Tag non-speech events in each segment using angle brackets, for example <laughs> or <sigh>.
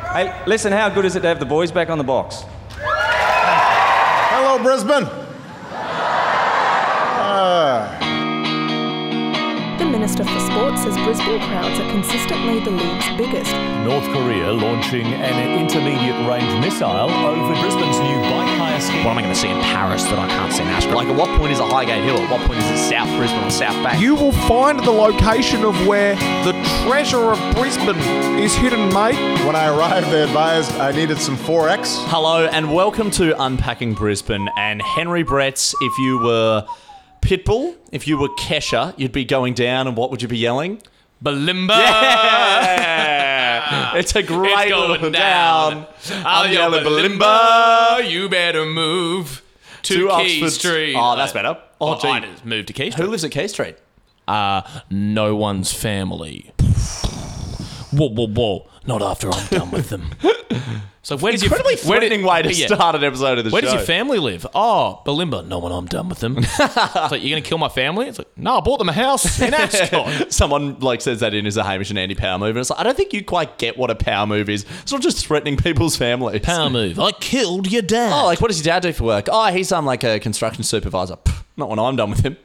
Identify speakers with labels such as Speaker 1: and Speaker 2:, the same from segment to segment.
Speaker 1: Hey, listen, how good is it to have the boys back on the box?
Speaker 2: Hello, Brisbane. Uh,
Speaker 3: The Minister for Sport says Brisbane crowds are consistently the league's biggest.
Speaker 4: North Korea launching an intermediate range missile over Brisbane's new bike hire scheme.
Speaker 5: What am I going to see in Paris that I can't see in Ashburn? Like, at what point is it Highgate Hill? At what point is it South Brisbane or South Bank?
Speaker 6: You will find the location of where the treasure of Brisbane is hidden, mate.
Speaker 2: When I arrived, they advised I needed some 4X.
Speaker 5: Hello and welcome to Unpacking Brisbane and Henry Brett's. If you were Pitbull, if you were Kesha, you'd be going down and what would you be yelling?
Speaker 7: Balimba!
Speaker 5: It's a great
Speaker 7: Ah, It's going
Speaker 5: little
Speaker 7: down. Ah,
Speaker 5: down.
Speaker 7: I'll
Speaker 5: I'm
Speaker 7: yell
Speaker 5: yelling
Speaker 7: Balimba. You better move to,
Speaker 5: To
Speaker 7: Key
Speaker 5: Oxford.
Speaker 7: Street.
Speaker 5: Oh, that's better. Oh,
Speaker 7: Oh, I
Speaker 5: gee.
Speaker 7: just moved to Key
Speaker 5: Who
Speaker 7: Street.
Speaker 5: lives at Key Street?
Speaker 7: Uh, no one's family. Whoa, whoa, whoa! Not after I'm done with <laughs> them. So where does your
Speaker 5: Incredibly
Speaker 7: where did-
Speaker 5: threatening way to
Speaker 7: yeah.
Speaker 5: start an episode of the
Speaker 7: Where
Speaker 5: show.
Speaker 7: does your family live? Oh, Balimba. No, when I'm done
Speaker 5: <laughs>
Speaker 7: with them. it's like, you're going to kill my family? It's like, no, I bought them a house in
Speaker 5: <laughs>
Speaker 7: Ascot.
Speaker 5: Someone like says that in as a Hamish and Andy power move, and it's like I don't think you quite get what a power move is. It's not just threatening people's families.
Speaker 7: Power move. I killed your dad.
Speaker 5: <laughs> Oh, like what does your dad do for work? Oh, he's um like a construction supervisor. Pff, not when I'm done with him.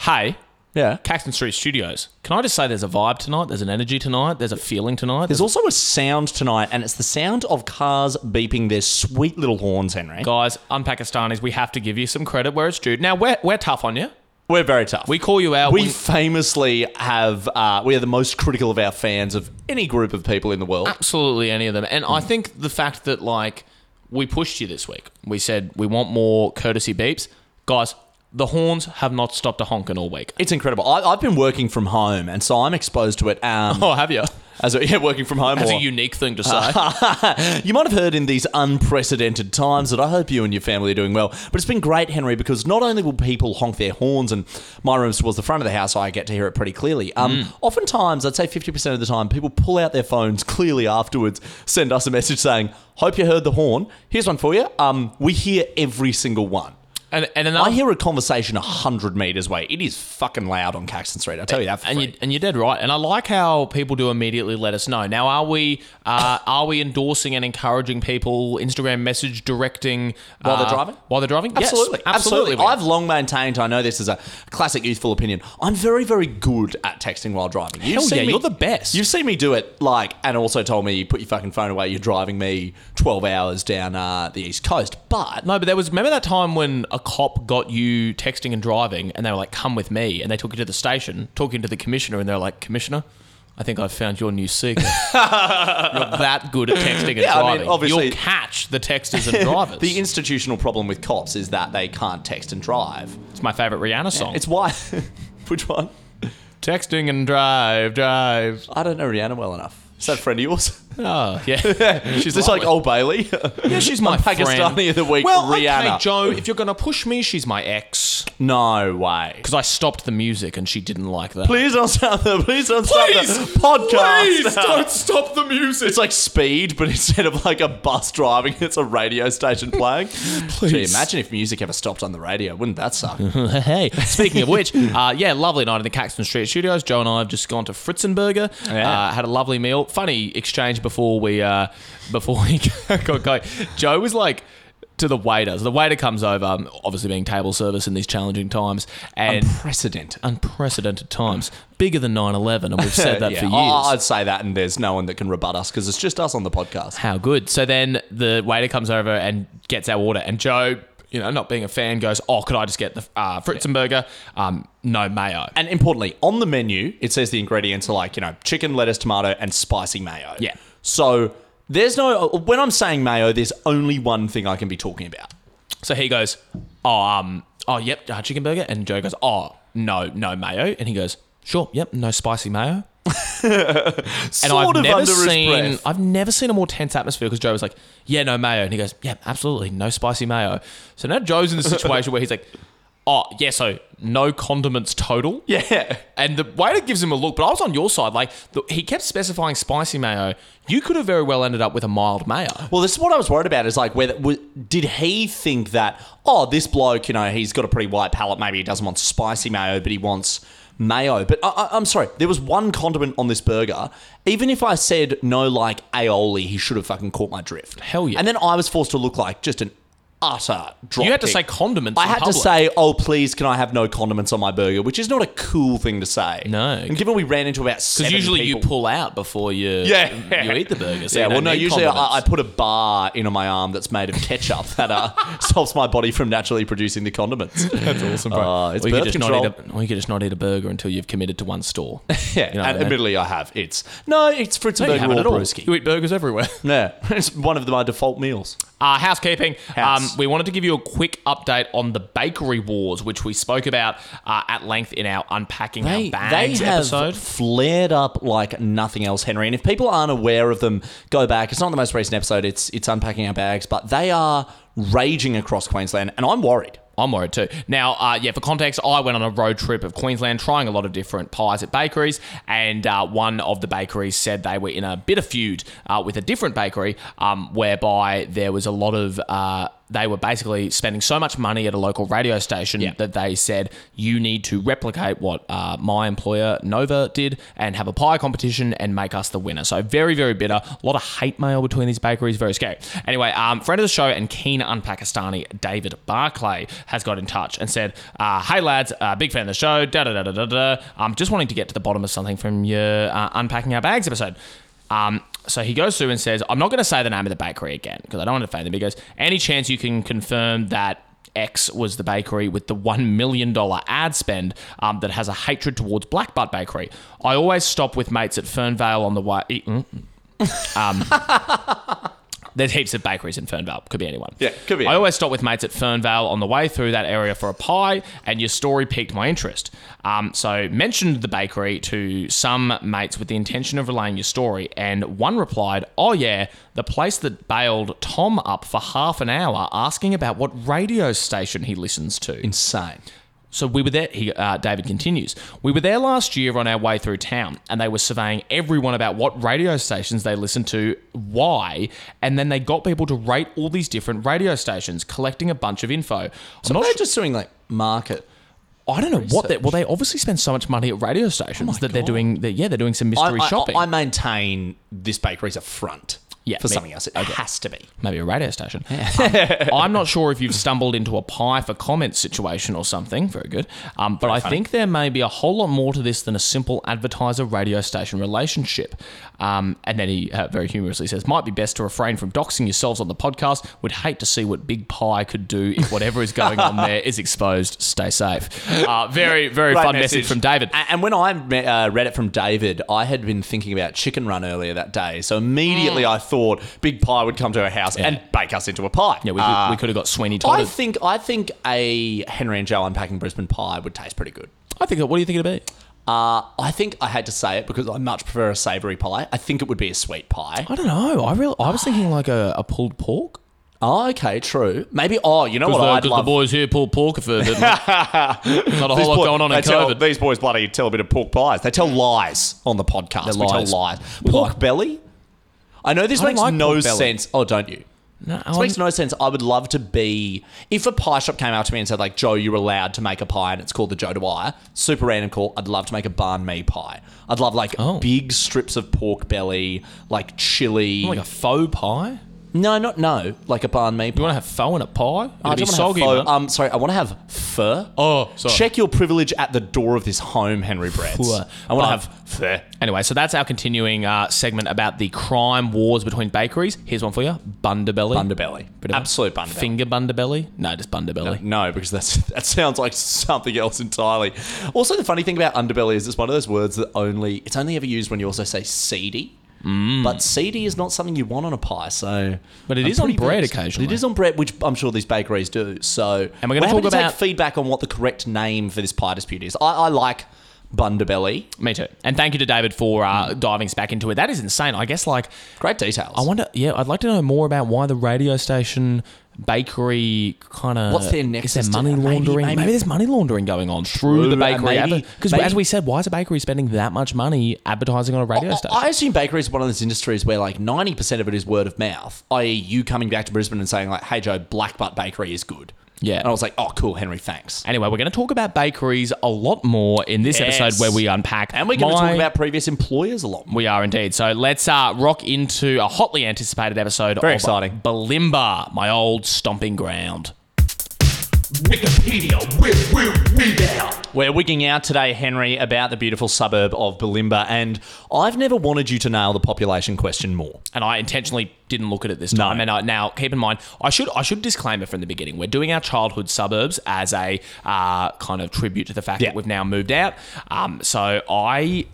Speaker 7: hey,
Speaker 5: Yeah.
Speaker 7: Caxton Street Studios. Can I just say there's a vibe tonight? There's an energy tonight. There's a feeling tonight.
Speaker 5: There's also a sound tonight, and it's the sound of cars beeping their sweet little horns, Henry.
Speaker 7: guys, unpakistanis, we have to give you some credit where it's due. Now we're we're tough on you.
Speaker 5: We're very tough.
Speaker 7: We call you out.
Speaker 5: we
Speaker 7: when-
Speaker 5: famously have uh, we are the most critical of our fans of any group of people in the world.
Speaker 7: Ah. absolutely any of them. And
Speaker 5: Hmm.
Speaker 7: I think the fact that like we pushed you this week, we said we want more courtesy beeps, guys. The horns have not stopped a honking all week. <laughs>
Speaker 5: It's incredible. I, I've been working from home, and so I'm exposed to it. Um,
Speaker 7: <laughs> Oh, have you?
Speaker 5: as a, yeah, working from home.
Speaker 7: That's a
Speaker 5: or-
Speaker 7: unique thing to
Speaker 5: <laughs>
Speaker 7: say.
Speaker 5: you might have heard in these unprecedented times that I hope you and your family are doing well. But it's been great, Henry, because not only will people honk their horns, and my room's towards the front of the house, so I get to hear it pretty clearly.
Speaker 7: Mm.
Speaker 5: Um, Oftentimes, I'd say 50% of the time, people pull out their phones clearly afterwards, send us a message saying, Hope you heard the horn. Here's one for you. Um, we hear every single one.
Speaker 7: and and
Speaker 5: I
Speaker 7: another, <laughs>
Speaker 5: hear a conversation 100 metres away. It is fucking loud on Caxton Street. I'll tell you that for
Speaker 7: and
Speaker 5: free.
Speaker 7: you and you're dead right. And I like how people do immediately let us know. Now, are we uh, are we endorsing and encouraging people Instagram message directing
Speaker 5: While they're
Speaker 7: uh,
Speaker 5: driving?
Speaker 7: While they're driving, Yes,
Speaker 5: Absolutely. absolutely.
Speaker 7: absolutely. we are.
Speaker 5: I've long maintained, I know this is a classic youthful opinion, I'm very, very good at texting while driving. You've
Speaker 7: Hell
Speaker 5: seen
Speaker 7: yeah,
Speaker 5: me-
Speaker 7: you're the best.
Speaker 5: You've seen me do it, like, and also told me, put your fucking phone away, you're driving me 12 hours down uh, the East Coast. But
Speaker 7: No, but there was remember that time when a cop got you texting and driving, and they were like, "Come with me," and they took you to the station, talking to the commissioner, and they're like, "Commissioner, I think I found your new
Speaker 5: <laughs>
Speaker 7: secret. You're that good at texting and
Speaker 5: Yeah, I mean,
Speaker 7: driving.
Speaker 5: obviously-
Speaker 7: You'll catch the
Speaker 5: <laughs>
Speaker 7: texters and drivers.
Speaker 5: the institutional problem with cops is that they can't text and drive.
Speaker 7: it's my favorite Rihanna song.
Speaker 5: It's why. <laughs> Which one?
Speaker 7: texting and drive, drive.
Speaker 5: I don't know Rihanna well enough. Is that a friend of
Speaker 7: <laughs>
Speaker 5: yours?
Speaker 7: Oh
Speaker 5: <laughs>
Speaker 7: yeah,
Speaker 5: She's this like
Speaker 7: lovely.
Speaker 5: Old Bailey?
Speaker 7: Yeah,
Speaker 5: <laughs>
Speaker 7: she's my
Speaker 5: Pakistani
Speaker 7: friend.
Speaker 5: of the week,
Speaker 7: Well,
Speaker 5: Rihanna.
Speaker 7: okay, Joe, if you're gonna push me, she's my ex
Speaker 5: no way.
Speaker 7: because I stopped the music and she didn't like that.
Speaker 5: Please don't stop the. Please don't stop the podcast.
Speaker 7: Please don't stop the music.
Speaker 5: It's like speed, but <laughs> instead of like a bus driving, it's a radio station
Speaker 7: <laughs>
Speaker 5: playing. Please. imagine if music ever stopped on the radio. Wouldn't that
Speaker 7: <laughs>
Speaker 5: suck?
Speaker 7: hey, speaking
Speaker 5: <laughs>
Speaker 7: of which, uh, yeah, lovely night in the Caxton Street Studios. Joe and I have just gone to Fritzenberger.
Speaker 5: Yeah.
Speaker 7: Uh, had a lovely meal. Funny exchange before we uh, before we <laughs> got going. Joe was like to the waiter. So the waiter comes over, um, obviously being table service in these challenging times and
Speaker 5: Unprecedented.
Speaker 7: unprecedented times, bigger than 9/11, and
Speaker 5: <laughs>
Speaker 7: we've said that
Speaker 5: Yeah.
Speaker 7: for years.
Speaker 5: Oh, I'd say that, and there's no one that can rebut us because it's just us on the podcast.
Speaker 7: How good. So then the waiter comes over and gets our order, and Joe, you know, not being a fan, goes, "Oh, could I just get the uh, Fritzenberger? Um, no mayo."
Speaker 5: And importantly, on the menu, it says the ingredients are like, you know, chicken, lettuce, tomato, and spicy mayo.
Speaker 7: Yeah.
Speaker 5: So there's no, when I'm saying mayo, there's only one thing I can be talking about.
Speaker 7: So he goes, "Oh, um, oh, yep, uh, chicken burger." And Joe goes, "Oh, no, no mayo." And he goes, "Sure, yep, no spicy mayo." and
Speaker 5: Sort
Speaker 7: I've
Speaker 5: of
Speaker 7: never
Speaker 5: under his
Speaker 7: seen,
Speaker 5: breath. <laughs>
Speaker 7: I've never seen a more tense atmosphere because Joe was like, "Yeah, no mayo," and he goes, "Yeah, absolutely, no spicy mayo." So now Joe's in the situation where he's like, "Oh, yeah, so no condiments total."
Speaker 5: Yeah.
Speaker 7: And the waiter gives him a look, but I was on your side. Like the, he kept specifying spicy mayo. You could have very well ended up with a mild mayo.
Speaker 5: Well, this is what I was worried about. Is like whether w- did he think that oh this bloke you know he's got a pretty white palate maybe he doesn't want spicy mayo but he wants mayo. But I, I, I'm sorry, there was one condiment on this burger. Even if I said no, like aioli, he should have fucking caught my drift.
Speaker 7: Hell yeah.
Speaker 5: And then I was forced to look like just an utter drop.
Speaker 7: You had to
Speaker 5: kick.
Speaker 7: say condiments
Speaker 5: I
Speaker 7: in
Speaker 5: had to
Speaker 7: public.
Speaker 5: say, "Oh, please, can I have no condiments on my burger?" Which is not a cool thing to say.
Speaker 7: No.
Speaker 5: And given we ran into about
Speaker 7: Because
Speaker 5: seven
Speaker 7: usually you
Speaker 5: people-
Speaker 7: pull out before you you eat the burger. So
Speaker 5: yeah,
Speaker 7: you
Speaker 5: well,
Speaker 7: don't
Speaker 5: no.
Speaker 7: need
Speaker 5: Usually, I, I
Speaker 7: condiments.
Speaker 5: put a bar into my arm that's made of ketchup <laughs> that uh, stops my body from naturally producing the
Speaker 7: <laughs>
Speaker 5: condiments. That's awesome, bro. Uh, it's
Speaker 7: or you, could
Speaker 5: birth
Speaker 7: just
Speaker 5: control.
Speaker 7: not eat a, or you could just not eat a burger until you've committed to one
Speaker 5: <laughs>
Speaker 7: store.
Speaker 5: yeah,
Speaker 7: You know what I
Speaker 5: and
Speaker 7: mean?
Speaker 5: admittedly, I have. It's no, it's fruits and
Speaker 7: No, you
Speaker 5: burger
Speaker 7: haven't
Speaker 5: or
Speaker 7: at all.
Speaker 5: brewski.
Speaker 7: You eat
Speaker 5: <laughs>
Speaker 7: burgers everywhere.
Speaker 5: Yeah, it's one of my default meals.
Speaker 7: Uh, housekeeping.
Speaker 5: House.
Speaker 7: Um, we wanted to give you a quick update on the bakery wars, which we spoke about uh, at length in our unpacking our bags episode.
Speaker 5: flared up like nothing else, Henry. And if people aren't aware of them, go back. It's not the most recent episode. It's it's unpacking our bags, but they are raging across Queensland, and I'm worried.
Speaker 7: I'm worried too. Now, uh, yeah, for context, I went on a road trip of Queensland trying a lot of different pies at bakeries, and uh, one of the bakeries said they were in a bit of feud uh, with a different bakery, um, whereby there was a lot of. Uh, they were basically spending so much money at a local radio station that they said you need to replicate what uh, my employer Nova did and have a pie competition and make us the winner. So very very bitter. A lot of hate mail between these bakeries. Very scary. Anyway, um, friend of the show and keen un-Pakistani David Barclay has got in touch and said, uh, "Hey lads, uh, big fan of the show. Da da da da da da. I'm just wanting to get to the bottom of something from your uh, unpacking our bags episode." Um, so he goes through and says, I'm not going to say the name of the bakery again because I don't want to offend them. He goes, Any chance you can confirm that X was the bakery with the $1 million ad spend um, that has a hatred towards Black Butt Bakery? I always stop with mates at Fernvale on the way. mm, mm. Um, there's heaps of bakeries in Fernvale. Could be anyone.
Speaker 5: Yeah, could be
Speaker 7: I always stop with mates at Fernvale on the way through that area for a pie, and your story piqued my interest. Um, so mentioned the bakery to some mates with the intention of relaying your story, and one replied, "Oh yeah, the place that bailed Tom up for half an hour, asking about what radio station he listens to."
Speaker 5: Insane.
Speaker 7: So we were there. He, uh, David continues. We were there last year on our way through town, and they were surveying everyone about what radio stations they listened to, why, and then they got people to rate all these different radio stations, collecting a bunch of info. I'm
Speaker 5: Are
Speaker 7: not
Speaker 5: they
Speaker 7: sure,
Speaker 5: just doing like market?
Speaker 7: I don't know what they. Well, they obviously spend so much money at radio stations that they're doing. That, yeah, they're doing some
Speaker 5: Oh I,
Speaker 7: mystery
Speaker 5: I-
Speaker 7: shopping.
Speaker 5: I maintain this bakery's a front.
Speaker 7: Yeah,
Speaker 5: for
Speaker 7: me-
Speaker 5: something else. It has to be.
Speaker 7: maybe a radio station. Um, I'm not sure if you've stumbled into a pie for comment situation or something. Very good. Um, but I think there may be a whole lot more to this than a simple advertiser radio station relationship. Um, and then he uh, very humorously says, might be best to refrain from doxing yourselves on the podcast. Would hate to see what Big Pie could do if whatever is going on there is exposed. Stay safe. Uh, very, very
Speaker 5: Great
Speaker 7: fun message from David.
Speaker 5: A- And when I me- uh, read it from David, I had been thinking about Chicken Run earlier that day. So immediately
Speaker 7: Mm.
Speaker 5: I thought Big Pie would come to our house and bake us into a pie.
Speaker 7: Yeah, we could,
Speaker 5: Uh,
Speaker 7: we could have got Sweeney Todd.
Speaker 5: I think I think a Henry and Joe unpacking Brisbane pie would taste pretty good.
Speaker 7: I think, what do you think it'd be?
Speaker 5: Uh, I think I had to say it because I much prefer a savoury pie. I think it would be a sweet pie.
Speaker 7: I don't know. I really, I was thinking like a, a pulled pork.
Speaker 5: Oh, okay, true. Maybe. Oh, you know what?
Speaker 7: Because
Speaker 5: I'd
Speaker 7: the, 'cause the
Speaker 5: love.
Speaker 7: boys here pull pork for a bit.
Speaker 5: <laughs>
Speaker 7: Not a whole lot Oh, going on in COVID.
Speaker 5: these boys bloody tell a bit of pork pies. They tell lies on the podcast.
Speaker 7: They're
Speaker 5: We
Speaker 7: lies.
Speaker 5: tell lies. Pork belly. I know this
Speaker 7: I don't
Speaker 5: makes
Speaker 7: like
Speaker 5: no
Speaker 7: pork belly. Oh,
Speaker 5: sense. Oh, don't you?
Speaker 7: No,
Speaker 5: This makes no sense. I would love to be if a pie shop came up to me and said like, "Joe, you're allowed to make a pie, and it's called the Joe Dwyer." Super random call. I'd love to make a barn me pie. I'd love like
Speaker 7: Oh.
Speaker 5: big strips of pork belly, like chili.
Speaker 7: like a faux pie.
Speaker 5: no, not no, like a barn me.
Speaker 7: You
Speaker 5: Pie.
Speaker 7: want to have faux in a pie? It'd
Speaker 5: I
Speaker 7: be
Speaker 5: don't wanna
Speaker 7: soggy.
Speaker 5: have
Speaker 7: man.
Speaker 5: faux- um, sorry, I want to have fur.
Speaker 7: oh, sorry.
Speaker 5: Check your privilege at the door of this home, Henry Brett.
Speaker 7: Fur.
Speaker 5: I want to
Speaker 7: Um,
Speaker 5: have fur.
Speaker 7: Anyway, so that's our continuing uh, segment about the crime wars between bakeries. Here's one for you: Bundaberry.
Speaker 5: Bundaberry.
Speaker 7: Bit of a-
Speaker 5: Absolute bundaberry.
Speaker 7: Finger Bundaberry? No, just Bundaberry.
Speaker 5: No, because that's <laughs> that sounds like something else entirely. Also, the funny thing about underbelly is it's one of those words that only it's only ever used when you also say seedy. But seedy is not something you want on a pie, so.
Speaker 7: Mm. But it
Speaker 5: it is
Speaker 7: is on bread occasionally.
Speaker 5: It is on bread, which I'm sure these bakeries do. So,
Speaker 7: And we're gonna
Speaker 5: happy
Speaker 7: talk
Speaker 5: to
Speaker 7: about-
Speaker 5: take feedback on what the correct name for this pie dispute is. I, I like bundaberry.
Speaker 7: Me too. And thank you to David for uh, diving back into it. That is insane. I guess like
Speaker 5: Great details.
Speaker 7: I wonder. Yeah, I'd like to know more about why the radio station bakery kind of
Speaker 5: What's their
Speaker 7: Is
Speaker 5: nexus
Speaker 7: there
Speaker 5: to
Speaker 7: money
Speaker 5: that? Maybe-
Speaker 7: laundering? Maybe,
Speaker 5: maybe-
Speaker 7: there's money laundering going on through the
Speaker 5: True, and
Speaker 7: bakery.
Speaker 5: maybe-
Speaker 7: Because
Speaker 5: maybe-
Speaker 7: as we said, why is a bakery spending that much money advertising on a radio
Speaker 5: I-
Speaker 7: station?
Speaker 5: oh, I assume bakery is one of those industries where like e, 90% of it is word of mouth, i.e., you coming back to Brisbane and saying, like, hey, Joe, Black Butt Bakery is good.
Speaker 7: Yeah.
Speaker 5: And I was like, oh, cool, Henry, thanks.
Speaker 7: Anyway, we're going to talk about bakeries a lot more in this
Speaker 5: Yes.
Speaker 7: episode where we unpack.
Speaker 5: And we're going to
Speaker 7: my-
Speaker 5: talk about previous employers a lot more.
Speaker 7: We are indeed. So let's uh, rock into a hotly anticipated episode
Speaker 5: Very
Speaker 7: of
Speaker 5: exciting.
Speaker 7: Balimba, my old stomping ground.
Speaker 8: Wikipedia, whip, whip, read out.
Speaker 5: We're wigging out today, Henry, about the beautiful suburb of Balimba, and I've never wanted you to nail the population question more.
Speaker 7: And I intentionally didn't look at it this time. And I, now, keep in mind, I should I should disclaimer from the beginning. We're doing our childhood suburbs as a uh, kind of tribute to the fact
Speaker 5: Yeah.
Speaker 7: that we've now moved out. Um, so I,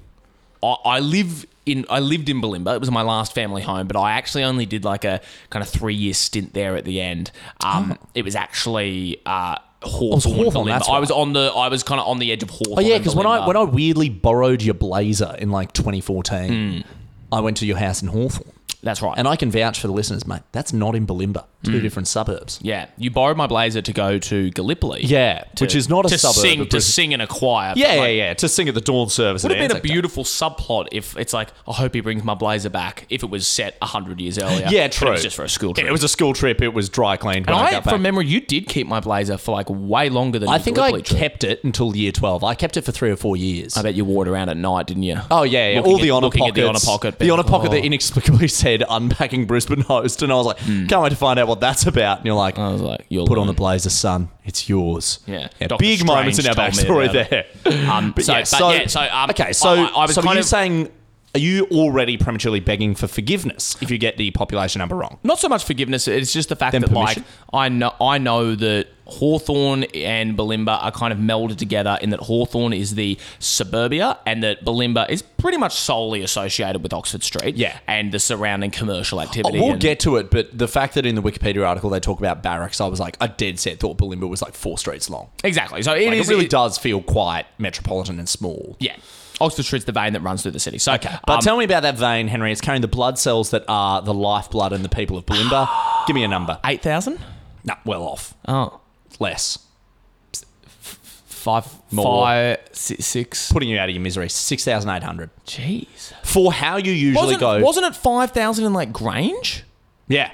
Speaker 7: I I live in I lived in Balimba. It was my last family home, but I actually only did like a kind of three year stint there at the end. Um,
Speaker 5: Oh.
Speaker 7: It was actually. Uh, Hawthorne,
Speaker 5: Hawthorne,
Speaker 7: Balimba.
Speaker 5: that's
Speaker 7: I
Speaker 5: right.
Speaker 7: was on the, I was kind of on the edge of
Speaker 5: Oh
Speaker 7: Hawthorne.
Speaker 5: yeah,
Speaker 7: and
Speaker 5: because when I
Speaker 7: Balimba.
Speaker 5: when I weirdly borrowed your blazer in like 2014, I went to your house in Hawthorne,
Speaker 7: that's right,
Speaker 5: and I can vouch for the listeners, mate. That's not in Balimba. Two different suburbs.
Speaker 7: Yeah, you borrowed my blazer to go to Gallipoli.
Speaker 5: Yeah,
Speaker 7: to-
Speaker 5: which is not a
Speaker 7: to
Speaker 5: suburb
Speaker 7: Sing,
Speaker 5: of
Speaker 7: to
Speaker 5: Brisbane.
Speaker 7: sing in a choir.
Speaker 5: Yeah, yeah,
Speaker 7: Like,
Speaker 5: yeah. To sing at the dawn service.
Speaker 7: Would have been a beautiful subplot if it's like, I hope he brings my blazer back. If it was set hundred years earlier.
Speaker 5: Yeah,
Speaker 7: But
Speaker 5: true.
Speaker 7: it was just for a school trip.
Speaker 5: It was a school trip. It was dry cleaned.
Speaker 7: and
Speaker 5: when
Speaker 7: I,
Speaker 5: got back.
Speaker 7: from memory, you did keep my blazer for like way longer than
Speaker 5: I
Speaker 7: the
Speaker 5: think I
Speaker 7: Gallipoli trip.
Speaker 5: kept it until year 12. I kept it for three or four years.
Speaker 7: I bet you wore it around at night, didn't you?
Speaker 5: Oh yeah, yeah.
Speaker 7: Looking
Speaker 5: all
Speaker 7: at-
Speaker 5: the honor
Speaker 7: looking
Speaker 5: pockets,
Speaker 7: at the honor pocket,
Speaker 5: the
Speaker 7: being
Speaker 5: honor
Speaker 7: like,
Speaker 5: pocket that
Speaker 7: "Oh."
Speaker 5: inexplicably <laughs> said "unpacking Brisbane host," and I was like, "Can't wait to find out what that's about." And you're like,
Speaker 7: Hmm. I was like, you're
Speaker 5: "Put on
Speaker 7: lying.
Speaker 5: the blazer, son. It's yours."
Speaker 7: Yeah. Doctor
Speaker 5: big
Speaker 7: Strange
Speaker 5: moments in our
Speaker 7: told me
Speaker 5: backstory
Speaker 7: about
Speaker 5: there.
Speaker 7: Um,
Speaker 5: <laughs> But
Speaker 7: so,
Speaker 5: yeah,
Speaker 7: but
Speaker 5: so,
Speaker 7: yeah, so um,
Speaker 5: okay, so
Speaker 7: I, I was
Speaker 5: so
Speaker 7: kind
Speaker 5: you're
Speaker 7: of
Speaker 5: saying, are you already prematurely begging for forgiveness if you get the population number wrong?
Speaker 7: not so much forgiveness. It's just the fact
Speaker 5: Then
Speaker 7: that
Speaker 5: permission?
Speaker 7: like I know I know that Hawthorne and Balimba are kind of melded together in that Hawthorne is the suburbia and that Balimba is pretty much solely associated with Oxford Street.
Speaker 5: Yeah.
Speaker 7: And the surrounding commercial
Speaker 5: Oh,
Speaker 7: activity.
Speaker 5: we'll
Speaker 7: and-
Speaker 5: get to it, but the fact that in the Wikipedia article they talk about barracks, I was like, I dead set thought Balimba was like four streets long.
Speaker 7: Exactly. So it
Speaker 5: Like, it
Speaker 7: is
Speaker 5: really does feel quite metropolitan and small.
Speaker 7: Yeah. um, Oxford Street's the vein that runs through the city. So okay.
Speaker 5: But tell me about that vein, Henry. It's carrying the blood cells that are the lifeblood and the people of Belinda.
Speaker 7: <sighs>
Speaker 5: Give me a number.
Speaker 7: eight thousand?
Speaker 5: No, well off.
Speaker 7: Oh.
Speaker 5: Less.
Speaker 7: Five
Speaker 5: More.
Speaker 7: five six six.
Speaker 5: Putting you out of your misery. 6,800.
Speaker 7: Jeez.
Speaker 5: For how you usually
Speaker 7: Wasn't,
Speaker 5: go.
Speaker 7: wasn't it five thousand in like Grange?
Speaker 5: yeah.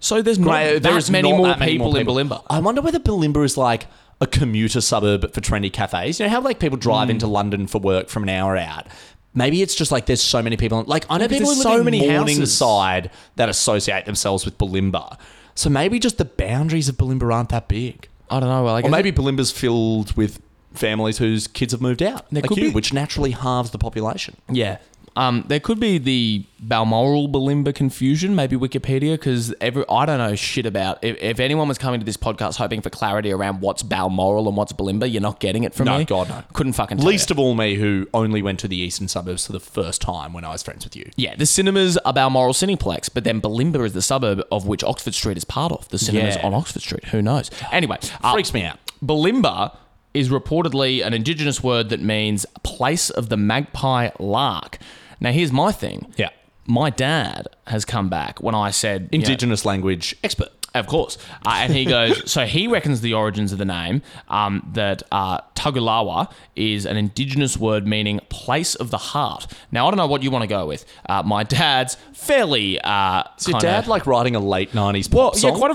Speaker 7: So there's not
Speaker 5: Right,
Speaker 7: that many
Speaker 5: not
Speaker 7: more
Speaker 5: that many
Speaker 7: people
Speaker 5: more
Speaker 7: in Balimba.
Speaker 5: I wonder whether Belimba is like a commuter suburb for trendy cafes. You know how like people
Speaker 7: Hmm.
Speaker 5: drive into London for work from an hour out? Maybe it's just like there's so many people. Like I know
Speaker 7: because
Speaker 5: people who
Speaker 7: there's
Speaker 5: live
Speaker 7: so
Speaker 5: in
Speaker 7: many houses.
Speaker 5: Morningside that associate themselves with Belimba. So maybe just the boundaries of Belimba aren't that big.
Speaker 7: I don't know. Well, I
Speaker 5: Or
Speaker 7: guess
Speaker 5: maybe Balimba's filled with families whose kids have moved out,
Speaker 7: There
Speaker 5: like
Speaker 7: could
Speaker 5: you,
Speaker 7: be-
Speaker 5: which naturally halves the population.
Speaker 7: Yeah. Um, there could be the Balmoral Balimba confusion, maybe Wikipedia, because every I don't know shit about. If, if anyone was coming to this podcast hoping for clarity around what's Balmoral and what's Balimba, you're not getting it from
Speaker 5: No,
Speaker 7: me.
Speaker 5: God, no.
Speaker 7: Couldn't fucking tell
Speaker 5: Least
Speaker 7: you.
Speaker 5: of all me, who only went to the eastern suburbs for the first time when I was friends with you.
Speaker 7: yeah, the cinemas are Balmoral Cineplex, but then Balimba is the suburb of which Oxford Street is part of. The cinemas
Speaker 5: Yeah.
Speaker 7: on Oxford Street. Who knows? Anyway, uh,
Speaker 5: Freaks me out.
Speaker 7: Balimba is reportedly an indigenous word that means place of the magpie lark. Now, here's my thing.
Speaker 5: Yeah.
Speaker 7: My dad has come back when I said you know,
Speaker 5: Indigenous language expert.
Speaker 7: of course. Uh, and he goes, <laughs> so he reckons the origins of the name um, that uh, Tugulawa is an indigenous word meaning place of the heart. Now, I don't know what you want to go with. Uh, my dad's fairly. Uh,
Speaker 5: Is your
Speaker 7: kinda-
Speaker 5: dad like writing a late '90s pop
Speaker 7: Well, yeah,
Speaker 5: song?
Speaker 7: quite a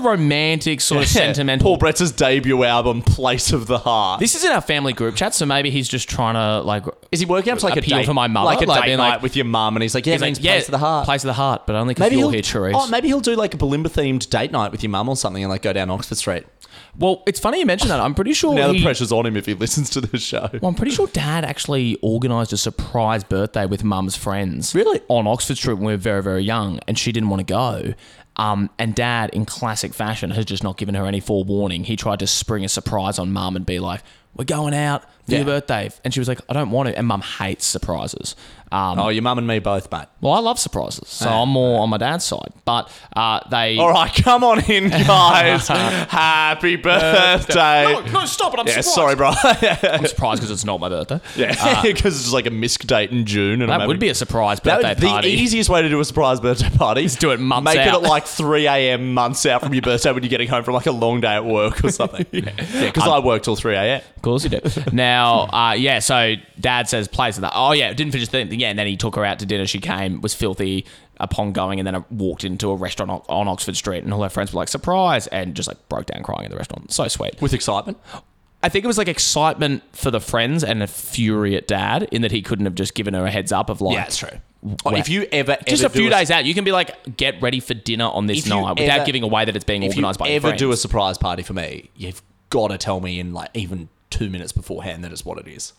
Speaker 5: <laughs>
Speaker 7: romantic, sort of sentimental.
Speaker 5: Paul Bretz's debut album, "Place of the Heart."
Speaker 7: This is in our family group chat, so maybe he's just trying to like.
Speaker 5: is he working up to like a
Speaker 7: appeal
Speaker 5: date,
Speaker 7: for my mother?
Speaker 5: like a
Speaker 7: Like,
Speaker 5: date
Speaker 7: being
Speaker 5: night
Speaker 7: like-
Speaker 5: with your mum, and he's like, "Yeah, it
Speaker 7: He's
Speaker 5: means
Speaker 7: like, yeah,
Speaker 5: place of the heart."
Speaker 7: Place of the heart, but only because
Speaker 5: maybe
Speaker 7: you're
Speaker 5: he'll
Speaker 7: here, Therese.
Speaker 5: Oh, maybe he'll do like a Balimba themed date night with your mum or something, and like go down Oxford Street.
Speaker 7: Well, it's funny you mention that. I'm pretty sure
Speaker 5: Now the
Speaker 7: he-
Speaker 5: pressure's on him if he <laughs> listens to this show.
Speaker 7: Well, I'm pretty sure Dad actually organised a surprise birthday with Mum's friends.
Speaker 5: Really?
Speaker 7: On Oxford Street when we were very, very young, and she didn't want to go. Um, and Dad, in classic fashion, has just not given her any forewarning. He tried to spring a surprise on Mum and be like, "We're going out for
Speaker 5: Yeah.
Speaker 7: your birthday," and she was like, "I don't want to." And Mum hates surprises. Um,
Speaker 5: Oh, your mum and me both, mate.
Speaker 7: Well, I love surprises, so I'm more on my dad's side. But uh, they
Speaker 5: All right, come on in,
Speaker 7: <laughs>
Speaker 5: guys. Happy birthday.
Speaker 7: Oh, No, no, stop it! I'm
Speaker 5: yeah,
Speaker 7: surprised.
Speaker 5: sorry,
Speaker 7: <laughs>
Speaker 5: bro.
Speaker 7: I'm surprised because it's not my birthday.
Speaker 5: <laughs> yeah, because it's like a missed date in June. And I'm
Speaker 7: That would
Speaker 5: having-
Speaker 7: be a surprise
Speaker 5: That
Speaker 7: birthday
Speaker 5: would- the
Speaker 7: party.
Speaker 5: easiest way to do a surprise birthday party is
Speaker 7: do it months
Speaker 5: Make
Speaker 7: out.
Speaker 5: it like 3 a.m. months out from your birthday when you're getting home from like a long day at work or
Speaker 7: <laughs>
Speaker 5: something. yeah, because I work till 3 a.m.
Speaker 7: Of course you do. now, uh, yeah, so dad says plays with that. Oh, yeah, didn't finish the thing. Yeah, and then he took her out to dinner. She came, was filthy upon going, and then walked into a restaurant on- on Oxford Street, and all her friends were like, surprise, and just like broke down crying in the restaurant. So sweet.
Speaker 5: With excitement.
Speaker 7: I think it was like excitement for the friends and a fury at dad in that he couldn't have just given her a heads up of like,
Speaker 5: Oh,
Speaker 7: Wow.
Speaker 5: If you ever,
Speaker 7: just
Speaker 5: ever
Speaker 7: a few
Speaker 5: do
Speaker 7: days out, you can be like, get ready for dinner on this
Speaker 5: If you
Speaker 7: night without
Speaker 5: ever-
Speaker 7: giving away that it's being
Speaker 5: if you
Speaker 7: organised by your
Speaker 5: ever
Speaker 7: friends.
Speaker 5: do a surprise party for me, you've got to tell me in like even two minutes beforehand that it's what it is.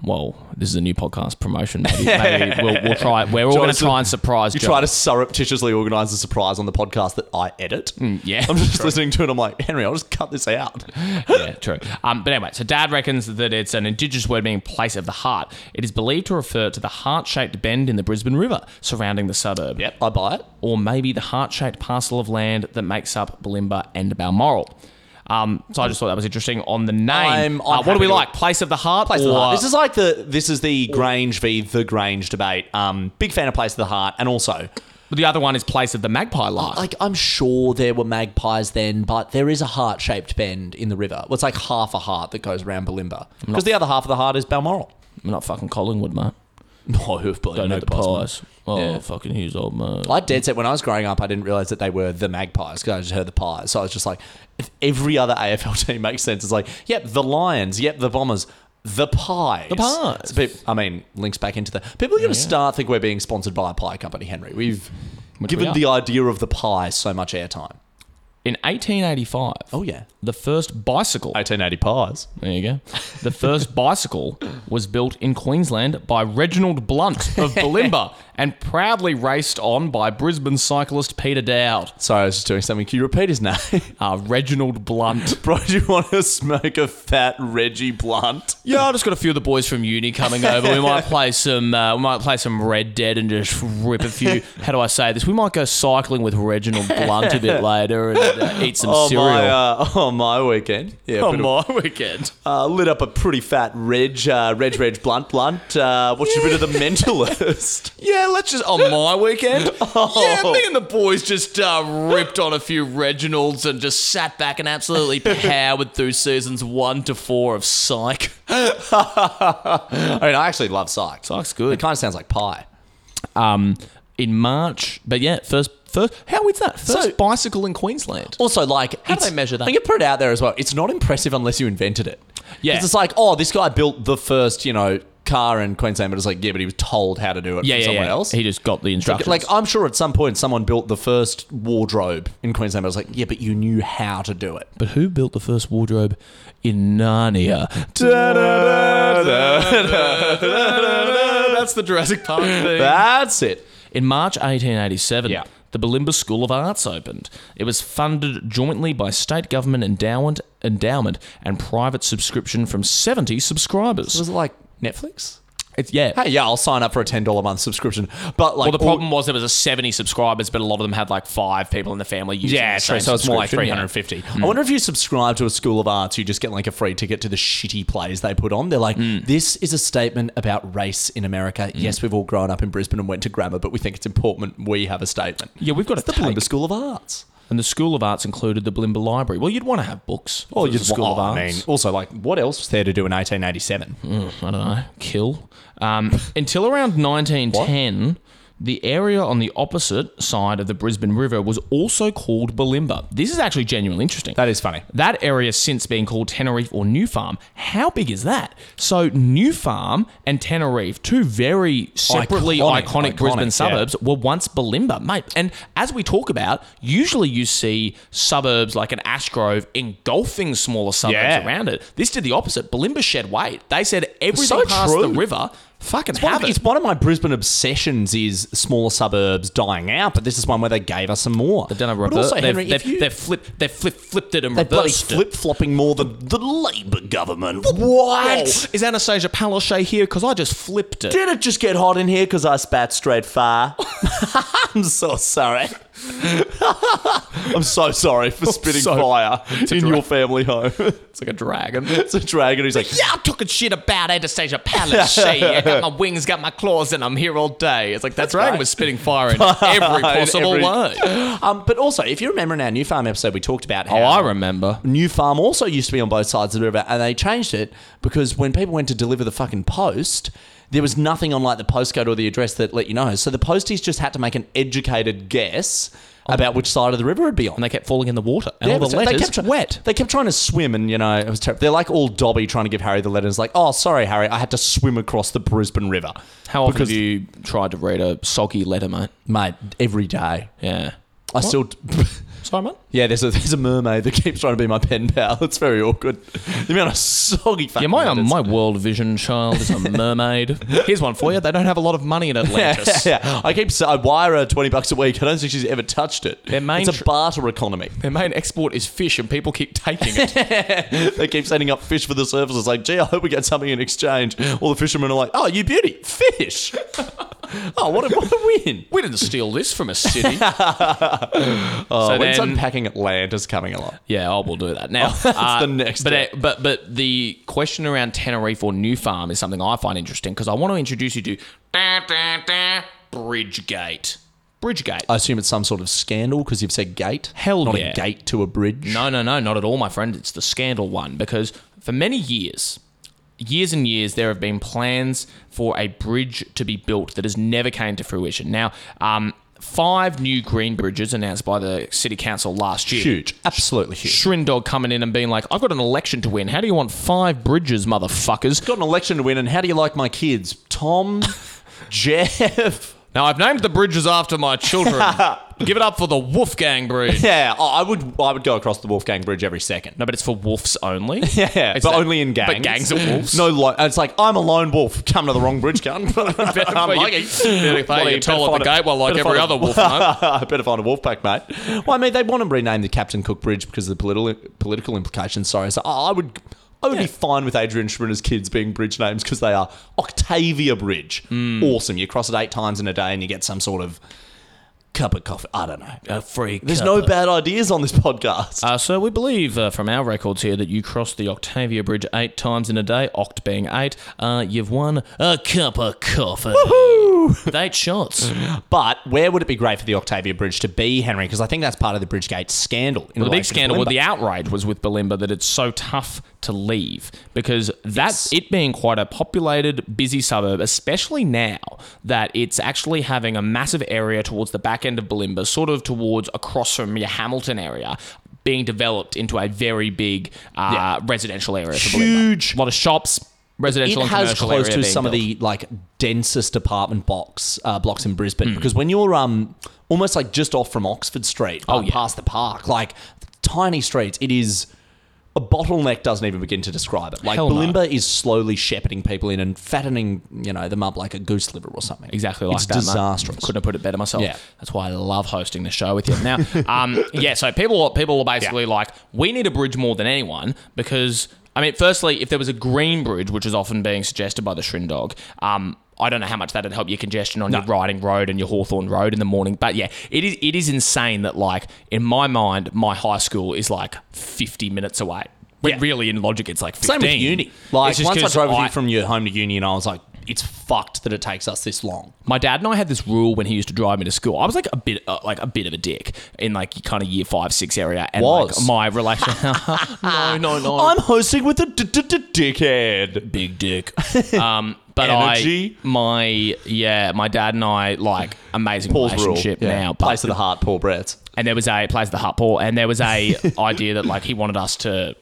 Speaker 7: well, this is a new podcast
Speaker 5: <laughs>
Speaker 7: promotion. Maybe, maybe we'll, we'll try. We're all going to
Speaker 5: Jonathan,
Speaker 7: try and surprise.
Speaker 5: You
Speaker 7: John.
Speaker 5: try to surreptitiously organise a surprise on the podcast that I edit.
Speaker 7: Mm, yeah.
Speaker 5: I'm just listening to it. I'm like, Henry, I'll just cut this out.
Speaker 7: yeah, true. Um, but anyway, so Dad reckons that it's an indigenous word meaning place of the heart. It is believed to refer to the heart-shaped bend in the Brisbane River surrounding the suburb.
Speaker 5: Yep, I buy it.
Speaker 7: Or maybe the heart-shaped parcel of land that makes up Balimba and Balmoral. Um, so I just thought that was interesting on the name.
Speaker 5: I'm- I'm
Speaker 7: Uh, what do
Speaker 5: happy
Speaker 7: we
Speaker 5: to-
Speaker 7: like? Place of the heart.
Speaker 5: Place of
Speaker 7: or-
Speaker 5: the Heart. This is like the this is the Grange v the Grange debate. Um, big fan of Place of the Heart, and also
Speaker 7: the other one is place of the magpie lark.
Speaker 5: like I'm sure there were magpies then, but there is a heart shaped bend in the river. Well, it's like half a heart that goes around Balimba because the other half of the heart is Balmoral. <laughs>
Speaker 7: I'm not fucking Collingwood, mate.
Speaker 5: No, who've
Speaker 7: Don't know
Speaker 5: no
Speaker 7: the
Speaker 5: pies, mate.
Speaker 7: pies. Oh, fucking Hughes, old mate.
Speaker 5: I dead set when I was growing up, I didn't realize that they were the Magpies because I just heard the Pies. So I was just like, if every other AFL <laughs> team makes sense, it's like, yep, the Lions, yep, the Bombers, the Pies. The
Speaker 7: Pies.
Speaker 5: I mean, links back into the. People are going to start think we're being sponsored by a pie company, Henry. We've given
Speaker 7: we are.
Speaker 5: the idea of the pie so much airtime.
Speaker 7: In 1885,
Speaker 5: Oh, yeah.
Speaker 7: the first bicycle
Speaker 5: 1880 Pies.
Speaker 7: There you go. The <laughs> first bicycle was built in Queensland by Reginald Blunt <laughs> of Balimba and proudly raced on by Brisbane cyclist Peter Dowd.
Speaker 5: Sorry, I was just doing something. Can you repeat <laughs> his name? Um,
Speaker 7: Uh, Reginald Blunt.
Speaker 5: Bro, do you want to smoke a fat Reggie Blunt?
Speaker 7: <laughs> Yeah, I just got a few of the boys from uni coming over. We might play some, uh, we might play some Red Dead and just rip a <laughs> few. How do I say this? We might go cycling with Reginald Blunt a <laughs> bit later and uh, eat some
Speaker 5: Oh
Speaker 7: cereal.
Speaker 5: my, uh, <laughs> oh my weekend. Yeah,
Speaker 7: on
Speaker 5: bit of-
Speaker 7: my <laughs> weekend.
Speaker 5: Uh, lit up a pretty fat Reg, uh, Reg, Reg Blunt Blunt. Uh, watched a bit of The <laughs> Mentalist.
Speaker 7: Yeah, let's just on my
Speaker 5: <laughs>
Speaker 7: weekend. Yeah,
Speaker 5: Oh.
Speaker 7: me and the boys just uh, ripped on a few Reginalds and just sat back and absolutely powered through seasons one to four of Psych.
Speaker 5: I mean, I actually love Psych.
Speaker 7: Psych's
Speaker 5: It
Speaker 7: good.
Speaker 5: kind of sounds like pie.
Speaker 7: Um, in March, but yeah, first, first, how is that? First
Speaker 5: So-
Speaker 7: bicycle in Queensland.
Speaker 5: Also, like,
Speaker 7: How do
Speaker 5: it's-
Speaker 7: they measure that?
Speaker 5: I'm gonna put it out there as well. It's not impressive unless you invented it.
Speaker 7: Yeah.
Speaker 5: 'Cause it's like, oh, this guy built the first, you know, car in Queensland, but it's like, yeah, but he was told how to do it
Speaker 7: yeah,
Speaker 5: from
Speaker 7: yeah,
Speaker 5: someone
Speaker 7: yeah.
Speaker 5: else.
Speaker 7: He just got the instructions.
Speaker 5: like, I'm sure at some point someone built the first wardrobe in Queensland, but it's like, yeah, but you knew how to do it.
Speaker 7: but who built the first wardrobe in Narnia? That's the Jurassic Park thing.
Speaker 5: That's it.
Speaker 7: In March 1887,
Speaker 5: Yeah.
Speaker 7: the Balimba School of Arts opened. It was funded jointly by state government endowment, endowment and private subscription from 70 subscribers.
Speaker 5: Was it like Netflix?
Speaker 7: It's, yeah.
Speaker 5: hey, yeah, I'll sign up for a ten dollar a month subscription. But like,
Speaker 7: Well, the
Speaker 5: all-
Speaker 7: problem was there was a 70 subscribers, but a lot of them had like five people in the family using
Speaker 5: yeah,
Speaker 7: the
Speaker 5: true.
Speaker 7: same
Speaker 5: So it's more like
Speaker 7: subscription,
Speaker 5: three
Speaker 7: yeah. Hmm.
Speaker 5: hundred fifty. I wonder if you subscribe to a school of arts, you just get like a free ticket to the shitty plays they put on. They're like,
Speaker 7: Hmm.
Speaker 5: this is a statement about race in America. Yes, we've all grown up in Brisbane and went to grammar, but we think it's important we have a statement.
Speaker 7: Yeah, we've got
Speaker 5: It's
Speaker 7: a
Speaker 5: the Bloomberg
Speaker 7: take.
Speaker 5: School of Arts.
Speaker 7: And the School of Arts included the Balimba Library. Well, you'd want to have books.
Speaker 5: Oh,
Speaker 7: if it was a School of Arts. Hmm.
Speaker 5: I mean, also like, what else was there to do in eighteen eighty seven?
Speaker 7: I don't know, kill. Um, until around 1910, the area on the opposite side of the Brisbane River was also called Balimba. This is actually genuinely interesting.
Speaker 5: That is funny.
Speaker 7: That area since being called Tenerife or New Farm. How big is that? So New Farm and Tenerife, two very separately
Speaker 5: Iconic,
Speaker 7: iconic,
Speaker 5: iconic,
Speaker 7: Brisbane
Speaker 5: yeah.
Speaker 7: suburbs, were once Balimba, mate. And as we talk about, usually you see suburbs like an Ashgrove engulfing smaller suburbs
Speaker 5: Yeah.
Speaker 7: around it. This did the opposite. Balimba shed weight. They said everything
Speaker 5: so
Speaker 7: past
Speaker 5: true.
Speaker 7: the river, fucking
Speaker 5: It's one,
Speaker 7: have
Speaker 5: of, it's
Speaker 7: it.
Speaker 5: one of my Brisbane obsessions is smaller suburbs dying out, but this is one where they gave us some more. They've
Speaker 7: Done a
Speaker 5: but
Speaker 7: reverse.
Speaker 5: also,
Speaker 7: they've,
Speaker 5: Henry,
Speaker 7: they've,
Speaker 5: if you,
Speaker 7: they've flipped, they've flip, flipped it and
Speaker 5: They're bloody
Speaker 7: reversed it.
Speaker 5: flip flopping more than the Labour government. What?
Speaker 7: Oh, is Anastasia Palaszczuk here? Because I just flipped
Speaker 5: <laughs>
Speaker 7: it.
Speaker 5: Did it just get hot in here because I spat straight fire? I'm so sorry. <laughs> I'm so sorry
Speaker 7: <laughs>
Speaker 5: for spitting
Speaker 7: so-
Speaker 5: fire in your family home.
Speaker 7: <laughs> It's like a dragon.
Speaker 5: it's a dragon. He's like,
Speaker 7: Yeah,
Speaker 5: <laughs>
Speaker 7: I'm talking shit about Anastasia Palace. <laughs> She I got my wings, got my claws, and I'm here all day. It's like that dragon was spitting fire <laughs> in every possible
Speaker 5: every-
Speaker 7: way.
Speaker 5: <laughs> Um, but also, if you remember in our New Farm episode, we talked about how
Speaker 7: Oh, I remember.
Speaker 5: New Farm also used to be on both sides of the river, and they changed it because when people went to deliver the fucking post, there was nothing on like the postcode or the address that let you know. So the posties just had to make an educated guess about which side of the river it'd be on.
Speaker 7: And they kept falling in the water, and
Speaker 5: Yeah,
Speaker 7: all the
Speaker 5: so
Speaker 7: letters
Speaker 5: kept try-
Speaker 7: wet.
Speaker 5: They kept trying to swim, and you know it was terrible. They're like all Dobby trying to give Harry the letters, like, "Oh, sorry, Harry, I had to swim across the Brisbane River."
Speaker 7: How often
Speaker 5: Because-
Speaker 7: have you tried to read a soggy letter, mate?
Speaker 5: mate? Every day,
Speaker 7: Yeah.
Speaker 5: I still.
Speaker 7: Sorry, mate.
Speaker 5: <laughs> Yeah, there's a there's a mermaid that keeps trying to be my pen pal. <laughs> It's very awkward. The amount of soggy fucking
Speaker 7: Yeah, my, um,
Speaker 5: letters.
Speaker 7: my world vision child <laughs> is a mermaid. Here's one for you. They don't have a lot of money in
Speaker 5: yeah,
Speaker 7: Atlantis.
Speaker 5: yeah, <laughs> yeah. I keep s- I wire her twenty bucks a week. I don't think she's ever touched it.
Speaker 7: Their
Speaker 5: it's
Speaker 7: main
Speaker 5: a
Speaker 7: tr-
Speaker 5: barter economy.
Speaker 7: Their main export is fish, and people keep taking
Speaker 5: <laughs>
Speaker 7: it.
Speaker 5: they keep sending up fish for the services. Like, gee, I hope we get something in exchange. All the fishermen are like, oh, you beauty, fish. <laughs> oh, what a, what a win.
Speaker 7: we didn't steal this from
Speaker 5: <laughs>
Speaker 7: a city.
Speaker 5: Oh,
Speaker 7: so
Speaker 5: when's
Speaker 7: then-
Speaker 5: unpacking Atlantis coming along?
Speaker 7: Yeah, I will do
Speaker 5: <laughs>
Speaker 7: that now.
Speaker 5: Oh,
Speaker 7: uh,
Speaker 5: the next
Speaker 7: But,
Speaker 5: step.
Speaker 7: but but the question around Tenerife or New Farm is something I find interesting because I want to introduce you to da, da, da, Bridgegate. Bridgegate.
Speaker 5: I assume it's some sort of scandal because you've said gate.
Speaker 7: Hell
Speaker 5: Not
Speaker 7: yeah.
Speaker 5: a gate to a bridge.
Speaker 7: no, no, no, not at all, my friend. It's the scandal one because for many years, years and years, there have been plans for a bridge to be built that has never came to fruition. Now, um, five new green bridges announced by the city council last year.
Speaker 5: Huge. Absolutely huge.
Speaker 7: Shrindog coming in and being like, I've got an election to win. How do you want five bridges, motherfuckers?
Speaker 5: got an election to win, and how do you like my kids? Tom, <laughs> Jeff.
Speaker 7: Now, I've named the bridges after
Speaker 5: <laughs>
Speaker 7: my children. Give it up for the Wolfgang Bridge.
Speaker 5: Yeah, oh, I would. I would go across the Wolfgang Bridge every second. <laughs>
Speaker 7: No, but it's for wolves only.
Speaker 5: Yeah,
Speaker 7: It's
Speaker 5: but
Speaker 7: that-
Speaker 5: only in gangs.
Speaker 7: But gangs of wolves.
Speaker 5: No, lo- it's like I'm a lone wolf. Come to the wrong bridge,
Speaker 7: <laughs>
Speaker 5: cunt. <laughs> I'm
Speaker 7: But you-
Speaker 5: like, <laughs>
Speaker 7: better-
Speaker 5: bloody
Speaker 7: you toll at
Speaker 5: find
Speaker 7: the
Speaker 5: a-
Speaker 7: gate, well, like
Speaker 5: better
Speaker 7: every
Speaker 5: find a-
Speaker 7: other wolf,
Speaker 5: <laughs>
Speaker 7: mate.
Speaker 5: better find a wolf pack, mate. Well, I mean, they want to rename the Captain Cook Bridge because of the political political implications. Sorry, so I I would. I would be fine with Adrian Schrinner's kids being bridge names because they are Octavia Bridge.
Speaker 7: Mm.
Speaker 5: Awesome. You cross it eight times in a day and you get some sort of cup of coffee. I don't know.
Speaker 7: A free
Speaker 5: There's no bad ideas on this podcast.
Speaker 7: Uh, so we believe uh, from our records here that you crossed the Octavia Bridge eight times in a day, oct being eight. Uh, you've won a cup of coffee. With
Speaker 5: <laughs>
Speaker 7: Eight shots.
Speaker 5: But where would it be great for the Octavia Bridge to be, Henry? Because I think that's part of the Bridgegate scandal. In
Speaker 7: The big
Speaker 5: relation to
Speaker 7: scandal, well,
Speaker 5: Limbo.
Speaker 7: the outrage was with Balimba that it's so tough to leave because that's it being quite a populated, busy suburb, especially now that it's actually having a massive area towards the back end of Balimba, sort of towards across from your Hamilton area. Being developed into a very big uh, residential area. for Bulimba.
Speaker 5: Huge.
Speaker 7: A lot of shops, residential
Speaker 5: it
Speaker 7: and
Speaker 5: has
Speaker 7: commercial
Speaker 5: close
Speaker 7: area
Speaker 5: to
Speaker 7: being
Speaker 5: some of
Speaker 7: built.
Speaker 5: the like densest apartment box uh, blocks in
Speaker 7: Hmm.
Speaker 5: Brisbane because when you're um almost like just off from Oxford Street, oh,
Speaker 7: yeah.
Speaker 5: past the park, like tiny streets, it is. A bottleneck doesn't even begin to describe it. Like
Speaker 7: Hell no.
Speaker 5: Balimba is slowly shepherding people in and fattening, you know, them up like a goose liver or something.
Speaker 7: Exactly like
Speaker 5: it's
Speaker 7: that. mate.
Speaker 5: disastrous.
Speaker 7: Couldn't have put it better myself.
Speaker 5: Yeah.
Speaker 7: That's why I love hosting the show with you.
Speaker 5: <laughs>
Speaker 7: Now, um, yeah, so people people are basically like, we need a bridge more than anyone because I mean, firstly, if there was a green bridge, which is often being suggested by the Shrindog, um, I don't know how much that'd help your congestion on your Riding Road and your Hawthorne Road in the morning. But yeah, it is it is insane that like in my mind, my high school is like fifty minutes away. When
Speaker 5: Yeah.
Speaker 7: really in logic it's like
Speaker 5: Same
Speaker 7: 15.
Speaker 5: with uni. Like
Speaker 7: It's just
Speaker 5: once I
Speaker 7: 'cause
Speaker 5: drove with you from your home to uni, and I was like, it's fucked that it takes us this long.
Speaker 7: My dad and I had this rule when he used to drive me to school. I was like a bit, uh, like a bit of a dick in like kind of year five, six area, and
Speaker 5: Was.
Speaker 7: like my
Speaker 5: <laughs>
Speaker 7: relation. no, no, no.
Speaker 5: I'm hosting with a d- d- d- dickhead. <laughs>
Speaker 7: big dick. Um, but
Speaker 5: Energy.
Speaker 7: I, my yeah, my dad and I like amazing
Speaker 5: Paul's rule.
Speaker 7: relationship
Speaker 5: Yeah.
Speaker 7: now. But
Speaker 5: Place of the heart, Paul Brett.
Speaker 7: and there was a plays the hut ball, and there
Speaker 5: <laughs>
Speaker 7: was a idea that like he wanted us to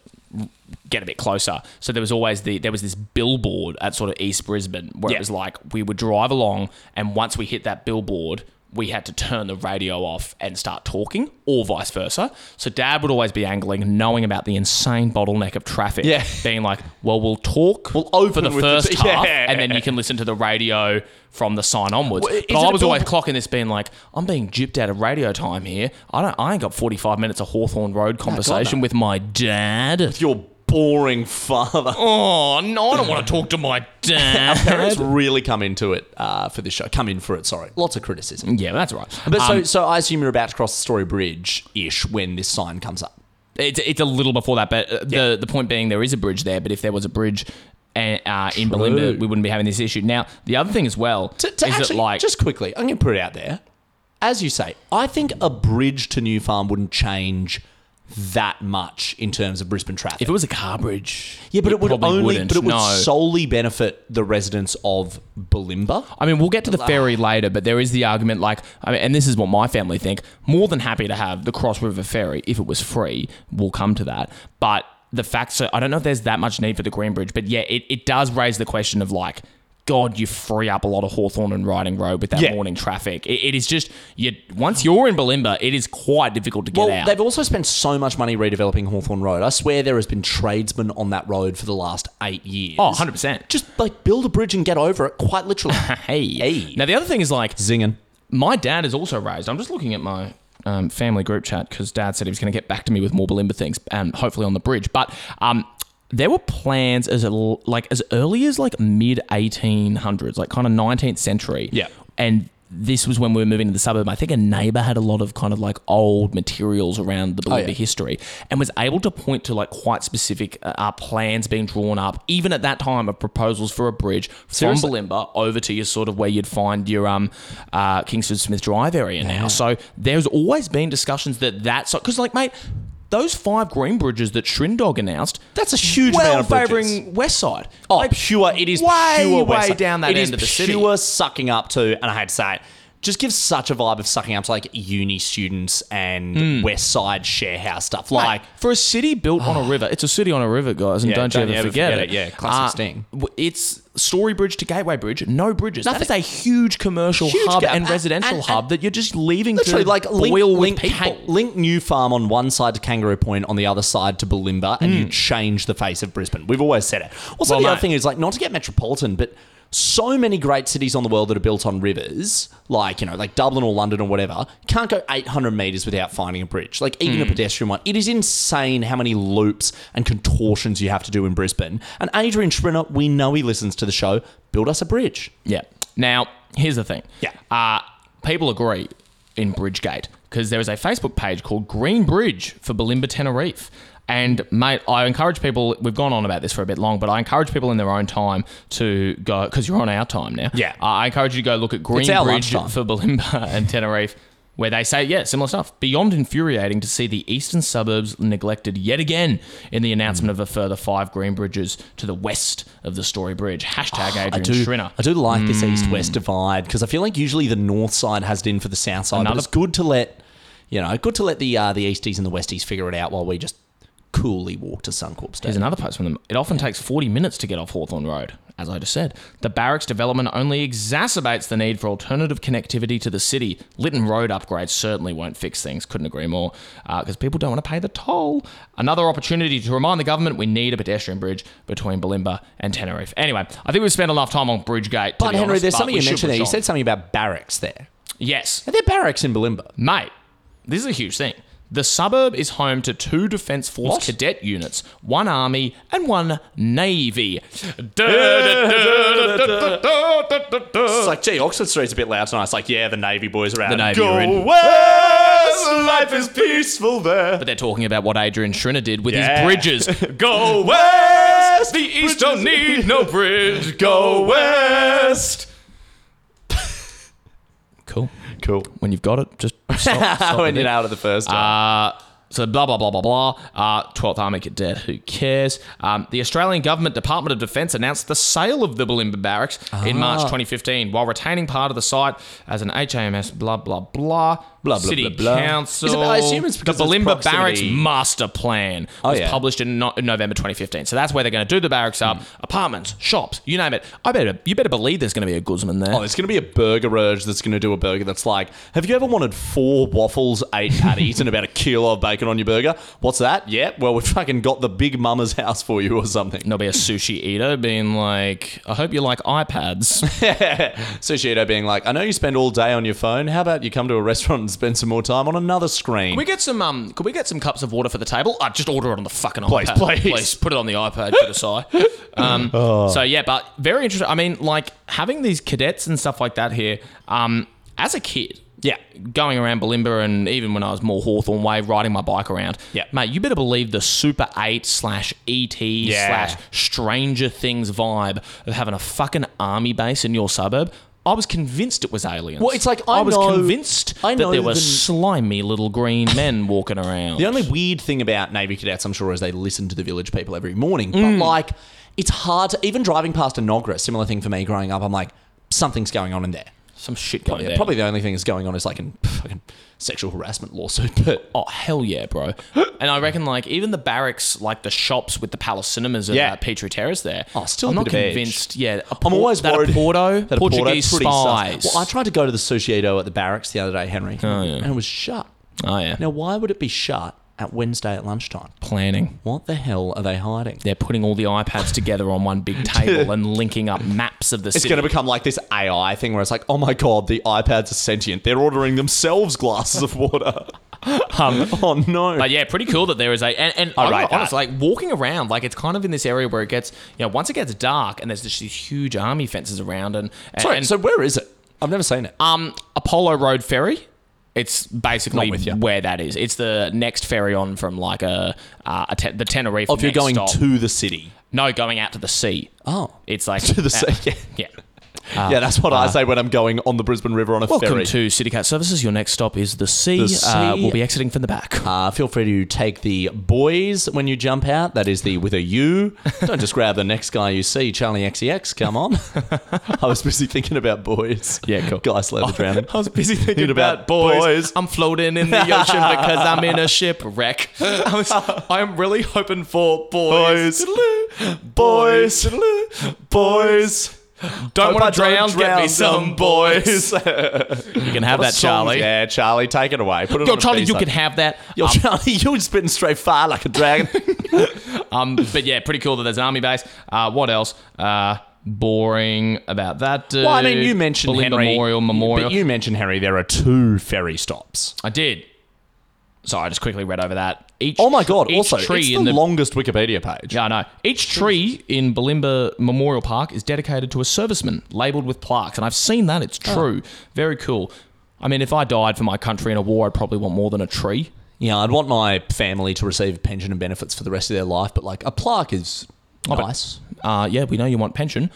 Speaker 7: get a bit closer. So there was always the there was this billboard at sort of East Brisbane where
Speaker 5: Yeah.
Speaker 7: it was like we would drive along, and once we hit that billboard. We had to turn the radio off and start talking, or vice versa. So, Dad would always be angling, knowing about the insane bottleneck of traffic.
Speaker 5: Yeah.
Speaker 7: Being like, well, we'll talk
Speaker 5: We'll
Speaker 7: for
Speaker 5: open
Speaker 7: the
Speaker 5: with the-
Speaker 7: first
Speaker 5: <laughs>
Speaker 7: half,
Speaker 5: Yeah.
Speaker 7: and then you can listen to the radio from the sign onwards.
Speaker 5: Well, is
Speaker 7: But
Speaker 5: it
Speaker 7: I
Speaker 5: a
Speaker 7: was always
Speaker 5: billboard?
Speaker 7: clocking this being like, I'm being gypped out of radio
Speaker 5: <laughs>
Speaker 7: time here. I don't I ain't got forty five minutes of Hawthorne Road conversation with my dad.
Speaker 5: Your boring father.
Speaker 7: Oh no, I don't want to talk to <laughs> my dad.
Speaker 5: Parents really come into it uh, for this show. Come in for it. Sorry, lots of criticism.
Speaker 7: yeah, that's right.
Speaker 5: But so,
Speaker 7: Um,
Speaker 5: so I assume you're about to cross the Story Bridge ish when this sign comes up.
Speaker 7: it's, it's a little before that, but uh, the the point being there is a bridge there. But if there was a bridge and, uh, in Belinda, we wouldn't be having this issue. Now the other thing as well
Speaker 5: To, to
Speaker 7: is
Speaker 5: actually,
Speaker 7: that like
Speaker 5: just quickly, I'm going to put it out there. As you say, I think a bridge to New Farm wouldn't change that much in terms of Brisbane traffic.
Speaker 7: if it was a car bridge,
Speaker 5: yeah, but it, would
Speaker 7: probably
Speaker 5: only,
Speaker 7: wouldn't,
Speaker 5: but it would
Speaker 7: no.
Speaker 5: solely benefit the residents of Balimba.
Speaker 7: I mean, we'll get to the ferry later, but there is the argument, like, I mean, and this is what my family think. More than happy to have the Cross River ferry if it was free. We'll come to that, but the facts are, I don't know if there's that much need for the Green Bridge, but yeah, it, it does raise the question of like, God, you free up a lot of Hawthorn and Riding Road with that
Speaker 5: Yeah.
Speaker 7: morning traffic. It, it is just you once you're in Balimba, it is quite difficult to get
Speaker 5: Well,
Speaker 7: out.
Speaker 5: they've also spent so much money redeveloping Hawthorne Road. I swear there has been tradesmen on that road for the last eight years.
Speaker 7: Oh, 100%.
Speaker 5: Just like build a bridge and get over it, quite
Speaker 7: <laughs>
Speaker 5: literally.
Speaker 7: <laughs> hey.
Speaker 5: Hey.
Speaker 7: Now the other thing is like
Speaker 5: Zinging.
Speaker 7: my dad is also raised. I'm just looking at my um, family group chat because dad said he was going to get back to me with more Belimba things, um, hopefully on the bridge. But um, there were plans as a, like as early as like mid 1800s, like kind of 19th century.
Speaker 5: Yeah.
Speaker 7: and. This was when we were moving to the suburb. I think a neighbor had a lot of kind of like old materials around the Belimba
Speaker 5: Oh, yeah.
Speaker 7: history and was able to point to like quite specific uh, uh, plans being drawn up, even at that time, of proposals for a bridge
Speaker 5: Seriously?
Speaker 7: from Balimba over to your sort of where you'd find your um uh, Kingsford Smith Drive area now. So there's always been discussions that that's because like mate, those five green bridges that Shrindog announced.
Speaker 5: That's a huge amount
Speaker 7: well
Speaker 5: of bridges.
Speaker 7: favouring West Side.
Speaker 5: Oh,
Speaker 7: Like,
Speaker 5: pure. It is
Speaker 7: way,
Speaker 5: pure
Speaker 7: way
Speaker 5: West Side.
Speaker 7: down that
Speaker 5: It
Speaker 7: end
Speaker 5: is
Speaker 7: of the city.
Speaker 5: pure sucking up to, and I hate to say it, just gives such a vibe of sucking up to like uni students and
Speaker 7: Hmm.
Speaker 5: West Side share house stuff.
Speaker 7: Mate,
Speaker 5: Like,
Speaker 7: for a city built on a river, it's a city on a river, guys, and
Speaker 5: Oh. Yeah,
Speaker 7: don't, you ever, forget, it. Uh,
Speaker 5: Yeah, classic Sting.
Speaker 7: w- It's Story Bridge to Gateway Bridge, no bridges. That's a huge commercial
Speaker 5: Huge
Speaker 7: hub
Speaker 5: gap.
Speaker 7: and
Speaker 5: And-
Speaker 7: residential
Speaker 5: and-
Speaker 7: hub
Speaker 5: and-
Speaker 7: that you're just leaving
Speaker 5: literally
Speaker 7: to
Speaker 5: like link,
Speaker 7: boil
Speaker 5: link,
Speaker 7: with people.
Speaker 5: Can- link New Farm on one side to Kangaroo Point, on the other side to Balimba, and you change the face of Brisbane. We've always said it. Also,
Speaker 7: Mm. Well,
Speaker 5: the
Speaker 7: mate.
Speaker 5: other thing is like not to get metropolitan, but so many great cities on the world that are built on rivers, like you know, like Dublin or London or whatever, can't go 800 meters without finding a bridge. Like even
Speaker 7: Mm.
Speaker 5: a pedestrian one, it is insane how many loops and contortions you have to do in Brisbane. And Adrian Schrinner, we know he listens to the show. Build us a bridge.
Speaker 7: Yeah. Now, here's the thing.
Speaker 5: Yeah.
Speaker 7: Uh, people agree in Bridgegate because there is a Facebook page called Green Bridge for Balimba Tenerife. And mate, I encourage people. We've gone on about this for a bit long, but I encourage people in their own time to go because you're on our time now.
Speaker 5: Yeah.
Speaker 7: Uh, I encourage you to go look at Green
Speaker 5: our
Speaker 7: Bridge
Speaker 5: lunchtime.
Speaker 7: for Balimba <laughs> and Tenerife, where they say, yeah, similar stuff. Beyond infuriating to see the eastern suburbs neglected yet again in the announcement of a further five green bridges to the west of the Story Bridge. Hashtag Adrian
Speaker 5: Ah, I do,
Speaker 7: Schrinner. Hmm.
Speaker 5: I do like this east-west divide because I feel like usually the north side has it in for the south side.
Speaker 7: Another-
Speaker 5: but it's good to let you know, good to let the uh, the easties and the westies figure it out while we just coolly walk to Suncorp
Speaker 7: Here's
Speaker 5: Stadium.
Speaker 7: another post from them. It often takes 40 minutes to get off Hawthorn Road, as I just said. The barracks development only exacerbates the need for alternative connectivity to the city. Lytton Road upgrades certainly won't fix things. Couldn't agree more, because people don't want to pay the toll. Another opportunity to remind the government we need a pedestrian bridge between Balimba and Tenerife. Anyway, I think we've spent enough time on Bridgegate. to
Speaker 5: but
Speaker 7: be
Speaker 5: Henry,
Speaker 7: honest,
Speaker 5: there's
Speaker 7: but
Speaker 5: something
Speaker 7: we
Speaker 5: you
Speaker 7: should
Speaker 5: mentioned there. You
Speaker 7: push on.
Speaker 5: said something about barracks there.
Speaker 7: yes.
Speaker 5: Are there barracks in Balimba?
Speaker 7: Mate, this is a huge thing. The suburb is home to two Defence Force cadet units, one Army and one Navy.
Speaker 5: It's like, gee, Oxford Street's a bit loud tonight. It's like, yeah, the Navy boys are out. The
Speaker 7: Navy are in.
Speaker 5: west, life is peaceful there.
Speaker 7: But they're talking about what Adrian Schrinner did with
Speaker 5: Yeah.
Speaker 7: his
Speaker 5: <laughs>
Speaker 7: bridges. Go
Speaker 5: West,
Speaker 7: The East don't need no bridge.
Speaker 5: go west.
Speaker 7: Cool.
Speaker 5: Cool. <laughs>
Speaker 7: When you've got it, just stop. stop
Speaker 5: when
Speaker 7: it.
Speaker 5: you nailed it the first
Speaker 7: Uh,
Speaker 5: time.
Speaker 7: So blah blah blah blah blah. Uh, 12th Army Cadet, who cares? Um, the Australian Government Department of Defence announced the sale of the Balimba Barracks
Speaker 5: Ah.
Speaker 7: in March 2015, while retaining part of the site as an HAMS. Blah blah blah.
Speaker 5: blah,
Speaker 7: City
Speaker 5: blah, blah.
Speaker 7: Council.
Speaker 5: Is it- I assume it's because
Speaker 7: the
Speaker 5: of its
Speaker 7: Balimba Barracks
Speaker 5: proximity. Oh,
Speaker 7: Master Plan was
Speaker 5: yeah. Hmm.
Speaker 7: published in, no- in November 2015. So that's where they're going to do the barracks up, apartments, shops, you name it. I better you better believe there's going to be a Guzman there.
Speaker 5: Oh, it's going to be a burger urge that's going to do a burger that's like, have you ever wanted four waffles, eight patties, and about a kilo of bacon on your burger? What's that? Yeah, well, we've fucking got the big mama's house for you or something.
Speaker 7: <laughs> and there'll be a sushi eater being like, "I hope you like iPads."
Speaker 5: Sushido being like, I know you spend all day on your phone. How about you come to a restaurant and spend some more time on another screen.
Speaker 7: Can we get some? Um, could we get some cups of water for the table? Uh, just order it on the fucking
Speaker 5: Please,
Speaker 7: iPad.
Speaker 5: please. Oh.
Speaker 7: put it on the iPad. Put a sigh.
Speaker 5: <laughs>
Speaker 7: Um, So yeah, but very interesting. I mean, like having these cadets and stuff like that here. Um, as a kid,
Speaker 5: Yeah.
Speaker 7: going around Balimba and even when I was more Hawthorn way, riding my bike around.
Speaker 5: Yeah.
Speaker 7: mate, you better believe the Super Eight slash ET slash Stranger Things vibe of having a fucking army base in your suburb. I was convinced it was aliens.
Speaker 5: Well, it's like, I
Speaker 7: was
Speaker 5: know-
Speaker 7: convinced
Speaker 5: I know
Speaker 7: that there were
Speaker 5: the-
Speaker 7: slimy little green men walking around.
Speaker 5: The only weird thing about Navy cadets, I'm sure, is they listen to the village people every morning. But like, it's hard to even driving past Inogra. Similar thing for me growing up. I'm like, something's going on in there.
Speaker 7: some shit going
Speaker 5: Yeah,
Speaker 7: down.
Speaker 5: Probably the only thing that's going on is like a fucking sexual harassment lawsuit. <laughs> But
Speaker 7: Oh hell yeah, bro! And I reckon like even the barracks, like the shops with the Palace Cinemas and
Speaker 5: Yeah.
Speaker 7: uh, Petrie Terrace there.
Speaker 5: Oh, still a
Speaker 7: I'm not
Speaker 5: bit of edge.
Speaker 7: convinced. Yeah, a
Speaker 5: I'm
Speaker 7: Por-
Speaker 5: always
Speaker 7: that a
Speaker 5: worried.
Speaker 7: Porto
Speaker 5: <laughs> that a Porto,
Speaker 7: Portuguese
Speaker 5: pretty sus.
Speaker 7: spies.
Speaker 5: Well, I tried to go to the Sushiedo at the barracks the other day, Henry, and it was shut.
Speaker 7: oh yeah,
Speaker 5: Now, why would it be shut at Wednesday at lunchtime?
Speaker 7: planning.
Speaker 5: What the hell are they hiding?
Speaker 7: They're putting all the iPads together on one
Speaker 5: <laughs>
Speaker 7: big table and linking up maps of the
Speaker 5: It's
Speaker 7: city.
Speaker 5: going to become like this AI thing where it's like, oh my god, the iPads are sentient. They're ordering themselves glasses of water.
Speaker 7: <laughs>
Speaker 5: um, <laughs> oh no.
Speaker 7: But yeah, pretty cool that there is a and, and
Speaker 5: I
Speaker 7: I'm
Speaker 5: rate
Speaker 7: not- honest,
Speaker 5: that.
Speaker 7: like walking around, like it's kind of in this area where it gets you know once it gets dark and there's just these huge army fences around and, and
Speaker 5: Sorry,
Speaker 7: and-
Speaker 5: so where is it? I've never seen it.
Speaker 7: Um, Apollo Road Ferry. It's basically
Speaker 5: Not with you.
Speaker 7: where that is. It's the next ferry on from like a, uh, a te- the Tenerife.
Speaker 5: Oh, if you're
Speaker 7: next
Speaker 5: going
Speaker 7: stop.
Speaker 5: to the city.
Speaker 7: no, going out to the sea.
Speaker 5: Oh.
Speaker 7: It's <laughs> like
Speaker 5: To the sea, yeah. <laughs>
Speaker 7: yeah.
Speaker 5: yeah, that's what I say when I'm going on the Brisbane River on a
Speaker 7: Ah. Welcome
Speaker 5: ferry.
Speaker 7: to CityCat Services. Your next stop is the sea.
Speaker 5: The
Speaker 7: Uh,
Speaker 5: sea.
Speaker 7: we'll be exiting from the back.
Speaker 5: Uh, feel free to take the boys when you jump out. That is the with a
Speaker 7: <laughs>
Speaker 5: U. Don't just grab the next guy you see, Charlie XEX. Come
Speaker 7: <laughs>
Speaker 5: on. I was busy thinking about boys.
Speaker 7: Yeah, cool.
Speaker 5: Guys, leather drowning.
Speaker 7: I was busy thinking
Speaker 5: about
Speaker 7: about boys.
Speaker 5: boys. <laughs>
Speaker 7: I'm floating <laughs> in the ocean because I'm in a shipwreck. I was, <laughs> I'm really hoping for boys.
Speaker 5: boys, boys. Hope
Speaker 7: Don't
Speaker 5: I
Speaker 7: want to drown. Get me some
Speaker 5: <laughs>
Speaker 7: boys.
Speaker 5: You
Speaker 7: You can have that, Charlie.
Speaker 5: Yeah, Charlie, take it away. Put it
Speaker 7: Yo,
Speaker 5: on a
Speaker 7: Charlie, you
Speaker 5: piece.
Speaker 7: can have that.
Speaker 5: Yo,
Speaker 7: Um,
Speaker 5: Charlie, <laughs> you're spitting straight fire like a <laughs> dragon.
Speaker 7: Um, but yeah, pretty cool that there's an army base. Uh, what else? Uh, boring about that. Dude.
Speaker 5: well, I mean, you mentioned
Speaker 7: Bulimba
Speaker 5: Henry.
Speaker 7: Memorial Memorial.
Speaker 5: But you mentioned Henry. There are two ferry stops.
Speaker 7: I did. Sorry, I just quickly read over that. Each
Speaker 5: Oh my god!
Speaker 7: each
Speaker 5: Also,
Speaker 7: tree
Speaker 5: it's the,
Speaker 7: in the,
Speaker 5: longest Wikipedia page.
Speaker 7: yeah, I know. Each tree in Balimba Memorial Park is dedicated to a serviceman, labelled with plaques, and I've seen that.
Speaker 5: Oh.
Speaker 7: It's true. Very cool. I mean, if I died for my country in a war, I'd probably want more than a tree.
Speaker 5: Yeah, I'd want my family to receive pension and benefits for the rest of their life, but like a plaque is nice. <laughs>
Speaker 7: Uh, yeah, we know you want pension.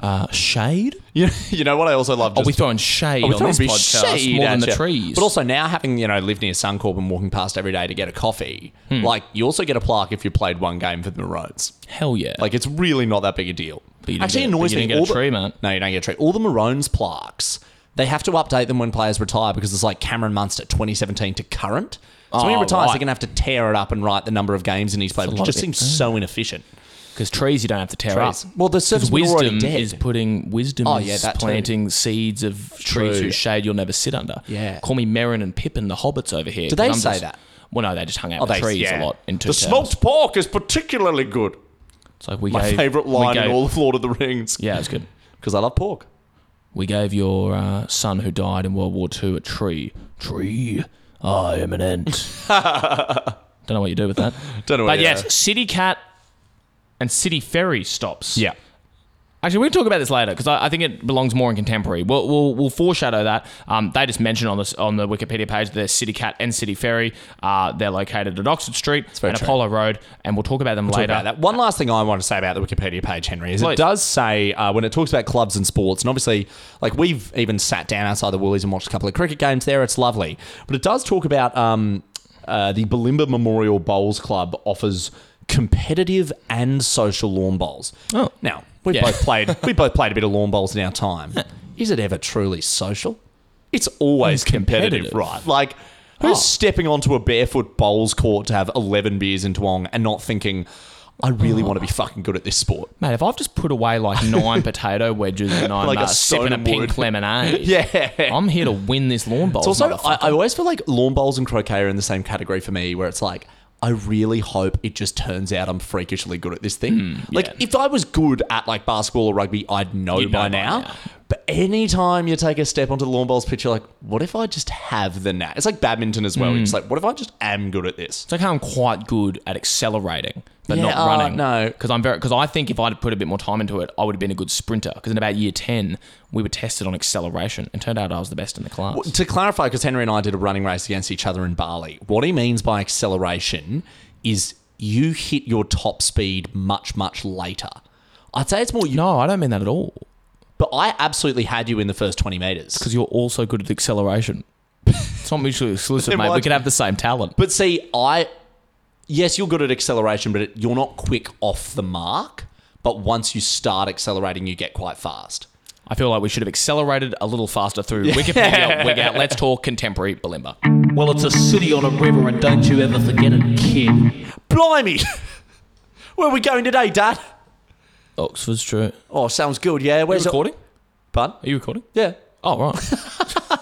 Speaker 7: Uh, shade?
Speaker 5: You, you know what? I also love.
Speaker 7: Are
Speaker 5: Just,
Speaker 7: we throwing shade
Speaker 5: Oh, we
Speaker 7: on
Speaker 5: throw
Speaker 7: this
Speaker 5: a bit of
Speaker 7: podcast
Speaker 5: shade
Speaker 7: more
Speaker 5: at
Speaker 7: than the
Speaker 5: ya.
Speaker 7: trees?
Speaker 5: But also now having you know lived near Suncorp and walking past every day to get a coffee, like you also get a plaque if you played one game for the Maroons.
Speaker 7: hell yeah.
Speaker 5: Like it's really not that big a deal.
Speaker 7: But you didn't
Speaker 5: Actually,
Speaker 7: get-
Speaker 5: it annoys
Speaker 7: but you
Speaker 5: me.
Speaker 7: didn't get a
Speaker 5: All the-
Speaker 7: tree, man.
Speaker 5: No, you don't get a tree. All the Maroons plaques, they have to update them when players retire because it's like Cameron Munster 2017 to current. So when he
Speaker 7: Oh,
Speaker 5: retires,
Speaker 7: right.
Speaker 5: they're going to have to tear it up and write the number of games in his play, which
Speaker 7: lot
Speaker 5: just
Speaker 7: of it.
Speaker 5: seems so inefficient.
Speaker 7: Because trees you don't have to tear
Speaker 5: Trees.
Speaker 7: up.
Speaker 5: Well, the service were already
Speaker 7: wisdom
Speaker 5: dead.
Speaker 7: is putting wisdom
Speaker 5: Oh,
Speaker 7: is
Speaker 5: yeah, that too.
Speaker 7: planting seeds of trees
Speaker 5: True.
Speaker 7: whose shade you'll never sit under.
Speaker 5: Yeah.
Speaker 7: Call me Merrin and Pippin, the hobbits over here.
Speaker 5: Do they
Speaker 7: 'cause I'm
Speaker 5: say
Speaker 7: just-
Speaker 5: that? Oh,
Speaker 7: Well, no, they just hung out with trees a lot in two
Speaker 2: the smoked pork is particularly good.
Speaker 7: It's like we
Speaker 5: My
Speaker 7: gave,
Speaker 5: favourite
Speaker 7: we
Speaker 5: line in
Speaker 7: gave-
Speaker 5: all of Lord of the Rings.
Speaker 7: Yeah, it's good.
Speaker 5: Because I love pork.
Speaker 7: We gave your uh, son who died in World War II a tree. Tree, I am an ant.
Speaker 5: <laughs>
Speaker 7: Don't know what you do with that.
Speaker 5: Don't know what
Speaker 7: But
Speaker 5: you do.
Speaker 7: yes, City Cat and City Ferry stops.
Speaker 5: Yeah.
Speaker 7: Actually, we'll talk about this later because I, I think it belongs more in contemporary. We'll, we'll, we'll foreshadow that. Um, they just mentioned on this on the Wikipedia page there's City Cat and City Ferry. Uh, they're located at Oxford Street
Speaker 5: very
Speaker 7: and
Speaker 5: true.
Speaker 7: Apollo Road, and we'll talk about them
Speaker 5: Talk
Speaker 7: later.
Speaker 5: about that. One last thing I want to say about the Wikipedia page, Henry, is
Speaker 7: Please.
Speaker 5: it does say uh, when it talks about clubs and sports, and obviously, like we've even sat down outside the Woolies and watched a couple of cricket games there. It's lovely, but it does talk about um, uh, the Balimba Memorial Bowls Club offers competitive and social lawn bowls.
Speaker 7: Oh.
Speaker 5: now we
Speaker 7: Yeah.
Speaker 5: both played. <laughs> we both played a bit of lawn bowls in our time. <laughs> Is it ever truly social? It's always competitive, Oh.
Speaker 7: competitive.
Speaker 5: right? Like, who's stepping onto a barefoot bowls court to have 11 beers in Tuong and not thinking, I really want to be fucking good at this sport?
Speaker 7: Mate, if I've just put away like
Speaker 5: <laughs>
Speaker 7: nine potato wedges and I'm
Speaker 5: Like a
Speaker 7: uh, sipping a
Speaker 5: stone
Speaker 7: pink
Speaker 5: wood.
Speaker 7: lemonade,
Speaker 5: <laughs> Yeah.
Speaker 7: I'm here to win this lawn bowl.
Speaker 5: It's also, I, I always feel like lawn bowls and croquet are in the same category for me, where it's like, I really hope it just turns out I'm freakishly good at this thing. like,
Speaker 7: Hmm, yeah.
Speaker 5: if I was good at like basketball or rugby, I'd know,
Speaker 7: You'd know
Speaker 5: by,
Speaker 7: by
Speaker 5: now,
Speaker 7: now.
Speaker 5: But anytime you take a step onto the lawn bowls pitch, you're like, what if I just have the knack? It's like badminton as well. It's
Speaker 7: Hmm.
Speaker 5: like, what if I just am good at this?
Speaker 7: It's like how I'm quite good at accelerating, but
Speaker 5: Yeah,
Speaker 7: not
Speaker 5: oh,
Speaker 7: running.
Speaker 5: no.
Speaker 7: because I'm very because I think if I'd put a bit more time into it, I would have been a good sprinter. Because in about year ten, we were tested on acceleration, and turned out I was the best in the class.
Speaker 5: Well, to clarify, because Henry and I did a running race against each other in Bali, what he means by acceleration is you hit your top speed much, much later. I'd say it's more you,
Speaker 7: No, I don't mean that at all.
Speaker 5: but I absolutely had you in the first 20 meters.
Speaker 7: Because you're also good at acceleration. it's not mutually
Speaker 5: <laughs>
Speaker 7: exclusive,
Speaker 5: Then
Speaker 7: mate.
Speaker 5: why'd
Speaker 7: We could
Speaker 5: you-
Speaker 7: have the same talent.
Speaker 5: But see, I, yes, you're good at acceleration, but it, you're not quick off the mark. But once you start accelerating, you get quite fast.
Speaker 7: I feel like we should have accelerated a little faster
Speaker 5: <laughs>
Speaker 7: through Wikipedia. Wig out. Let's talk contemporary Balimba.
Speaker 9: Well, it's a city on a river, and don't you ever forget it, kid.
Speaker 5: Blimey! <laughs> Where are we going today, Dad?
Speaker 7: Oxford's true.
Speaker 5: Oh, sounds good. Yeah,
Speaker 7: Are you
Speaker 5: where's
Speaker 7: recording?
Speaker 5: Pardon?
Speaker 7: Are you recording?
Speaker 5: Yeah.
Speaker 7: Oh,
Speaker 5: <laughs>
Speaker 7: right.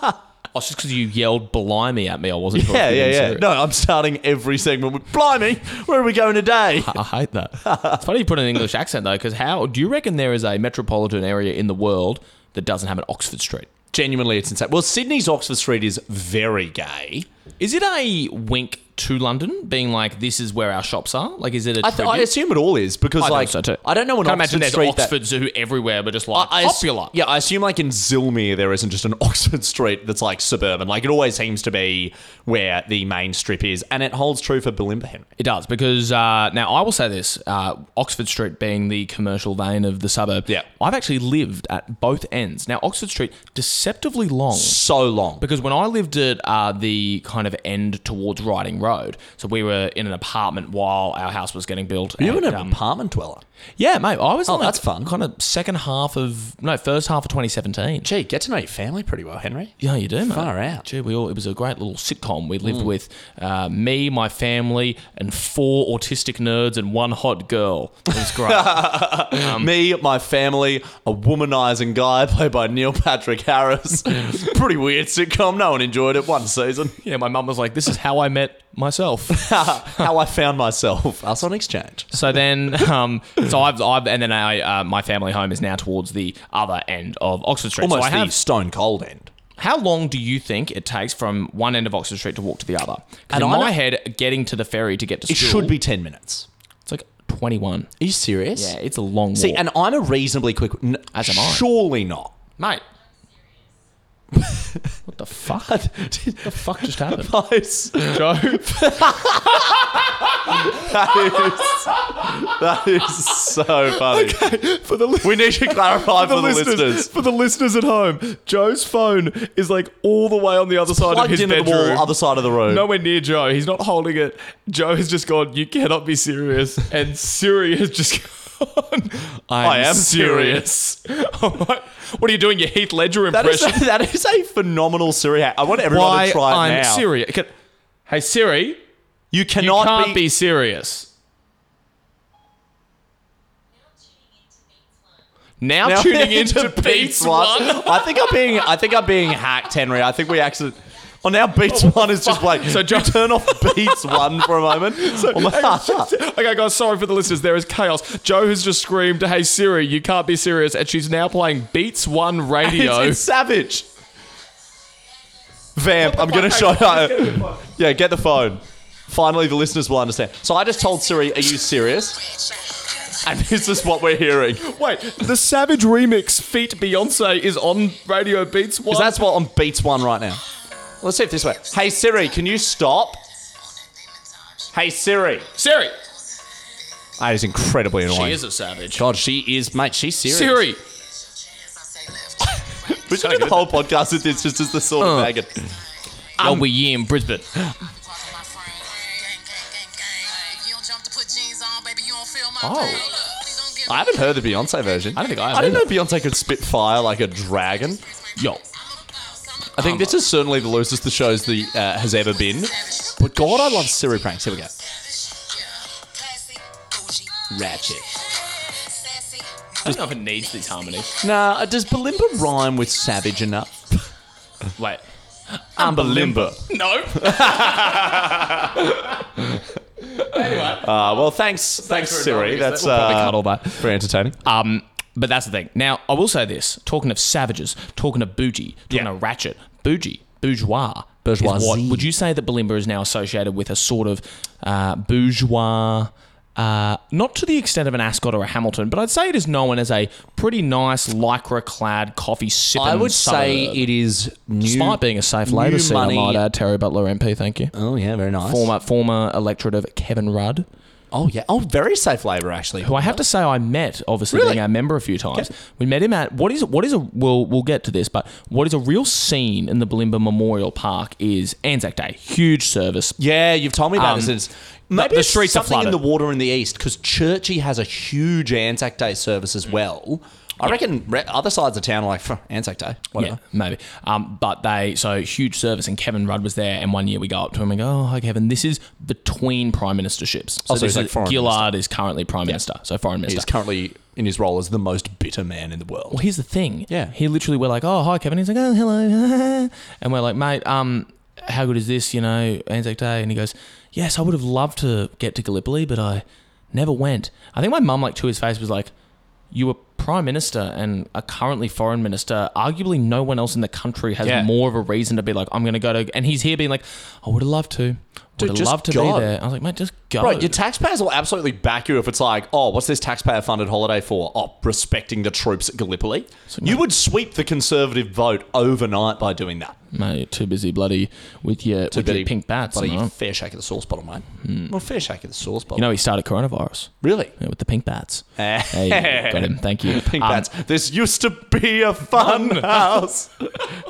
Speaker 7: oh, it's just because you yelled blimey at me. I wasn't sure.
Speaker 5: Yeah,
Speaker 7: if you
Speaker 5: yeah,
Speaker 7: were being
Speaker 5: yeah.
Speaker 7: serious.
Speaker 5: No, I'm starting every segment with Blimey, where are we
Speaker 9: <laughs>
Speaker 5: going today?
Speaker 7: I hate that. it's funny you put an English accent though, because how do you reckon there is a metropolitan area in the world that doesn't have an Oxford Street?
Speaker 5: Genuinely, it's insane. Well, Sydney's Oxford Street is very gay.
Speaker 7: Is it a wink to London, being like this is where our shops are? Like, is it a
Speaker 5: I, th- I
Speaker 7: tribute?
Speaker 5: assume it all is because,
Speaker 7: I think
Speaker 5: like,
Speaker 7: so too.
Speaker 5: I don't know an
Speaker 7: Can't
Speaker 5: Oxford
Speaker 7: imagine there's
Speaker 5: Street that-
Speaker 7: Oxford Zoo everywhere, but just like
Speaker 5: I- I ass-
Speaker 7: popular.
Speaker 5: yeah, I assume like in Zilmere there isn't just an <laughs> Oxford Street that's like suburban. Like it always seems to be where the main strip is, and it holds true for Balimba Henry.
Speaker 7: It does because uh, now I will say this: uh, Oxford Street being the commercial vein of the suburb.
Speaker 5: Yeah.
Speaker 7: I've actually lived at both ends. Now Oxford Street deceptively long.
Speaker 5: So long.
Speaker 7: Because when I lived at uh, the kind of end towards Riding Road, so we were in an apartment while our house was getting built.
Speaker 5: you
Speaker 7: and,
Speaker 5: an
Speaker 7: um,
Speaker 5: apartment dweller.
Speaker 7: Yeah, mate. I was.
Speaker 5: Oh,
Speaker 7: in like
Speaker 5: that's fun.
Speaker 7: Kind of second half of no, first half of 2017.
Speaker 5: Gee, get to know your family pretty well, Henry.
Speaker 7: Yeah, you do, mate.
Speaker 5: Far out. Mm.
Speaker 7: Gee, we all, it was a great little sitcom. We lived with uh, me, my family, and four autistic nerds and one hot girl. It
Speaker 5: <laughs>
Speaker 7: was great.
Speaker 5: <laughs> Me, my family, a womanizing guy <laughs> played by Neil Patrick Harris. <laughs> pretty weird sitcom. No one enjoyed it. One season. <laughs>
Speaker 7: yeah, my mum was like, "This is how I met myself."
Speaker 5: How I found myself. Us on exchange.
Speaker 7: So then, um, so I've, I've and then I, uh, my family home is now towards the other end of Oxford Street.
Speaker 5: Almost
Speaker 7: so I
Speaker 5: the
Speaker 7: have.
Speaker 5: stone cold end.
Speaker 7: How long do you think it takes from one end of Oxford Street to walk to the other? 'Cause
Speaker 5: And
Speaker 7: in
Speaker 5: I
Speaker 7: my
Speaker 5: don't-
Speaker 7: head, getting to the ferry to get to
Speaker 5: It
Speaker 7: school,
Speaker 5: should be ten minutes.
Speaker 7: It's like twenty-one.
Speaker 5: Are you serious?
Speaker 7: Yeah, it's a long
Speaker 5: See,
Speaker 7: walk.
Speaker 5: and I'm a reasonably quick. N-
Speaker 7: As am I.
Speaker 5: Surely not.
Speaker 2: <laughs>
Speaker 7: mate. what the fuck? <laughs> the fuck
Speaker 5: <laughs>
Speaker 7: just happened? Joe.
Speaker 5: That is so
Speaker 2: <laughs>
Speaker 5: funny. for the we need to clarify for the, listeners.
Speaker 2: For the listeners at home, Joe's phone is like all the way on the other side of
Speaker 5: Plugged
Speaker 2: his
Speaker 5: into the
Speaker 2: bedroom.
Speaker 5: wall, other side of the room.
Speaker 2: Nowhere near Joe. He's not holding it. Joe has just gone, you cannot be serious. And Siri has just <laughs> gone,
Speaker 5: I am
Speaker 2: <laughs> I'm like, what are you doing, your Heath Ledger
Speaker 5: that, is
Speaker 2: impression?
Speaker 5: a, that is a phenomenal Siri hack. I want everyone
Speaker 2: Why
Speaker 5: to try it
Speaker 2: I'm
Speaker 5: now.
Speaker 2: serious. Can- <laughs> hey, Siri,
Speaker 5: You
Speaker 2: you
Speaker 5: cannot
Speaker 2: can't
Speaker 5: be.
Speaker 2: be serious. Now,
Speaker 5: now
Speaker 2: tuning <laughs> into Beats
Speaker 5: One.
Speaker 2: One.
Speaker 5: <laughs> I think I'm being. I think I'm being hacked, Henry. I think we accident. Oh, now Beats One is just like. So
Speaker 2: So Joe-
Speaker 5: turn off
Speaker 2: <laughs>
Speaker 5: Beats One for a moment. Oh my- <laughs>
Speaker 2: okay, guys, sorry for the listeners. There is chaos. Joe has just screamed, "Hey Siri, you can't be serious!" And she's now playing Beats
Speaker 6: <laughs>
Speaker 2: One Radio.
Speaker 5: It's, it's savage. Vamp, I'm going to show you. Yeah, get the phone. Finally, the listeners will understand. So I just told Siri, "Are you serious?" And this is what we're hearing.
Speaker 2: Wait, the Savage remix feat Beyonce is on Radio Beats One.
Speaker 5: Because that's what on Beats One right now. Let's see if this way. Hey Siri, can you stop? Hey Siri.
Speaker 7: Siri.
Speaker 5: That is incredibly
Speaker 7: She
Speaker 5: annoying.
Speaker 7: is a savage.
Speaker 5: God, she is, mate. She's serious.
Speaker 7: Siri.
Speaker 5: We should do the whole podcast with this just as the sort of maggot.
Speaker 7: Um, we year in Brisbane.
Speaker 10: Oh.
Speaker 5: I haven't heard the Beyonce version.
Speaker 7: I don't think I have
Speaker 5: I didn't know
Speaker 7: either.
Speaker 5: Beyonce could spit fire like a dragon.
Speaker 7: Yo.
Speaker 5: I
Speaker 7: Um,
Speaker 5: think this is certainly the loosest the show's the uh, has ever been. But God, I love Siri pranks. Here we go. Ratchet.
Speaker 7: I don't know if it needs these harmonies.
Speaker 5: Nah, uh, does Balimba rhyme with savage enough?
Speaker 7: Wait.
Speaker 5: I'm Balimba.
Speaker 7: No.
Speaker 5: <laughs> Uh, well, thanks, thanks, Siri. That's uh,
Speaker 7: all that.
Speaker 5: very entertaining.
Speaker 7: Um, But that's the thing. Now, I will say this talking of savages, talking of bougie, talking
Speaker 2: Yeah.
Speaker 7: of ratchet, bougie, bourgeois. is
Speaker 5: Bourgeoisie.
Speaker 7: what- would you say that Balimba is now associated with a sort of uh, bourgeois, uh, not to the extent of an Ascot or a Hamilton, but I'd say it is known as a pretty nice lycra clad coffee sipping
Speaker 5: I would say
Speaker 7: suburb.
Speaker 5: it is new.
Speaker 7: Despite being a safe
Speaker 5: new
Speaker 7: Labor seat,
Speaker 5: money-
Speaker 7: I might add, Terry Butler MP, thank you.
Speaker 5: Oh yeah, very nice.
Speaker 7: Former former electorate of Kevin Rudd,
Speaker 5: Oh yeah. Oh, very safe labour actually.
Speaker 7: who I have to say I met, obviously
Speaker 5: Really?
Speaker 7: being our member a few times. We met him at what is what is a we'll we'll get to this, but what is a real scene in the Balimba Memorial Park is Anzac Day, huge service.
Speaker 5: Yeah, you've told me about
Speaker 7: Um,
Speaker 5: this. It's, maybe
Speaker 7: the
Speaker 5: it's
Speaker 7: streets are
Speaker 5: something in
Speaker 7: flooded.
Speaker 5: the water in the east because Churchy has a huge Anzac Day service as well. I reckon re- other sides of town are like "Phew, Anzac Day, whatever.
Speaker 7: Yeah, maybe. Um, but they so huge service, and Kevin Rudd was there. And one year we go up to him and go, "Oh, hi, Kevin. This is between prime ministerships. So,
Speaker 5: Oh, so
Speaker 7: this
Speaker 5: he's like
Speaker 7: is-
Speaker 5: foreign
Speaker 7: Gillard is currently prime minister, so foreign minister.
Speaker 5: He's currently in his role as the most bitter man in the world.
Speaker 7: Well, here's the thing.
Speaker 5: Yeah.
Speaker 7: He literally we're like, oh hi Kevin. He's like, oh hello, <laughs> and we're like, mate, um, how good is this? You know, Anzac Day. And he goes, yes, I would have loved to get to Gallipoli, but I never went. I think my mum, like to his face, was like, you were prime minister and are currently foreign minister. Arguably, no one else in the country has
Speaker 5: Yeah.
Speaker 7: more of a reason to be like, I'm going to go to. And he's here being like, I would have loved to.
Speaker 5: Dude,
Speaker 7: Would have
Speaker 5: just
Speaker 7: loved to
Speaker 5: go.
Speaker 7: be there. I was like, mate, just go.
Speaker 5: Bro, your taxpayers will absolutely back you if it's like, oh, what's this taxpayer funded holiday for? Oh, respecting the troops at Gallipoli. you would sweep the Conservative vote overnight by doing that.
Speaker 7: mate, too busy, bloody, with your, with
Speaker 5: Bloody-
Speaker 7: your pink bats.
Speaker 5: Bloody
Speaker 7: you know?
Speaker 5: fair shake of the sauce bottle, mate. Well, fair shake of the sauce bottle.
Speaker 7: You know, he started coronavirus.
Speaker 5: really?
Speaker 7: Yeah, with the
Speaker 5: <laughs>
Speaker 7: pink bats.
Speaker 5: Eh.
Speaker 7: Hey, got him. Thank you.
Speaker 5: Pink
Speaker 7: Um,
Speaker 5: bats. This used to be a fun house.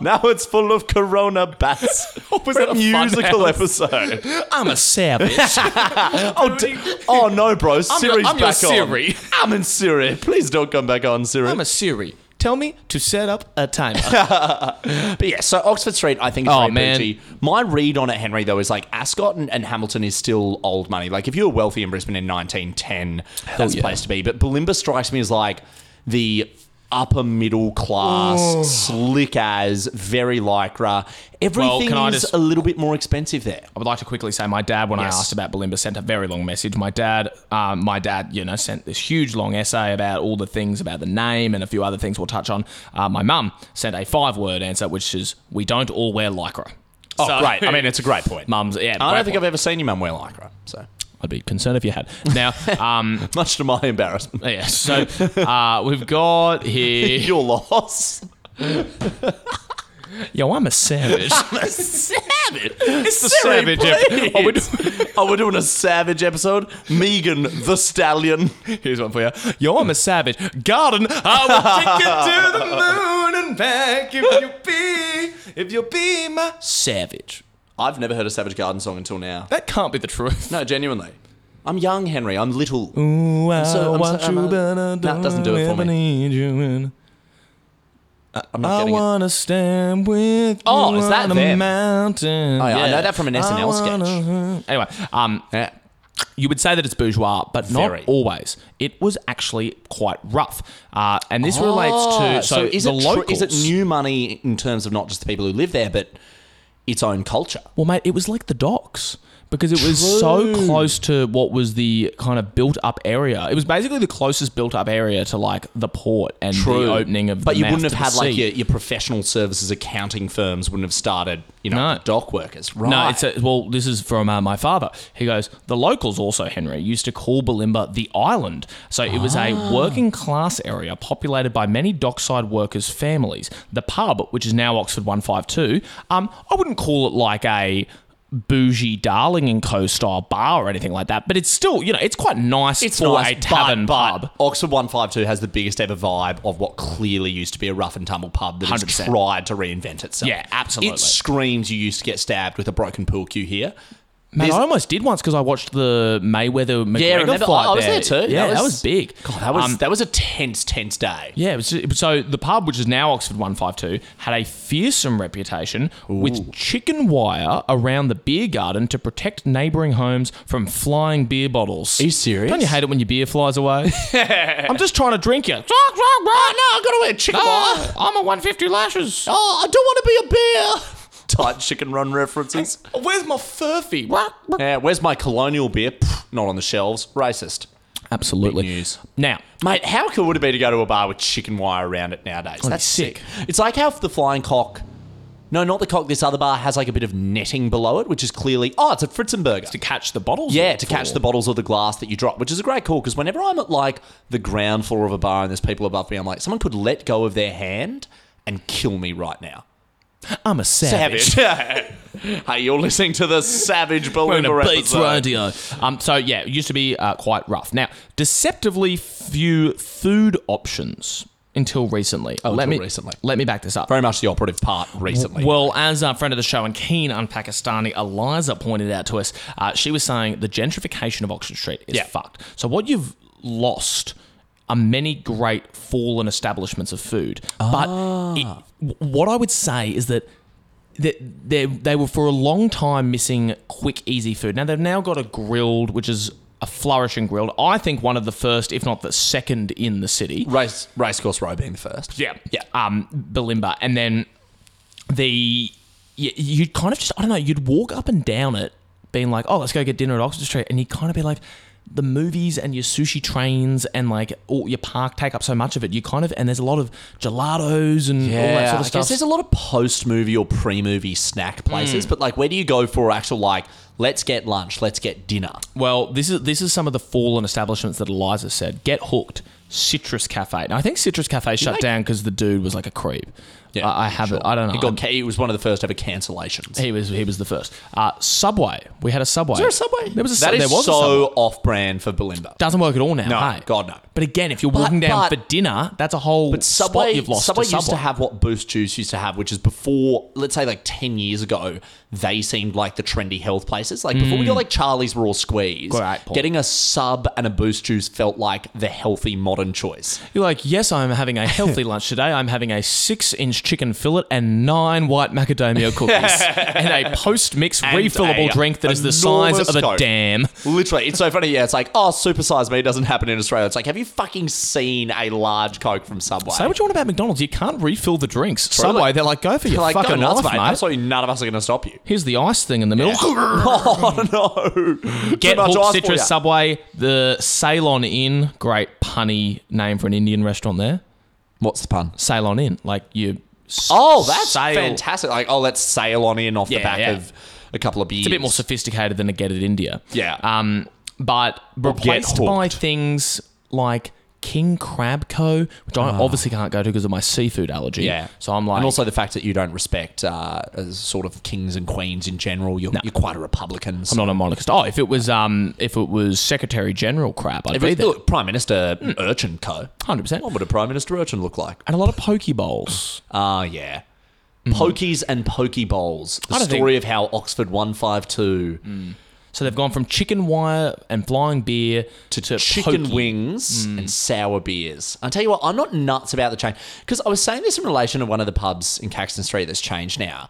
Speaker 5: now it's full of corona
Speaker 7: <laughs>
Speaker 5: bats. was
Speaker 2: that a fun
Speaker 5: musical episode?
Speaker 7: I'm
Speaker 5: <laughs>
Speaker 7: a savage.
Speaker 5: oh, d- oh no, bro. Siri's
Speaker 7: your- I'm
Speaker 5: back
Speaker 7: your
Speaker 5: on.
Speaker 7: Siri.
Speaker 5: I'm in Siri. Please don't come back on Siri.
Speaker 7: I'm a Siri. Tell me to set up
Speaker 5: <laughs>
Speaker 7: a timer.
Speaker 5: But yeah, so Oxford Street, I think, is
Speaker 7: Oh,
Speaker 5: very
Speaker 7: man.
Speaker 5: bougie. My read on it, Henry, though, is like Ascot and, and Hamilton is still old money. Like, if you were wealthy in Brisbane in 1910, that's a place to be. But Balimba strikes me as like the upper middle class, slick as, very lycra. Everything's
Speaker 7: I just-
Speaker 5: a little bit more expensive there.
Speaker 7: I would like to quickly say my dad, when
Speaker 5: Yes.
Speaker 7: I asked about Balimba, sent a very long message. My dad, um, my dad, you know, sent this huge long essay about all the things about the name and a few other things we'll touch on. Uh, my mum sent a five word answer, which is we don't all wear lycra.
Speaker 5: Oh, great. I mean, it's a
Speaker 7: <laughs>
Speaker 5: great point.
Speaker 7: Mum's, yeah.
Speaker 5: I
Speaker 7: great
Speaker 5: don't think I've ever seen your mum wear lycra, so <laughs>
Speaker 7: point. I'd be concerned if you had. Now, um,
Speaker 5: much to my embarrassment.
Speaker 7: <laughs> yeah, so uh, we've got here.
Speaker 5: <laughs> Your loss.
Speaker 7: Yo, I'm
Speaker 5: <laughs>
Speaker 7: a savage.
Speaker 5: savage. It's the
Speaker 2: savage ep-
Speaker 5: Are we, doing, are we doing a savage episode? Megan the Stallion.
Speaker 7: Here's one for you. Yo, I'm a savage. Garden, I
Speaker 5: <laughs>
Speaker 7: will take you to the moon and back if you be, if you'll be my savage.
Speaker 5: I've never heard a Savage Garden song until now.
Speaker 7: That can't be the <laughs> truth.
Speaker 5: No, genuinely. I'm young, Henry. I'm little.
Speaker 7: Wow,
Speaker 5: so- I'm so- I'm a- Nah, it doesn't do it for me.
Speaker 7: Need you in.
Speaker 5: I'm not getting it.
Speaker 7: stand with
Speaker 5: Oh, is that them?
Speaker 7: mountain.
Speaker 5: Oh, yeah, I know that from an SNL sketch.
Speaker 7: Anyway, um,
Speaker 5: Yeah.
Speaker 7: you would say that it's bourgeois, but not
Speaker 5: Very.
Speaker 7: always. It was actually quite rough, uh, and this relates to so,
Speaker 5: Oh, is,
Speaker 7: the
Speaker 5: it tr- is
Speaker 7: locals.
Speaker 5: it new money in terms of not just the people who live there, but its own culture?
Speaker 7: Well, mate, it was like the docks because it was so close to what was the kind of built up area. It was basically the closest built up area to like the port and the opening of.
Speaker 5: But
Speaker 7: the
Speaker 5: you
Speaker 7: mouth
Speaker 5: wouldn't
Speaker 7: to
Speaker 5: have had
Speaker 7: the
Speaker 5: like
Speaker 7: sea.
Speaker 5: your, your professional services accounting firms wouldn't have started, you know,
Speaker 7: No.
Speaker 5: dock workers, right?
Speaker 7: No, it's a, well. This is from uh, my father. He goes, the locals also Henry used to call Balimba the island. So it was
Speaker 5: Ah.
Speaker 7: a working class area populated by many dockside workers' families. The pub, which is now Oxford One Five Two, um, I wouldn't call it like a bougie darling and co style bar or anything like that, but it's still you know it's quite nice
Speaker 5: It's
Speaker 7: for
Speaker 5: nice,
Speaker 7: a tavern
Speaker 5: but,
Speaker 7: pub.
Speaker 5: but Oxford 152 has the biggest ever vibe of what clearly used to be a rough and tumble pub that has
Speaker 7: 100%.
Speaker 5: tried to reinvent itself.
Speaker 7: Yeah, absolutely.
Speaker 5: It screams you used to get stabbed with a broken pool cue here.
Speaker 7: Man, I
Speaker 5: There's-
Speaker 7: almost did once because I watched the Mayweather McGregor
Speaker 5: yeah, remember,
Speaker 7: fight.
Speaker 5: I, I was there, too.
Speaker 7: Yeah, that was, big.
Speaker 5: God, that was
Speaker 7: Um,
Speaker 5: that was a tense, tense day.
Speaker 7: Yeah, it was, it was- so the pub, which is now Oxford 152, had a fearsome reputation with chicken wire around the beer garden to protect neighbouring homes from flying beer bottles. Are
Speaker 5: you serious?
Speaker 7: Don't you hate it when your beer
Speaker 5: <laughs>
Speaker 7: flies away? I'm just trying to drink you.
Speaker 5: no, I've got to wear chicken wire.
Speaker 7: I'm a 150 lashes.
Speaker 5: Oh, I don't want to be a beer. <laughs> Tight chicken run references.
Speaker 7: Where's my furphy?
Speaker 5: yeah, where's my colonial beer? Pff, not on the shelves. Racist.
Speaker 7: Absolutely.
Speaker 5: news.
Speaker 7: Now,
Speaker 5: Mate, how cool would it be to go to a bar with chicken wire around it nowadays?
Speaker 7: be
Speaker 5: That's sick.
Speaker 7: sick.
Speaker 5: It's like how if the flying cock. No, not the cock. This other bar has like a bit of netting below it, which is clearly. Oh, it's a Fritzenburger.
Speaker 7: to catch the bottles.
Speaker 5: Yeah,
Speaker 7: or
Speaker 5: to
Speaker 7: for-
Speaker 5: catch the bottles or the glass that you drop, which is a great call because whenever I'm at like the ground floor of a bar and there's people above me, I'm like, someone could let go of their hand and kill me right now.
Speaker 7: I'm a
Speaker 5: <laughs>
Speaker 7: savage.
Speaker 5: hey, you're listening to the Savage
Speaker 7: <laughs> We're
Speaker 5: Belinda
Speaker 7: in a Beats
Speaker 5: episode.
Speaker 7: Radio. Um, so yeah, it used to be uh, quite rough. Now, deceptively few food options until recently. Oh, let
Speaker 5: until
Speaker 7: me
Speaker 5: recently.
Speaker 7: Let me back this up.
Speaker 5: Very much the operative part recently.
Speaker 7: Well, as a friend of the show and keen on Pakistani Eliza pointed out to us, uh, she was saying the gentrification of Oxford Street is
Speaker 5: Yeah.
Speaker 7: fucked. So what you've lost are many great fallen establishments of food. But
Speaker 5: Ah.
Speaker 7: it, w- what I would say is that that they, they were for a long time missing quick, easy food. Now they've now got a grilled, which is a flourishing grilled. I think one of the first, if not the second, in the city.
Speaker 5: race racecourse row being the first.
Speaker 7: Yeah, yeah. Um, Balimba, and then the you, you'd kind of just I don't know. You'd walk up and down it, being like, "Oh, let's go get dinner at Oxford Street," and you kind of be like, the movies and your sushi trains and like all your park take up so much of it. You kind of and there's a lot of gelatos and all that sort of
Speaker 5: I
Speaker 7: stuff. Mm.
Speaker 5: guess there's a lot of post movie or pre movie snack places, but like, where do you go for actual like, let's get lunch, let's get dinner?
Speaker 7: Well, this is this is some of the fallen establishments that Eliza said. Get hooked. Citrus Cafe. Now I think Citrus Cafe shut
Speaker 5: they-
Speaker 7: down because the dude was like a creep.
Speaker 5: Yeah,
Speaker 7: I, I have it. I don't know.
Speaker 5: It, got, it was one of the first ever cancellations.
Speaker 7: He was he was the first. Uh, subway. We had a subway. Was
Speaker 5: there a Subway?
Speaker 7: There was
Speaker 5: That
Speaker 7: a, Subway.
Speaker 5: is
Speaker 7: there was a Subway.
Speaker 5: so off-brand for Belinda.
Speaker 7: Doesn't work at all now.
Speaker 5: No,
Speaker 7: hey?
Speaker 5: God, no.
Speaker 7: But again, if you're
Speaker 5: But-
Speaker 7: walking
Speaker 5: but-
Speaker 7: down for dinner, that's a whole
Speaker 5: But Subway,
Speaker 7: spot you've lost.
Speaker 5: Subway
Speaker 7: to Subway
Speaker 5: used to have what Boost Juice used to have, which is before, let's say, like ten years ago, they seemed like the trendy health places. Like before we got like Charlie's Raw Squeeze,
Speaker 7: Mm. Great point.
Speaker 5: getting a sub and a Boost Juice felt like the healthy modern choice.
Speaker 7: You're like, yes, I'm having
Speaker 5: <laughs>
Speaker 7: a healthy lunch today. I'm having a six-inch chicken fillet and nine white
Speaker 5: <laughs>
Speaker 7: macadamia cookies and a post-mix
Speaker 5: And
Speaker 7: refillable
Speaker 5: a
Speaker 7: drink that is the size
Speaker 5: enormous
Speaker 7: of a
Speaker 5: Coke.
Speaker 7: dam.
Speaker 5: Literally, it's so funny. Yeah, it's like, oh, supersize me doesn't happen in Australia. It's like, have you fucking seen a large Coke from Subway?
Speaker 7: Say what you want about McDonald's, you can't refill the drinks.
Speaker 5: Totally.
Speaker 7: Subway, they're like, go for your
Speaker 5: like,
Speaker 7: fucking
Speaker 5: go nuts,
Speaker 7: life,
Speaker 5: mate.
Speaker 7: mate.
Speaker 5: Absolutely none of us are going to stop
Speaker 7: <laughs>
Speaker 5: you.
Speaker 7: Here's the ice thing in the middle.
Speaker 5: <laughs> oh no!
Speaker 7: Get
Speaker 5: Too much ice
Speaker 7: Hook
Speaker 5: for
Speaker 7: Citrus
Speaker 5: ya.
Speaker 7: Subway, the Ceylon Inn, great punny name for an Indian restaurant there.
Speaker 5: What's the pun?
Speaker 7: Ceylon Inn, like you. s-
Speaker 5: Oh, that's
Speaker 7: sail-
Speaker 5: fantastic! Like, oh, let's sail on in off the
Speaker 7: Yeah,
Speaker 5: back
Speaker 7: yeah.
Speaker 5: of a couple of beers.
Speaker 7: It's a bit more sophisticated than a get at India.
Speaker 5: Yeah.
Speaker 7: Um, but replaced by things like King Crab Co, which I obviously can't go to because of my seafood allergy.
Speaker 5: Ah. Yeah.
Speaker 7: So I'm like,
Speaker 5: and also the fact that you don't respect uh, as sort of kings and queens in general. You're, you're quite a Republican.
Speaker 7: I'm not a monarchist. Oh, if it was um, if it was Secretary General Crab, I'd
Speaker 5: If
Speaker 7: be
Speaker 5: it's-
Speaker 7: there.
Speaker 5: look, Prime Minister mm, Urchin Co.
Speaker 7: Hundred percent.
Speaker 5: What would a Prime Minister Urchin look like?
Speaker 7: And a lot of poke bowls.
Speaker 5: Ah, yeah. Pokies and Poke Bowls. The
Speaker 7: I don't
Speaker 5: story of how Oxford 152
Speaker 7: So they've gone from chicken wire and flying beer to, to
Speaker 5: chicken
Speaker 7: pokey.
Speaker 5: wings and sour beers. I'll tell you what, I'm not nuts about the change because I was saying this in relation to one of the pubs in Caxton Street that's changed now.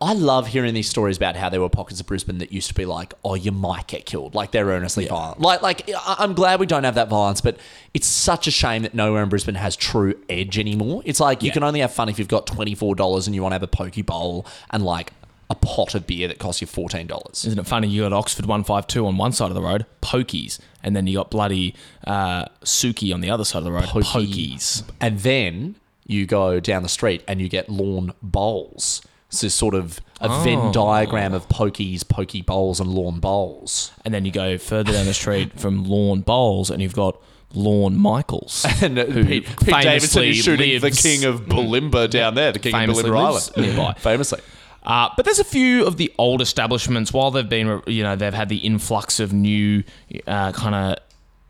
Speaker 5: I love hearing these stories about how there were pockets of Brisbane that used to be like, oh, you might get killed. Like they're earnestly violent. Like, like I- I'm glad we don't have that violence, but it's such a shame that nowhere in Brisbane has true edge anymore. It's like you can only have fun if you've got $24 and you want to have a poke bowl and like a pot of beer that costs you $14.
Speaker 7: Isn't it funny? You got Oxford 152 on one side of the road, pokies, and then you got bloody uh, Suki on the other side of the road, pokies.
Speaker 5: and then you go down the street and you get lawn bowls. So sort of a Venn diagram of pokies, pokey bowls, and lawn bowls.
Speaker 7: And then you go further down the street from Lawn Bowls, and you've got Lawn Michaels.
Speaker 5: And uh, Pete, Pete
Speaker 7: famously
Speaker 5: Davidson is shooting the
Speaker 7: lives-
Speaker 5: king of Balimba down there, the king of
Speaker 7: Famously
Speaker 5: Balimba
Speaker 7: lives
Speaker 5: Island,
Speaker 7: nearby.
Speaker 5: <laughs> famously.
Speaker 7: Uh, but there's a few of the old establishments. While they've been, you know, they've had the influx of new uh, kind of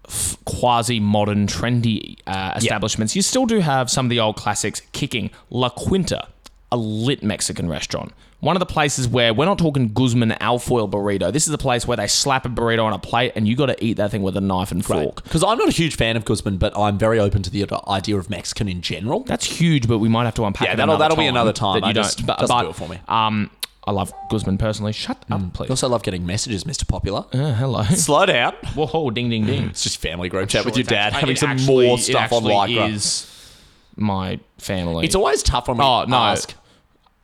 Speaker 7: f- quasi modern, trendy uh, establishments. You still do have some of the old classics kicking. La Quinta, a lit Mexican restaurant. One of the places where we're not talking Guzman alfoil burrito. This is the place where they slap a burrito on a plate and you got to eat that thing with a knife and fork.
Speaker 5: Because I'm not a huge fan of Guzman, but I'm very open to the idea of Mexican in general.
Speaker 7: That's huge, but we might have to unpack.
Speaker 5: Yeah,
Speaker 7: it
Speaker 5: that'll-
Speaker 7: another
Speaker 5: that'll be another time.
Speaker 7: That you
Speaker 5: I
Speaker 7: don't,
Speaker 5: just-
Speaker 7: but,
Speaker 5: doesn't
Speaker 7: but,
Speaker 5: do it for me. Mm.
Speaker 7: Um, I love Guzman personally. Shut up,
Speaker 5: I
Speaker 7: please.
Speaker 5: also love getting messages, Mr. Popular.
Speaker 7: Uh, hello.
Speaker 5: Slow down.
Speaker 7: Whoa, ding,
Speaker 5: <laughs>
Speaker 7: ding, ding.
Speaker 5: It's just family group chat with
Speaker 7: Sure,
Speaker 5: your
Speaker 7: it's
Speaker 5: dad,
Speaker 7: actually-
Speaker 5: having
Speaker 7: it
Speaker 5: some
Speaker 7: actually-
Speaker 5: more
Speaker 7: it
Speaker 5: stuff on
Speaker 7: actually
Speaker 5: Lycra.
Speaker 7: is my family.
Speaker 5: It's always tough when we
Speaker 7: Oh, no.
Speaker 5: ask.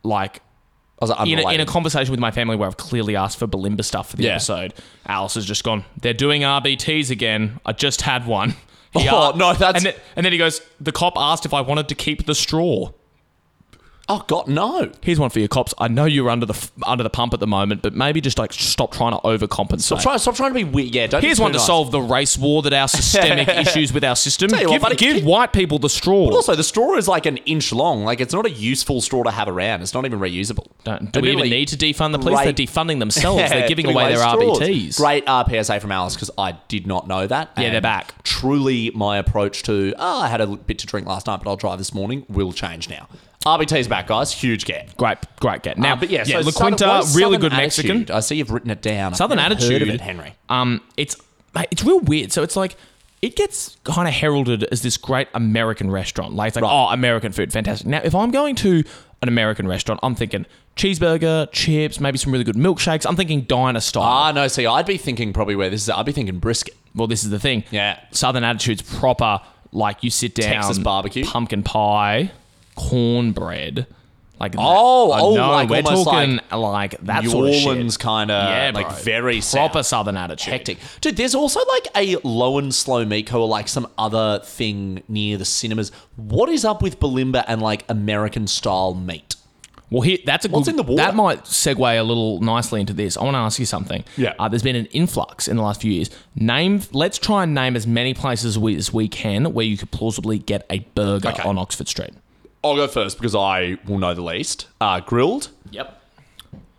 Speaker 7: like
Speaker 5: was like,
Speaker 7: oh, in a, in a
Speaker 5: unrelated.
Speaker 7: conversation with my family where I've clearly asked for Belimba stuff for the
Speaker 5: Yeah.
Speaker 7: episode, Alice has just gone, they're doing RBTs again. I just had one.
Speaker 5: <laughs>
Speaker 7: He
Speaker 5: Oh,
Speaker 7: a-
Speaker 5: no, that's-
Speaker 7: And then, and then he goes, the cop asked if I wanted to keep the straw.
Speaker 5: oh god, no.
Speaker 7: Here's one for you, cops. I know you're under the f- under the pump at the moment, but maybe just like stop trying to overcompensate.
Speaker 5: Stop trying, stop trying to be weird. Yeah, don't. be
Speaker 7: Here's
Speaker 5: too
Speaker 7: one to
Speaker 5: nice.
Speaker 7: solve the race war that
Speaker 5: <laughs>
Speaker 7: our systemic issues with our system.
Speaker 5: Tell you
Speaker 7: Give,
Speaker 5: what, buddy,
Speaker 7: give
Speaker 5: keep-
Speaker 7: white people the straw.
Speaker 5: But also, the straw is like an inch long. Like, it's not a useful straw to have around. It's not even reusable.
Speaker 7: Don't- do we even
Speaker 5: Admittedly,
Speaker 7: need to defund the police?
Speaker 5: great-
Speaker 7: They're
Speaker 5: <laughs>
Speaker 7: defunding themselves. They're giving away their
Speaker 5: straws.
Speaker 7: RBTs.
Speaker 5: Great uh, RPSA from Alice because I did not know that.
Speaker 7: Yeah, they're
Speaker 5: And
Speaker 7: back.
Speaker 5: Truly, my approach to oh, I had a bit to drink last night, but I'll drive this morning will change now. RBT's back, guys. Huge get.
Speaker 7: Great, great get. Now,
Speaker 5: Uh, but yeah, so
Speaker 7: La
Speaker 5: Southern-
Speaker 7: Quinta,
Speaker 5: what is
Speaker 7: really
Speaker 5: Southern
Speaker 7: good
Speaker 5: attitude?
Speaker 7: Mexican.
Speaker 5: I see you've written it down. I've
Speaker 7: Southern
Speaker 5: never
Speaker 7: attitude,
Speaker 5: heard of it, Henry.
Speaker 7: Um, it's mate, it's real weird. So it's like it gets kind of heralded as this great American restaurant. Like it's like oh, American food, fantastic. Now, if I'm going to an American restaurant, I'm thinking cheeseburger, chips, maybe some really good milkshakes. I'm thinking diner style.
Speaker 5: Ah, no. See, I'd be thinking probably where this is. I'd be thinking brisket.
Speaker 7: well, this is the thing.
Speaker 5: Yeah.
Speaker 7: Southern attitude's proper. Like you sit down,
Speaker 5: Texas barbecue.
Speaker 7: pumpkin pie, cornbread. Like
Speaker 5: Oh,
Speaker 7: that. I
Speaker 5: oh,
Speaker 7: know,
Speaker 5: like
Speaker 7: we're
Speaker 5: almost
Speaker 7: talking
Speaker 5: like
Speaker 7: like, that
Speaker 5: New
Speaker 7: sort of shit.
Speaker 5: Orleans kind of
Speaker 7: Yeah,
Speaker 5: like
Speaker 7: bro.
Speaker 5: very
Speaker 7: proper
Speaker 5: south.
Speaker 7: southern attitude.
Speaker 5: hectic. Dude, there's also like a low and slow Miko or like some other thing near the cinemas. What is up with Balimba and like American style meat?
Speaker 7: Well, here that's a
Speaker 5: What's
Speaker 7: good.
Speaker 5: in the water?
Speaker 7: That might segue a little nicely into this. I want to ask you something.
Speaker 5: Yeah.
Speaker 7: Uh, there's been an influx in the last few years. Name. Let's try and name as many places we, as we can where you could plausibly get a burger on Oxford Street.
Speaker 5: I'll go first because I will know the least. Uh, grilled.
Speaker 7: Yep.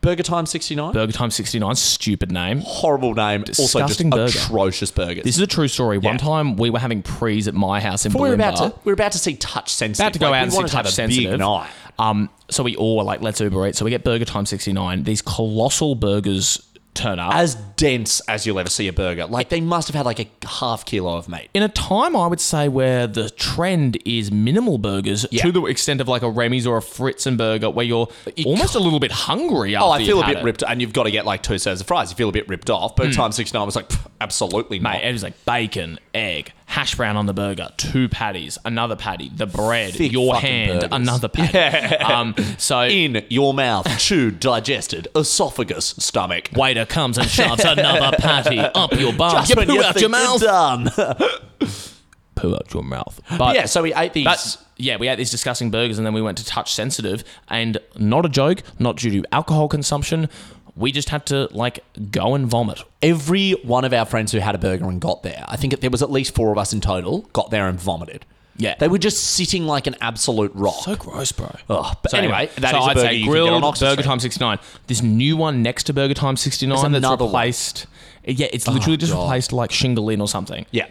Speaker 5: Burger Time 69.
Speaker 7: Burger Time 69. Stupid name.
Speaker 5: Horrible name.
Speaker 7: Disgusting
Speaker 5: also
Speaker 7: burger.
Speaker 5: just atrocious burgers.
Speaker 7: This is a true story. One
Speaker 5: Yeah.
Speaker 7: time we were having prees at my house in
Speaker 5: we were about
Speaker 7: Bulimba.
Speaker 5: to we were about to see touch sensitive.
Speaker 7: about to go
Speaker 5: Like,
Speaker 7: out
Speaker 5: we
Speaker 7: and see
Speaker 5: wanted to
Speaker 7: touch
Speaker 5: have a
Speaker 7: sensitive.
Speaker 5: Big night.
Speaker 7: Um, so we all were like, let's Uber Eats. So we get Burger Time 69. These colossal burgers turn up.
Speaker 5: As dense as you'll ever see a burger. Like they must have had like a half kilo of meat.
Speaker 7: in a time I would say where the trend is minimal burgers
Speaker 5: Yeah.
Speaker 7: to the extent of like a Remy's or a Fritzen burger, where you're almost a little bit hungry. After
Speaker 5: Oh, I
Speaker 7: you've
Speaker 5: feel a
Speaker 7: had
Speaker 5: bit
Speaker 7: it.
Speaker 5: ripped, and you've Mm. got to get like two serves of fries. You feel a bit ripped off. But time sixty nine was like, "Pff, absolutely not.
Speaker 7: Mate, it was like bacon, egg, hash brown on the burger, two patties, another patty, the bread,
Speaker 5: Thick
Speaker 7: your
Speaker 5: fucking
Speaker 7: hand,
Speaker 5: burgers. <laughs>
Speaker 7: another patty. Um, so
Speaker 5: In your mouth, chewed, digested, esophagus, <laughs> stomach.
Speaker 7: waiter comes and shoves another patty up your bum.
Speaker 5: Just
Speaker 7: you
Speaker 5: when
Speaker 7: poo
Speaker 5: you think
Speaker 7: out
Speaker 5: you're
Speaker 7: your mouth.
Speaker 5: Done. <laughs>
Speaker 7: Poo out your mouth. But
Speaker 5: yeah, so we ate these.
Speaker 7: But yeah, we had these disgusting burgers, and then we went to touch sensitive, and not a joke, not due to alcohol consumption. We just had to like go and vomit.
Speaker 5: every one of our friends who had a burger and got there, I think there was at least four of us in total, got there and vomited.
Speaker 7: Yeah.
Speaker 5: They were just sitting like an absolute rock.
Speaker 7: So gross, bro.
Speaker 5: Ugh, but anyway, that is
Speaker 7: so
Speaker 5: a
Speaker 7: I'd
Speaker 5: burger
Speaker 7: say
Speaker 5: you can get on
Speaker 7: grilled
Speaker 5: Oxford
Speaker 7: Burger
Speaker 5: Street.
Speaker 7: Time sixty nine. This new one next to Burger Time sixty nine
Speaker 5: There's
Speaker 7: that's
Speaker 5: another one. Oh,
Speaker 7: replaced. Yeah, it's literally just replaced like shingle in or something.
Speaker 5: yeah.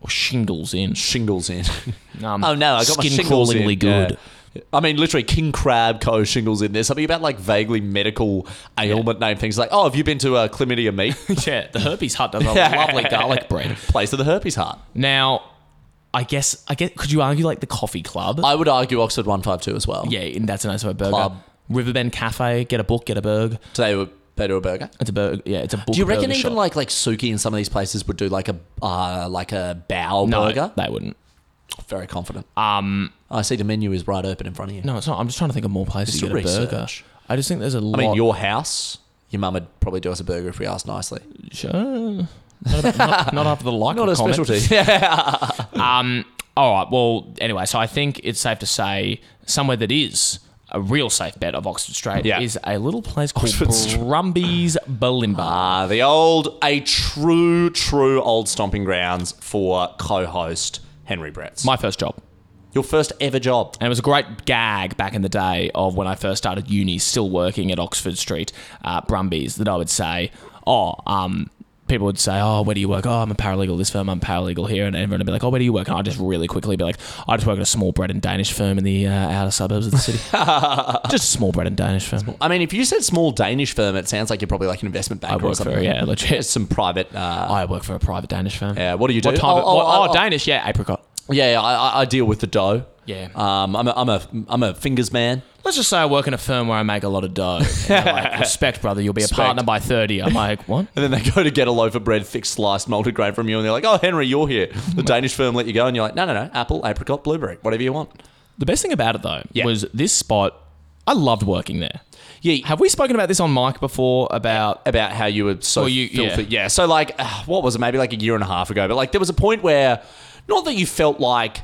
Speaker 7: or shingles in.
Speaker 5: Shingles in. <laughs>
Speaker 7: Um,
Speaker 5: Oh no, I got my
Speaker 7: skin
Speaker 5: shingles in.
Speaker 7: crawlingly
Speaker 5: Yeah.
Speaker 7: good.
Speaker 5: I mean, literally, King Crab Co. shingles in. There's something about like vaguely medical ailment name things like, oh, have you been to uh, chlamydia <laughs> meat?
Speaker 7: Yeah, the herpes hut does
Speaker 5: <laughs>
Speaker 7: a lovely garlic bread.
Speaker 5: Place of the herpes heart.
Speaker 7: Now, I guess, I guess, could you argue like the coffee club?
Speaker 5: I would argue Oxford 152 as well.
Speaker 7: Yeah, and that's a nice burger.
Speaker 5: Club.
Speaker 7: Riverbend Cafe, get a book, get a burger.
Speaker 5: Today we're better a burger.
Speaker 7: It's a burger. Yeah, it's a book.
Speaker 5: Do you reckon
Speaker 7: burger
Speaker 5: even
Speaker 7: shop.
Speaker 5: like like Suki and some of these places would do like a uh, like a bow
Speaker 7: no,
Speaker 5: burger?
Speaker 7: They wouldn't.
Speaker 5: Very confident. Um, I see the menu is right open in front of you.
Speaker 7: No, it's not. I'm just trying to think of more places to
Speaker 5: It's
Speaker 7: get a burger.
Speaker 5: research.
Speaker 7: I just think there's a lot.
Speaker 5: I mean, your house, your mum would probably do us a burger if we asked nicely.
Speaker 7: Sure. Not, about-
Speaker 5: <laughs>
Speaker 7: not, not after the like.
Speaker 5: Not a
Speaker 7: comment.
Speaker 5: specialty. <laughs>
Speaker 7: Um. <laughs> All right. Well, anyway, so I think it's safe to say somewhere that is a real safe bet of Oxford Strait
Speaker 5: Yeah.
Speaker 7: is a little place called
Speaker 5: Oxford Strait.
Speaker 7: Brumbies Balimba.
Speaker 5: Ah, the old, a true, true old stomping grounds for co-host Henry Bretts.
Speaker 7: My first job.
Speaker 5: Your first ever job.
Speaker 7: And it was a great gag back in the day of when I first started uni, still working at Oxford Street, uh, Brumbies, that I would say, oh, um, people would say, oh, where do you work? Oh, I'm a paralegal at this firm, I'm a paralegal here. And everyone would be like, oh, where do you work? And I'd just really quickly be like, I just work at a small bread and Danish firm in the uh, outer suburbs of
Speaker 5: <laughs>
Speaker 7: the city. just a small bread and Danish firm.
Speaker 5: I mean, if you said small Danish firm, it sounds like you're probably like an investment
Speaker 7: I
Speaker 5: banker or
Speaker 7: work
Speaker 5: something.
Speaker 7: for, yeah, legit.
Speaker 5: It's <laughs> some private. Uh,
Speaker 7: I work for a private Danish firm.
Speaker 5: yeah, what do you do?
Speaker 7: What type of,
Speaker 5: Oh,
Speaker 7: what-
Speaker 5: oh,
Speaker 7: oh,
Speaker 5: oh,
Speaker 7: Danish, yeah, apricot.
Speaker 5: yeah, yeah, I, I- I deal with the dough.
Speaker 7: Yeah.
Speaker 5: Um, I'm a, I'm a, I'm a fingers man.
Speaker 7: Let's just say I work in a firm where I make a lot
Speaker 5: <laughs>
Speaker 7: of dough. And they're like, Respect, brother, you'll be a partner by 30. I'm like, what?
Speaker 5: And then they go to get a loaf of bread, thick sliced, malted grain from you, and they're like, "Oh, Henry, you're here."
Speaker 7: <laughs>
Speaker 5: The Danish firm let you go, and you're like, "No, no, no, apple, apricot, blueberry, whatever you want."
Speaker 7: The best thing about it though was this spot. I loved working there.
Speaker 5: Yeah.
Speaker 7: Have we spoken about this on mic before? About
Speaker 5: about how you were so
Speaker 7: Well, you-
Speaker 5: filthy. Yeah. So like, uh, what was it? Maybe like a year and a half ago. But like, there was a point where, not that you felt like.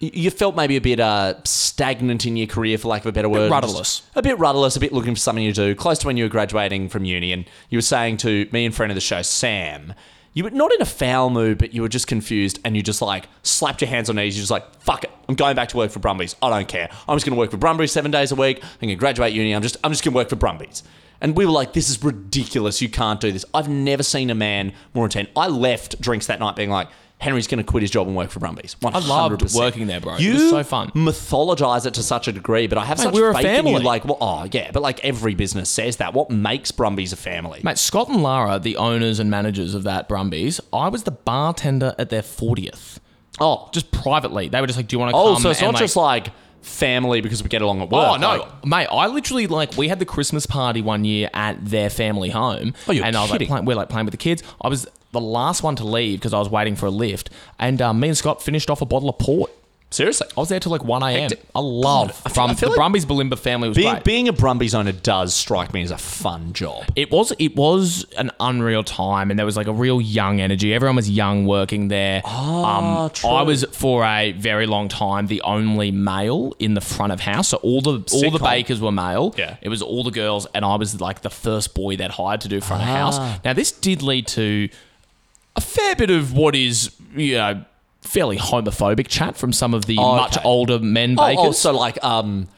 Speaker 5: y- You felt maybe a bit uh, stagnant in your career, for lack of a better word.
Speaker 7: rudderless.
Speaker 5: A bit rudderless, a bit looking for something to do. Close to when you were graduating from uni, and you were saying to me and friend of the show, Sam, you were not in a foul mood, but you were just confused, and you just like slapped your hands on knees. You're just like, fuck it, I'm going back to work for Brumbies. I don't care. I'm just going to work for Brumbies seven days a week. I'm going to graduate uni. I'm just, I'm just going to work for Brumbies. And we were like, this is ridiculous. You can't do this. I've never seen a man more intent. I left drinks that night being like, Henry's going to quit his job and work for Brumbies. 100%.
Speaker 7: loved working there, bro. It
Speaker 5: You
Speaker 7: was so fun.
Speaker 5: mythologize it to such a degree, but I have
Speaker 7: Mate,
Speaker 5: such
Speaker 7: we're a
Speaker 5: faith in
Speaker 7: family.
Speaker 5: you. Like, well, oh, yeah, but like every business says that. What makes Brumbies a family?
Speaker 7: Mate, Scott and Lara, the owners and managers of that Brumbies, I was the bartender at their 40th.
Speaker 5: oh, just,
Speaker 7: Just privately. They were just like, do you want to
Speaker 5: oh,
Speaker 7: come?
Speaker 5: so it's
Speaker 7: and,
Speaker 5: not just like family because we get along at work.
Speaker 7: Oh no,
Speaker 5: Like,
Speaker 7: mate! I literally like we had the Christmas party one year at their family home,
Speaker 5: Oh, you're
Speaker 7: and I was like,
Speaker 5: kidding.
Speaker 7: playing, we're like playing with the kids. I was the last one to leave because I was waiting for a lift, and um, me and Scott finished off a bottle of port.
Speaker 5: seriously.
Speaker 7: I was there till like one a.m.
Speaker 5: Hectic.
Speaker 7: I love
Speaker 5: I feel-
Speaker 7: from
Speaker 5: I feel
Speaker 7: the
Speaker 5: like
Speaker 7: Brumbies Balimba family was
Speaker 5: Being,
Speaker 7: great.
Speaker 5: being a Brumbies owner does strike me as a fun job.
Speaker 7: it was it was an unreal time, and there was like a real young energy. Everyone was young working there.
Speaker 5: Ah,
Speaker 7: um, I was for a very long time the only male in the front of house, so all the all the
Speaker 5: Sitcom.
Speaker 7: bakers were male.
Speaker 5: Yeah.
Speaker 7: it was all the girls, and I was like the first boy that hired to do front of
Speaker 5: Ah.
Speaker 7: house. Now this did lead to a fair bit of what is you know fairly homophobic chat from some of the
Speaker 5: Oh,
Speaker 7: much
Speaker 5: okay.
Speaker 7: older men
Speaker 5: Oh,
Speaker 7: bakers.
Speaker 5: oh, so like, um,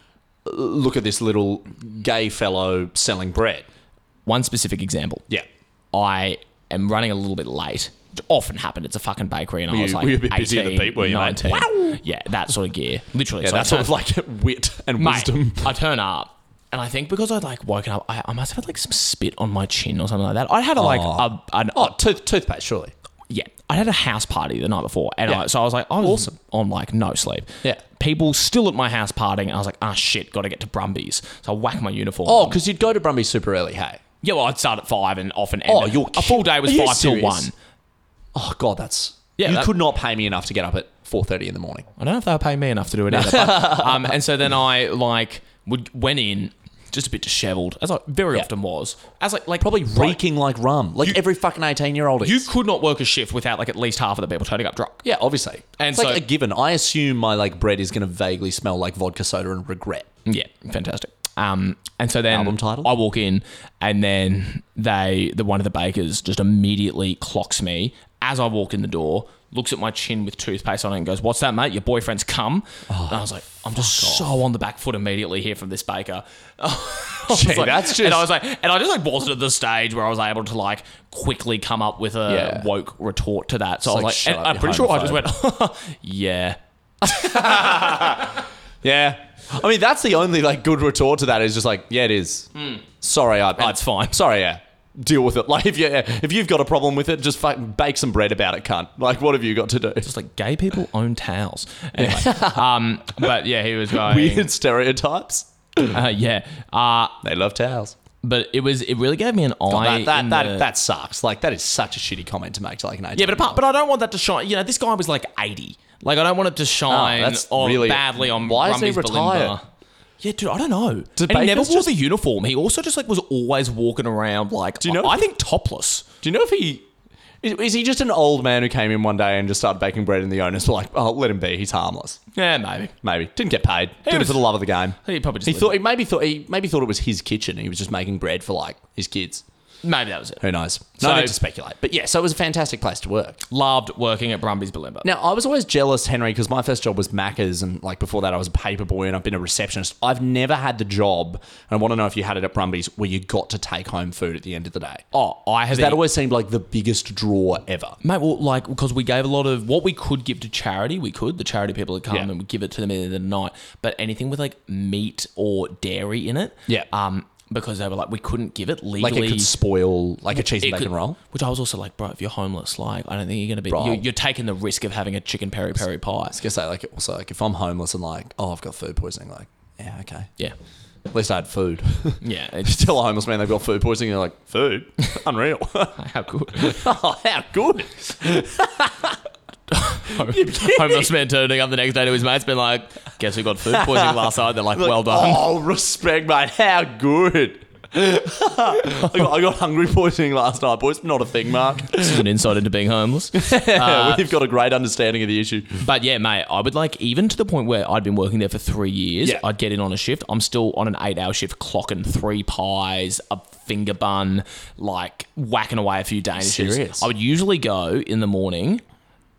Speaker 5: look at this little gay fellow selling bread.
Speaker 7: One specific example.
Speaker 5: Yeah.
Speaker 7: I am running a little bit late. It often happened. It's a fucking bakery, and I was
Speaker 5: you-
Speaker 7: like,
Speaker 5: were you a bit
Speaker 7: 18,
Speaker 5: busier than Pete, were you, mate?
Speaker 7: 19. Yeah, that sort of gear. Literally,
Speaker 5: Yeah,
Speaker 7: so I
Speaker 5: that's sort
Speaker 7: turn-
Speaker 5: of like <laughs> wit and
Speaker 7: Mate,
Speaker 5: wisdom.
Speaker 7: I turn up, and I think because I'd like woken up, I, I must have had like some spit on my chin or something like that. I had a, like a, an
Speaker 5: Oh, tooth, toothpaste, surely.
Speaker 7: yeah, I had a house party the night before, and
Speaker 5: Yeah.
Speaker 7: I, so I was like, I was awesome. on like no sleep.
Speaker 5: Yeah.
Speaker 7: people still at my house partying, and I was like, ah shit, got to get to Brumbies. So I whack my uniform.
Speaker 5: Oh,
Speaker 7: on.
Speaker 5: because you'd go to Brumbies super early, hey?
Speaker 7: yeah, well, I'd start at five and often end.
Speaker 5: Oh,
Speaker 7: at-
Speaker 5: you're
Speaker 7: a full
Speaker 5: kid-
Speaker 7: day was
Speaker 5: are you
Speaker 7: five till
Speaker 5: serious?
Speaker 7: one.
Speaker 5: Oh God, that's
Speaker 7: Yeah,
Speaker 5: You
Speaker 7: that-
Speaker 5: could not pay me enough to get up at four thirty in the morning.
Speaker 7: I don't know if they'll pay me enough to do it
Speaker 5: <laughs>
Speaker 7: either. but, um, and so then I like would went in just a bit dishevelled, as I very often was, as like like
Speaker 5: Probably
Speaker 7: right,
Speaker 5: reeking like rum, like every fucking eighteen year old.
Speaker 7: You could not work a shift without like at least half of the people turning up drunk.
Speaker 5: yeah, obviously.
Speaker 7: And
Speaker 5: it's like
Speaker 7: so-
Speaker 5: a given. I assume my like bread is going to vaguely smell like vodka soda and regret.
Speaker 7: Yeah, fantastic. Um, and so then
Speaker 5: Album title?
Speaker 7: I walk in, and then they, the one of the bakers, just immediately clocks me as I walk in the door. Looks at my chin with toothpaste on it and goes, "What's that, mate? Your boyfriend's come."
Speaker 5: Oh,
Speaker 7: and I was like, "I'm just so on the back foot immediately here from this baker." <laughs> I was
Speaker 5: Gee,
Speaker 7: like-
Speaker 5: that's just-
Speaker 7: And I was like, and I just like wasn't at the stage where I was able to like quickly come up with a
Speaker 5: Yeah.
Speaker 7: woke retort to that. So I was
Speaker 5: like,
Speaker 7: like,
Speaker 5: shut
Speaker 7: and
Speaker 5: up,
Speaker 7: I'm
Speaker 5: you
Speaker 7: pretty sure I just went, <laughs>
Speaker 5: homophobe.
Speaker 7: "Yeah."
Speaker 5: Yeah, I mean that's the only like good retort to that is just like yeah, it is. Sorry, I. I-
Speaker 7: it's Hmm. fine.
Speaker 5: Sorry, yeah. Deal with it. <laughs> Like if you if you've got a problem with it, just fucking bake some bread about it, cunt. Like what have you got to do?
Speaker 7: It's like gay <laughs> people own towels. Anyway, um, but yeah, he was
Speaker 5: <laughs>
Speaker 7: going.
Speaker 5: Weird stereotypes.
Speaker 7: Uh, yeah, uh,
Speaker 5: They love towels.
Speaker 7: but it was. It really gave me an eye.
Speaker 5: that that,
Speaker 7: in
Speaker 5: that,
Speaker 7: the-
Speaker 5: that sucks. Like that is such a shitty comment to make to like an 18.
Speaker 7: Yeah, but apart, but I don't want that to shine. You know, this guy was like eighty. Like I don't want it to shine
Speaker 5: Oh, that's
Speaker 7: on
Speaker 5: really-
Speaker 7: badly on
Speaker 5: Why is he
Speaker 7: Brumby's
Speaker 5: retired?
Speaker 7: Belimba. Yeah, dude, I don't know.
Speaker 5: Did
Speaker 7: and he never
Speaker 5: Baker's
Speaker 7: wore
Speaker 5: just-
Speaker 7: the uniform. He also just like was always walking around like. Do
Speaker 5: you know-
Speaker 7: I, I think topless.
Speaker 5: do you know if he is, is he just an old man who came in one day and just started baking bread and the owners were like, "Oh, let him be. He's harmless."
Speaker 7: Yeah, maybe.
Speaker 5: Maybe didn't get paid. Did it
Speaker 7: was-
Speaker 5: for the love of the game.
Speaker 7: He probably just
Speaker 5: He
Speaker 7: lived
Speaker 5: thought he maybe thought he maybe thought it was his kitchen. He was just making bread for like his kids.
Speaker 7: Maybe that was it.
Speaker 5: Who knows? No
Speaker 7: So-
Speaker 5: need to speculate. But yeah, so it was a fantastic place to work.
Speaker 7: Loved working at Brumby's Belimba.
Speaker 5: Now, I was always jealous, Henry, because my first job was Macca's, and like before that, I was a paper boy and I've been a receptionist. I've never had the job, and I want to know if you had it at Brumbies, where you got to take home food at the end of the day.
Speaker 7: oh, I have
Speaker 5: That
Speaker 7: eaten-
Speaker 5: always seemed like the biggest draw ever.
Speaker 7: Mate, well, like, because we gave a lot of what we could give to charity, we could. The charity people had come
Speaker 5: Yeah.
Speaker 7: and we give it to them in the night. But anything with like meat or dairy in it,
Speaker 5: Yeah.
Speaker 7: um, because they were like, we couldn't give it legally.
Speaker 5: Like it could spoil, like a cheese and
Speaker 7: It
Speaker 5: bacon
Speaker 7: could-
Speaker 5: roll.
Speaker 7: Which I was also like, bro, if you're homeless, like, I don't think you're going to be,
Speaker 5: Bro.
Speaker 7: you're, you're taking the risk of having a chicken peri peri pie.
Speaker 5: I was gonna say, like, also, like if I'm homeless and like, oh, I've got food poisoning, like, yeah, okay.
Speaker 7: Yeah.
Speaker 5: At least I had food. <laughs>
Speaker 7: Yeah.
Speaker 5: You
Speaker 7: It's,
Speaker 5: Tell a homeless man they've got food poisoning, they're like, food? <laughs> Unreal. <laughs>
Speaker 7: how good.
Speaker 5: oh, how good.
Speaker 7: <laughs> homeless man turning up the next day to his mates, been like, "Guess who got food poisoning last night?" They're like, "Well done."
Speaker 5: Oh, respect, mate. How good. <laughs> I, got, I got hungry poisoning last night, boys. Not a thing, <laughs> Mark. Uh,
Speaker 7: This is an insight into being homeless.
Speaker 5: We've got a great understanding of the issue.
Speaker 7: But yeah, mate, I would like even to the point where I'd been working there for three years.
Speaker 5: Yeah.
Speaker 7: I'd get in on a shift. I'm still on an eight-hour shift, clocking three pies, a finger bun, like whacking away a few danishes.
Speaker 5: Serious?
Speaker 7: I would usually go in the morning,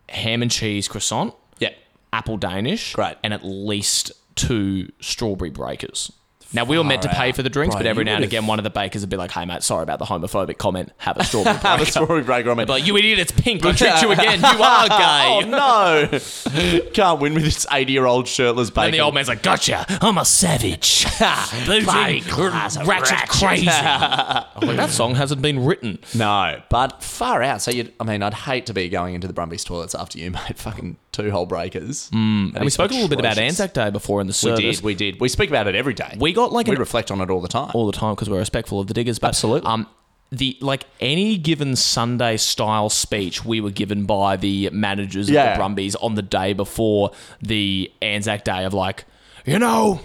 Speaker 7: ham and cheese croissant,
Speaker 5: Yeah.
Speaker 7: apple danish,
Speaker 5: Great.
Speaker 7: and at least two strawberry breakers. Now we were meant to pay for the drinks,
Speaker 5: Bro,
Speaker 7: but every
Speaker 5: you
Speaker 7: now and
Speaker 5: would've-
Speaker 7: again, one of the bakers would be like, "Hey, mate, sorry about the homophobic comment. Have
Speaker 5: <laughs>
Speaker 7: a strawberry."
Speaker 5: Have a
Speaker 7: breaker."
Speaker 5: story breaker on me.
Speaker 7: I'd be like, "You idiot! It's
Speaker 5: <laughs>
Speaker 7: pink. I tricked you again. You are gay."
Speaker 5: Oh, <laughs> no. Can't win with this 80 year old shirtless bacon.
Speaker 7: And the old man's like, "Gotcha! I'm
Speaker 5: <laughs>
Speaker 7: a savage, Booting, ratchet, crazy." I'm like, that song hasn't been written.
Speaker 5: No, but far out. So, you'd, I mean, I'd hate to be going into the Brumbies toilets after you <laughs> made fucking two whole breakers.
Speaker 7: And we spoke a little bit about Anzac Day before in the
Speaker 5: We
Speaker 7: service.
Speaker 5: did, we did. We speak about it every day.
Speaker 7: We got like
Speaker 5: we
Speaker 7: an
Speaker 5: reflect on it all the time.
Speaker 7: all the time because we're respectful of the diggers. But
Speaker 5: Absolutely.
Speaker 7: um, the like any given Sunday style speech we were given by the managers of
Speaker 5: Yeah.
Speaker 7: the Brumbies on the day before the Anzac Day of like, you know,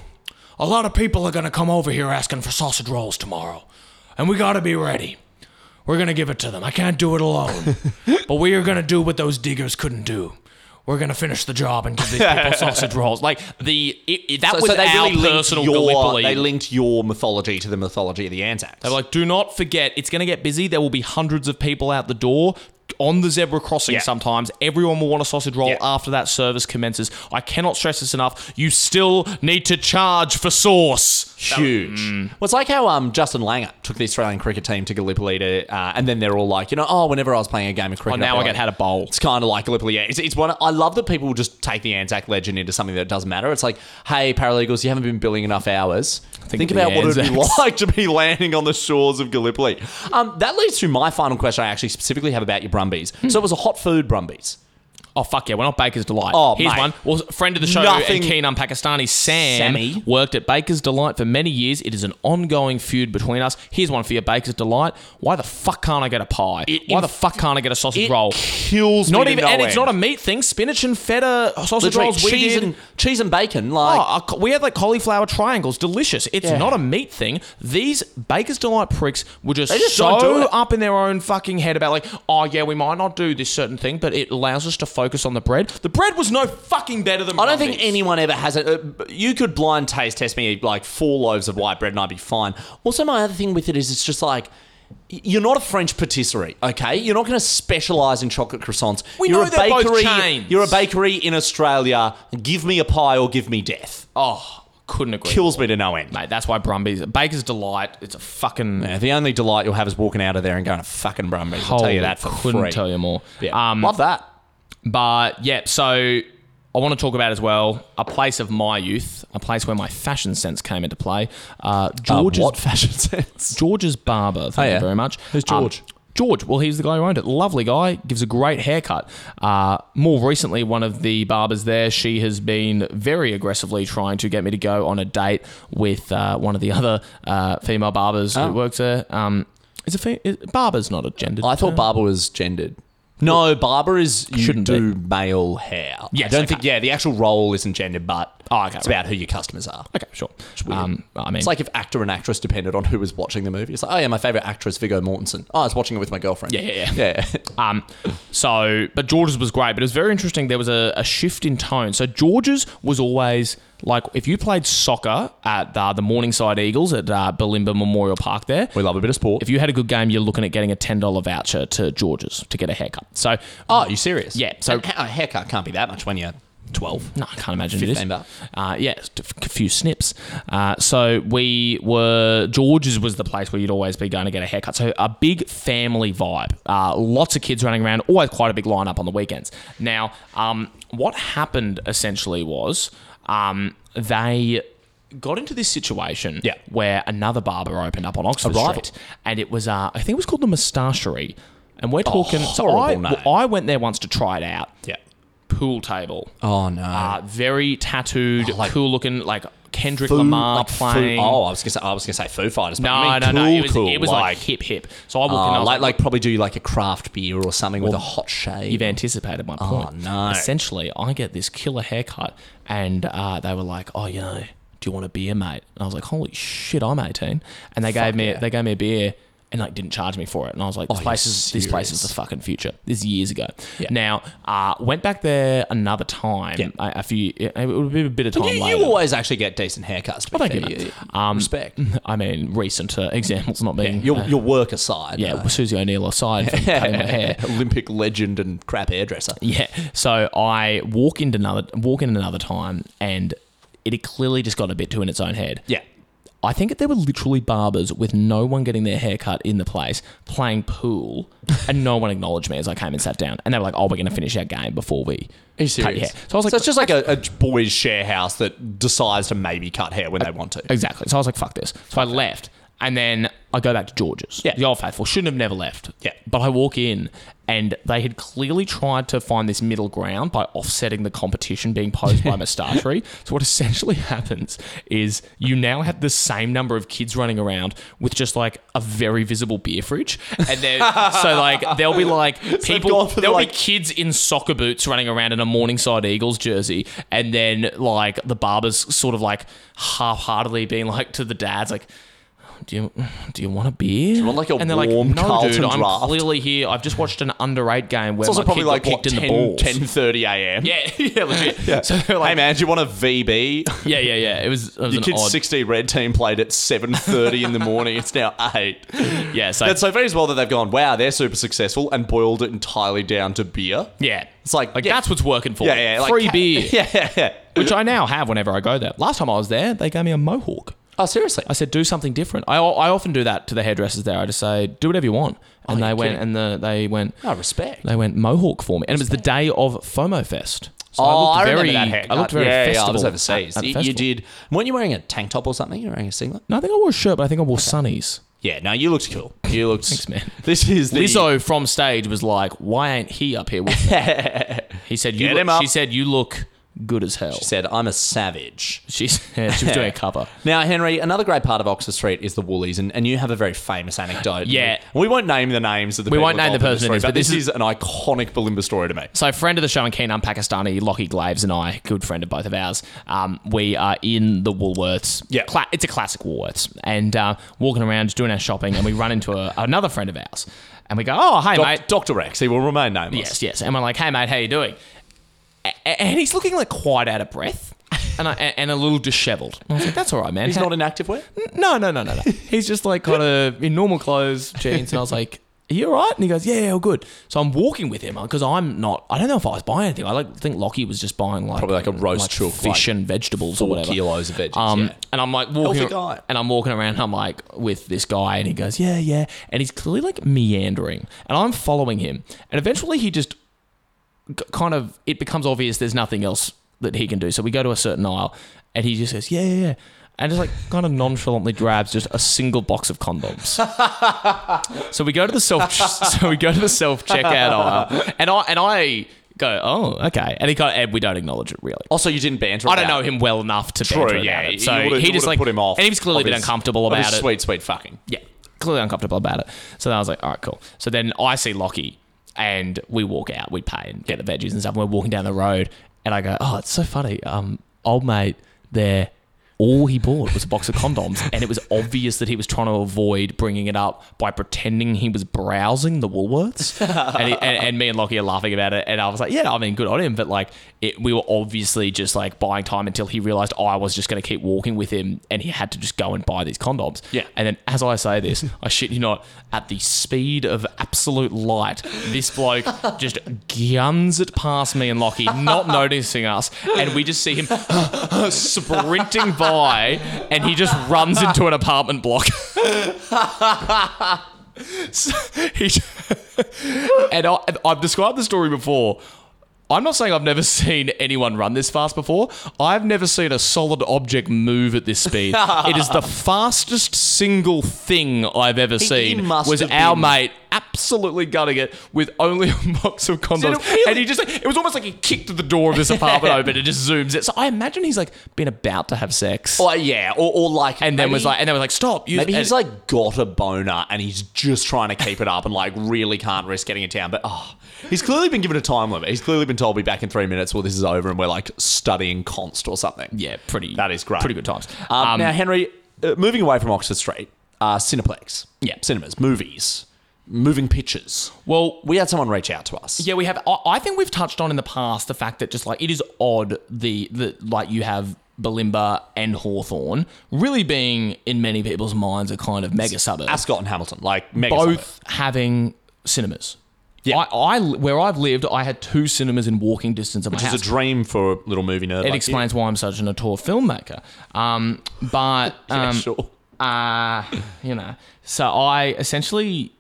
Speaker 7: a lot of people are gonna come over here asking for sausage rolls tomorrow, and we gotta be ready. We're gonna give it to them. I can't do
Speaker 5: <laughs>
Speaker 7: it alone, but we are gonna do what those diggers couldn't do. We're gonna finish the job and give these
Speaker 5: <laughs>
Speaker 7: people sausage rolls. Like the it, it- that
Speaker 5: So-
Speaker 7: was
Speaker 5: so they
Speaker 7: our
Speaker 5: really linked
Speaker 7: personal
Speaker 5: your,
Speaker 7: Gallipoli.
Speaker 5: They linked your mythology to the mythology of the Anzacs.
Speaker 7: They're like, do not forget, it's going to get busy. There will be hundreds of people out the door on the zebra crossing
Speaker 5: Yeah.
Speaker 7: sometimes. Everyone will want a sausage roll
Speaker 5: Yeah.
Speaker 7: after that service commences. I cannot stress this enough. You still need to charge for sauce. Mm.
Speaker 5: huge. Well, it's like how um, Justin Langer took the Australian cricket team to Gallipoli, to, uh, and then they're all like, you know, oh, whenever I was playing a game of cricket,
Speaker 7: Oh, now
Speaker 5: I'd be
Speaker 7: I get
Speaker 5: like-
Speaker 7: how to bowl.
Speaker 5: It's kind of like Gallipoli. Yeah, it's, it's one. I love that people just take the Anzac legend into something that doesn't matter. It's like, hey, paralegals, you haven't been billing enough hours. Think,
Speaker 7: of the
Speaker 5: about what it'd be
Speaker 7: Anzacs.
Speaker 5: like to be landing on the shores of Gallipoli. Um, that leads to my final question. I actually specifically have about your Brumbies.
Speaker 7: Hmm.
Speaker 5: So it was a hot food Brumbies.
Speaker 7: Oh, fuck yeah. We're not Baker's Delight.
Speaker 5: Oh,
Speaker 7: Here's
Speaker 5: mate.
Speaker 7: one. Well, friend of the show
Speaker 5: Nothing-
Speaker 7: and keen on Pakistani, Sam,
Speaker 5: Sammy.
Speaker 7: worked at Baker's Delight for many years. It is an ongoing feud between us. Here's one for you, Baker's Delight. Why the fuck can't I get a pie? Why the fuck can't I get a sausage roll?
Speaker 5: kills
Speaker 7: Not
Speaker 5: me to
Speaker 7: even,
Speaker 5: no
Speaker 7: and it's
Speaker 5: end.
Speaker 7: not a meat thing. Spinach and feta uh, sausage
Speaker 5: Literally,
Speaker 7: rolls. We
Speaker 5: cheese
Speaker 7: did-
Speaker 5: and cheese and bacon. Like,
Speaker 7: Oh, a- we had like cauliflower triangles, delicious. It's
Speaker 5: Yeah.
Speaker 7: not a meat thing. These Baker's Delight pricks were just,
Speaker 5: They just don't do
Speaker 7: so
Speaker 5: it.
Speaker 7: up in their own fucking head about like, oh yeah, we might not do this certain thing, but it allows us to focus on the bread. The bread was no fucking better than.
Speaker 5: I don't think
Speaker 7: Brumbies.
Speaker 5: anyone ever has it. Uh, You could blind taste test me like four loaves of white bread and I'd be fine. Also, my other thing with it is it's just like. y- You're not a French patisserie, okay? You're not going to specialise in chocolate croissants.
Speaker 7: We
Speaker 5: you're
Speaker 7: know
Speaker 5: a
Speaker 7: they're both
Speaker 5: bakery.
Speaker 7: chains.
Speaker 5: You're a bakery in Australia. Give me a pie or give me death.
Speaker 7: Oh, couldn't agree.
Speaker 5: Kills me to no end.
Speaker 7: Mate, that's why Brumbies, Baker's Delight, it's a fucking.
Speaker 5: Yeah, the only delight you'll have is walking out of there and going to fucking Brumbies. I'll tell
Speaker 7: Holy-
Speaker 5: you that for
Speaker 7: couldn't
Speaker 5: free.
Speaker 7: tell you more.
Speaker 5: Yeah.
Speaker 7: Um,
Speaker 5: Love that.
Speaker 7: But yeah, so I want to talk about as well a place of my youth, a place where my fashion sense came into play. Uh, George's
Speaker 5: what <laughs> fashion sense? Oh,
Speaker 7: George's barber. Thank
Speaker 5: yeah.
Speaker 7: you very much.
Speaker 5: Who's
Speaker 7: Um,
Speaker 5: George?
Speaker 7: George. Well, he's the guy who owned it. Lovely guy. Gives a great haircut. Uh, more recently, one of the barbers there, she has been very aggressively trying to get me to go on a date with uh, one of the <laughs> other uh, female barbers
Speaker 5: Oh.
Speaker 7: who works there. Um, is a fe- is, barber's not a gendered.
Speaker 5: I
Speaker 7: term.
Speaker 5: thought Barber was gendered. No, Barber is you
Speaker 7: uh, Shouldn't
Speaker 5: do male hair. Yeah, I
Speaker 7: Yes,
Speaker 5: don't
Speaker 7: okay.
Speaker 5: think. Yeah, the actual role isn't gendered, but
Speaker 7: Oh, okay,
Speaker 5: it's
Speaker 7: right.
Speaker 5: about who your customers are.
Speaker 7: Okay, sure. Um, I mean,
Speaker 5: It's like if actor and actress depended on who was watching the movie. It's like, oh yeah, my favorite actress Viggo Mortensen. Oh, I was watching it with my girlfriend.
Speaker 7: Yeah, yeah,
Speaker 5: yeah. <laughs> yeah.
Speaker 7: Um, so, but George's was great, but it was very interesting. There was a, a shift in tone. So George's was always like if you played soccer at uh, the Morningside Eagles at uh, Balimba Memorial Park there.
Speaker 5: we love a bit of sport.
Speaker 7: If you had a good game, you're looking at getting a ten dollar voucher to George's to get a haircut. So,
Speaker 5: oh, you serious?
Speaker 7: Yeah, so-
Speaker 5: And a haircut can't be that much when you're twelve.
Speaker 7: No, I can't imagine it is.
Speaker 5: 15 bucks.
Speaker 7: Uh, yeah, it's a f- few snips. Uh, so we were George's was the place where you'd always be going to get a haircut. So a big family vibe. Uh, lots of kids running around. Always quite a big lineup on the weekends. Now, um, what happened essentially was um, they got into this situation
Speaker 5: Yeah.
Speaker 7: where another barber opened up on Oxford
Speaker 5: rival.
Speaker 7: Street, and it was uh, I think it was called the Moustachery. And we're talking. so
Speaker 5: Oh, horrible
Speaker 7: I,
Speaker 5: name.
Speaker 7: well, I went there once to try it out.
Speaker 5: Yeah.
Speaker 7: Pool table.
Speaker 5: Oh no.
Speaker 7: Uh, very tattooed,
Speaker 5: Oh, like-
Speaker 7: cool looking, like Kendrick
Speaker 5: Foo-
Speaker 7: Lamar
Speaker 5: uh, Foo-
Speaker 7: playing.
Speaker 5: oh, I was gonna say I was gonna say Foo Fighters. But
Speaker 7: no,
Speaker 5: I mean,
Speaker 7: no,
Speaker 5: cool,
Speaker 7: no. It was,
Speaker 5: cool,
Speaker 7: it was like, hip, hip. So I walked in.
Speaker 5: uh,
Speaker 7: and I was
Speaker 5: like, like probably do like a craft beer or something with a hot shade.
Speaker 7: You've anticipated my point.
Speaker 5: oh, no.
Speaker 7: Essentially, I get this killer haircut, and uh, they were like, "Oh, you know, do you want a beer, mate?" And I was like, "Holy shit, I'm 18." And they gave me they gave me a beer, and like didn't charge me for it. And I was like, "This
Speaker 5: Oh, you're
Speaker 7: place is this place is the fucking future." This is years ago.
Speaker 5: Yeah.
Speaker 7: Now, uh, went back there another time.
Speaker 5: Yeah.
Speaker 7: A, a few. It, it would be a bit of time
Speaker 5: You, you
Speaker 7: later.
Speaker 5: always actually get decent haircuts. To be
Speaker 7: Well,
Speaker 5: fair.
Speaker 7: thank you,
Speaker 5: You-
Speaker 7: mate. Um, <laughs>
Speaker 5: respect.
Speaker 7: I mean, recent uh, examples, not being
Speaker 5: Your,
Speaker 7: uh,
Speaker 5: your work aside,
Speaker 7: yeah,
Speaker 5: uh,
Speaker 7: Susie O'Neill aside
Speaker 5: <laughs>
Speaker 7: from cutting my hair.
Speaker 5: Olympic legend and crap hairdresser.
Speaker 7: Yeah. So I walk into another walk in another time, and it had clearly just got a bit too in its own head.
Speaker 5: Yeah.
Speaker 7: I think there were literally barbers with no one getting their hair cut in the place, playing
Speaker 5: <laughs>
Speaker 7: pool, and no one acknowledged me as I came and sat down. And they were like, "Oh, we're going to finish our game before
Speaker 5: Are
Speaker 7: we."
Speaker 5: you
Speaker 7: cut your
Speaker 5: serious?
Speaker 7: hair." So I was like,
Speaker 5: so it's just like a, a boys' share house that decides to maybe cut hair when they want to.
Speaker 7: Exactly. So I was like, fuck this. So I left. And then I go back to George's.
Speaker 5: Yeah.
Speaker 7: The old faithful. Shouldn't have never left.
Speaker 5: Yeah.
Speaker 7: But I walk in and they had clearly tried to find this middle ground by offsetting the competition being
Speaker 5: <laughs>
Speaker 7: posed by Mustachery. So what essentially <laughs> happens is you now have the same number of kids running around with just like a very visible beer fridge. And then so like there'll
Speaker 5: <laughs>
Speaker 7: be like people
Speaker 5: gone for the,
Speaker 7: there'll
Speaker 5: like,
Speaker 7: be kids in soccer boots running around in a Morningside Eagles jersey, and then like the barbers sort of like half-heartedly being like to the dads like. Do you, do you want a beer? Do you
Speaker 5: want, like, a
Speaker 7: and they're
Speaker 5: warm
Speaker 7: like, no,
Speaker 5: Carlton
Speaker 7: dude, I'm
Speaker 5: draft?"
Speaker 7: clearly here. I've just watched an underage game where
Speaker 5: It's also
Speaker 7: my
Speaker 5: probably
Speaker 7: kid got
Speaker 5: like what,
Speaker 7: kicked in
Speaker 5: 10,
Speaker 7: the balls.
Speaker 5: 10:30 a.m.
Speaker 7: <laughs> Yeah, <laughs> yeah,
Speaker 5: <laughs>
Speaker 7: legit. So they're
Speaker 5: hey
Speaker 7: like,
Speaker 5: man, do you want a VB?
Speaker 7: yeah, yeah, yeah. It was, it was
Speaker 5: Your
Speaker 7: an
Speaker 5: kid's
Speaker 7: odd,
Speaker 5: 60 red team played at 7:30 in the morning. It's now <laughs> eight.
Speaker 7: yeah. So
Speaker 5: That's so funny as well that they've gone. Wow, they're super successful and boiled it entirely down to beer.
Speaker 7: yeah,
Speaker 5: It's like,
Speaker 7: like
Speaker 5: yeah.
Speaker 7: that's what's working for
Speaker 5: Yeah,
Speaker 7: me.
Speaker 5: yeah, like
Speaker 7: free
Speaker 5: ca-
Speaker 7: beer,
Speaker 5: <laughs> Yeah, yeah, yeah.
Speaker 7: which I now have whenever I go there. Last time I was there, they gave me a mohawk.
Speaker 5: Oh, seriously?
Speaker 7: I said, do something different. I, I often do that to the hairdressers there. I just say, do whatever you want. And they went, and the, they went,
Speaker 5: Oh, respect.
Speaker 7: they went mohawk for me. And it was the day of FOMO Fest. So
Speaker 5: oh, I,
Speaker 7: very,
Speaker 5: remember that haircut.
Speaker 7: I looked very
Speaker 5: yeah,
Speaker 7: festival.
Speaker 5: Yeah, I was overseas.
Speaker 7: at- at the
Speaker 5: You- you
Speaker 7: festival.
Speaker 5: did. Weren't you wearing a tank top or something? You were wearing a singlet?
Speaker 7: No, I think I wore a shirt, but I think I wore sunnies.
Speaker 5: Yeah, no, you looked cool. You looked.
Speaker 7: Thanks, man.
Speaker 5: <laughs> This is the.
Speaker 7: Lizzo from stage was like, why ain't he up here with me?
Speaker 5: <laughs>
Speaker 7: he said, you
Speaker 5: Get
Speaker 7: look,
Speaker 5: him up.
Speaker 7: She said, you look good as hell.
Speaker 5: She said, I'm a savage.
Speaker 7: She, said, she was doing a cover.
Speaker 5: Now, Henry, another great part of Oxford Street is the Woolies, and, and you have a very famous anecdote.
Speaker 7: Yeah.
Speaker 5: And We, we won't name the names of the
Speaker 7: We
Speaker 5: people
Speaker 7: won't name the
Speaker 5: involved in
Speaker 7: person
Speaker 5: story,
Speaker 7: it is,
Speaker 5: but this is, an iconic Balimba story to me.
Speaker 7: So, friend of the show and keen on Pakistani, Lockie Glaves and I, good friend of both of ours, um, we are in the Woolworths.
Speaker 5: Yeah.
Speaker 7: Cla- it's a classic Woolworths. And uh, walking around, just doing our shopping, and we run into a, another friend of ours. And we go, oh, hey,
Speaker 5: Doc-
Speaker 7: mate.
Speaker 5: Dr. Rex, he will remain nameless.
Speaker 7: Yes, yes. And we're like, hey, mate, how you doing? A- a- And he's looking like quite out of breath and, I, and a little disheveled. I was like, that's all right, man.
Speaker 5: He's
Speaker 7: How-
Speaker 5: not in active wear?
Speaker 7: no, no, no, no, no. He's just like kind of in normal clothes, jeans, and I was like, "Are you all right?" And he goes, "Yeah, yeah, all good." So I'm walking with him because I'm not. I don't know if I was buying anything. I like think Lockie was just buying like
Speaker 5: Probably like a roast chook,
Speaker 7: fish
Speaker 5: like
Speaker 7: and vegetables
Speaker 5: four
Speaker 7: or whatever.
Speaker 5: kilos of veggies,
Speaker 7: Um,
Speaker 5: yeah.
Speaker 7: and I'm like walking,
Speaker 5: Healthy guy.
Speaker 7: and I'm walking around. I'm like with this guy, and he goes, "Yeah, yeah," and he's clearly like meandering, and I'm following him, and eventually he just g- kind of it becomes obvious there's nothing else that he can do. So we go to a certain aisle, and he just says, "Yeah, yeah, yeah." And just like kind of nonchalantly grabs just a single box of condoms. <laughs> so we go to the self, <laughs> so we go to the self checkout aisle, and I and I go, oh, okay, and he kind of, and we don't acknowledge it really.
Speaker 5: Also, you didn't banter
Speaker 7: I don't
Speaker 5: about it.
Speaker 7: know him well enough to
Speaker 5: True,
Speaker 7: banter about
Speaker 5: yeah.
Speaker 7: it.
Speaker 5: You
Speaker 7: So
Speaker 5: would've- you
Speaker 7: he
Speaker 5: would've
Speaker 7: just like
Speaker 5: put him off.
Speaker 7: and he was clearly a bit
Speaker 5: of his-
Speaker 7: uncomfortable
Speaker 5: of his
Speaker 7: about it.
Speaker 5: Sweet, sweet fucking.
Speaker 7: Yeah, clearly uncomfortable about it. So then I was like, all right, cool. So then I see Lockie and we walk out, we pay and get the veggies and stuff. And we're walking down the road and I go, oh, it's so funny. Um, old mate there, all he bought was a box of condoms. <laughs> and it was obvious that he was trying to avoid bringing it up by pretending he was browsing the Woolworths. and, he, and, and me and Lockie are laughing about it. And I was like, yeah, I mean, good on him. But like, it, we were obviously just like buying time until he realized I was just going to keep walking with him and he had to just go and buy these condoms.
Speaker 5: Yeah.
Speaker 7: And then as I say this, I shit you not, at the speed of absolute light, this bloke <laughs> just guns it past me and Lockie, not noticing us. And we just see him <laughs> sprinting by and he just runs into an apartment block. <laughs> So
Speaker 2: <laughs>
Speaker 7: he- and I, I've described the story before. I'm not saying I've never seen anyone run this fast before. I've never seen a solid object move at
Speaker 5: <laughs>
Speaker 7: this speed. it is the fastest single thing I've ever
Speaker 5: he
Speaker 7: seen.
Speaker 5: must
Speaker 7: was
Speaker 5: have
Speaker 7: our
Speaker 5: been-
Speaker 7: mate
Speaker 2: absolutely gutting it with only a box of condoms.
Speaker 7: really-
Speaker 2: And he just, it was almost like he kicked the door of
Speaker 5: <laughs>
Speaker 2: this apartment open and just zooms it. So I imagine he's like been about to have sex.
Speaker 5: Or Oh, uh, yeah, or, or like,
Speaker 2: and then was
Speaker 5: maybe-
Speaker 2: like, and then was like, stop. You,
Speaker 5: maybe
Speaker 2: and-
Speaker 5: he's like got a boner and he's just trying to keep it up and like really can't risk getting it down. But oh, he's clearly been given a time limit. He's clearly been told be back in three minutes. Well, this is over and we're like studying const or something.
Speaker 7: Yeah, pretty.
Speaker 5: That is great.
Speaker 7: Pretty good times.
Speaker 5: Um,
Speaker 7: Um,
Speaker 5: now, Henry, uh, moving away from Oxford Street, uh, Cineplex.
Speaker 7: Yeah.
Speaker 5: Cinemas, movies, moving pictures.
Speaker 7: well,
Speaker 5: We had someone reach out to us.
Speaker 7: yeah, we have. I, I think we've touched on in the past the fact that just like it is odd the the like you have. Balimba and Hawthorne really being in many people's minds a kind of mega suburb.
Speaker 5: Ascot and Hamilton, like mega suburb.
Speaker 7: both having cinemas.
Speaker 5: Yeah.
Speaker 7: I, I where I've lived, I had two cinemas in walking distance of my
Speaker 5: Which
Speaker 7: house.
Speaker 5: is a dream for a little movie nerd.
Speaker 7: it
Speaker 5: like
Speaker 7: explains why I'm such an auteur filmmaker. Um, but
Speaker 5: you. <laughs> Yeah,
Speaker 7: um,
Speaker 5: sure.
Speaker 7: uh, you know. So I essentially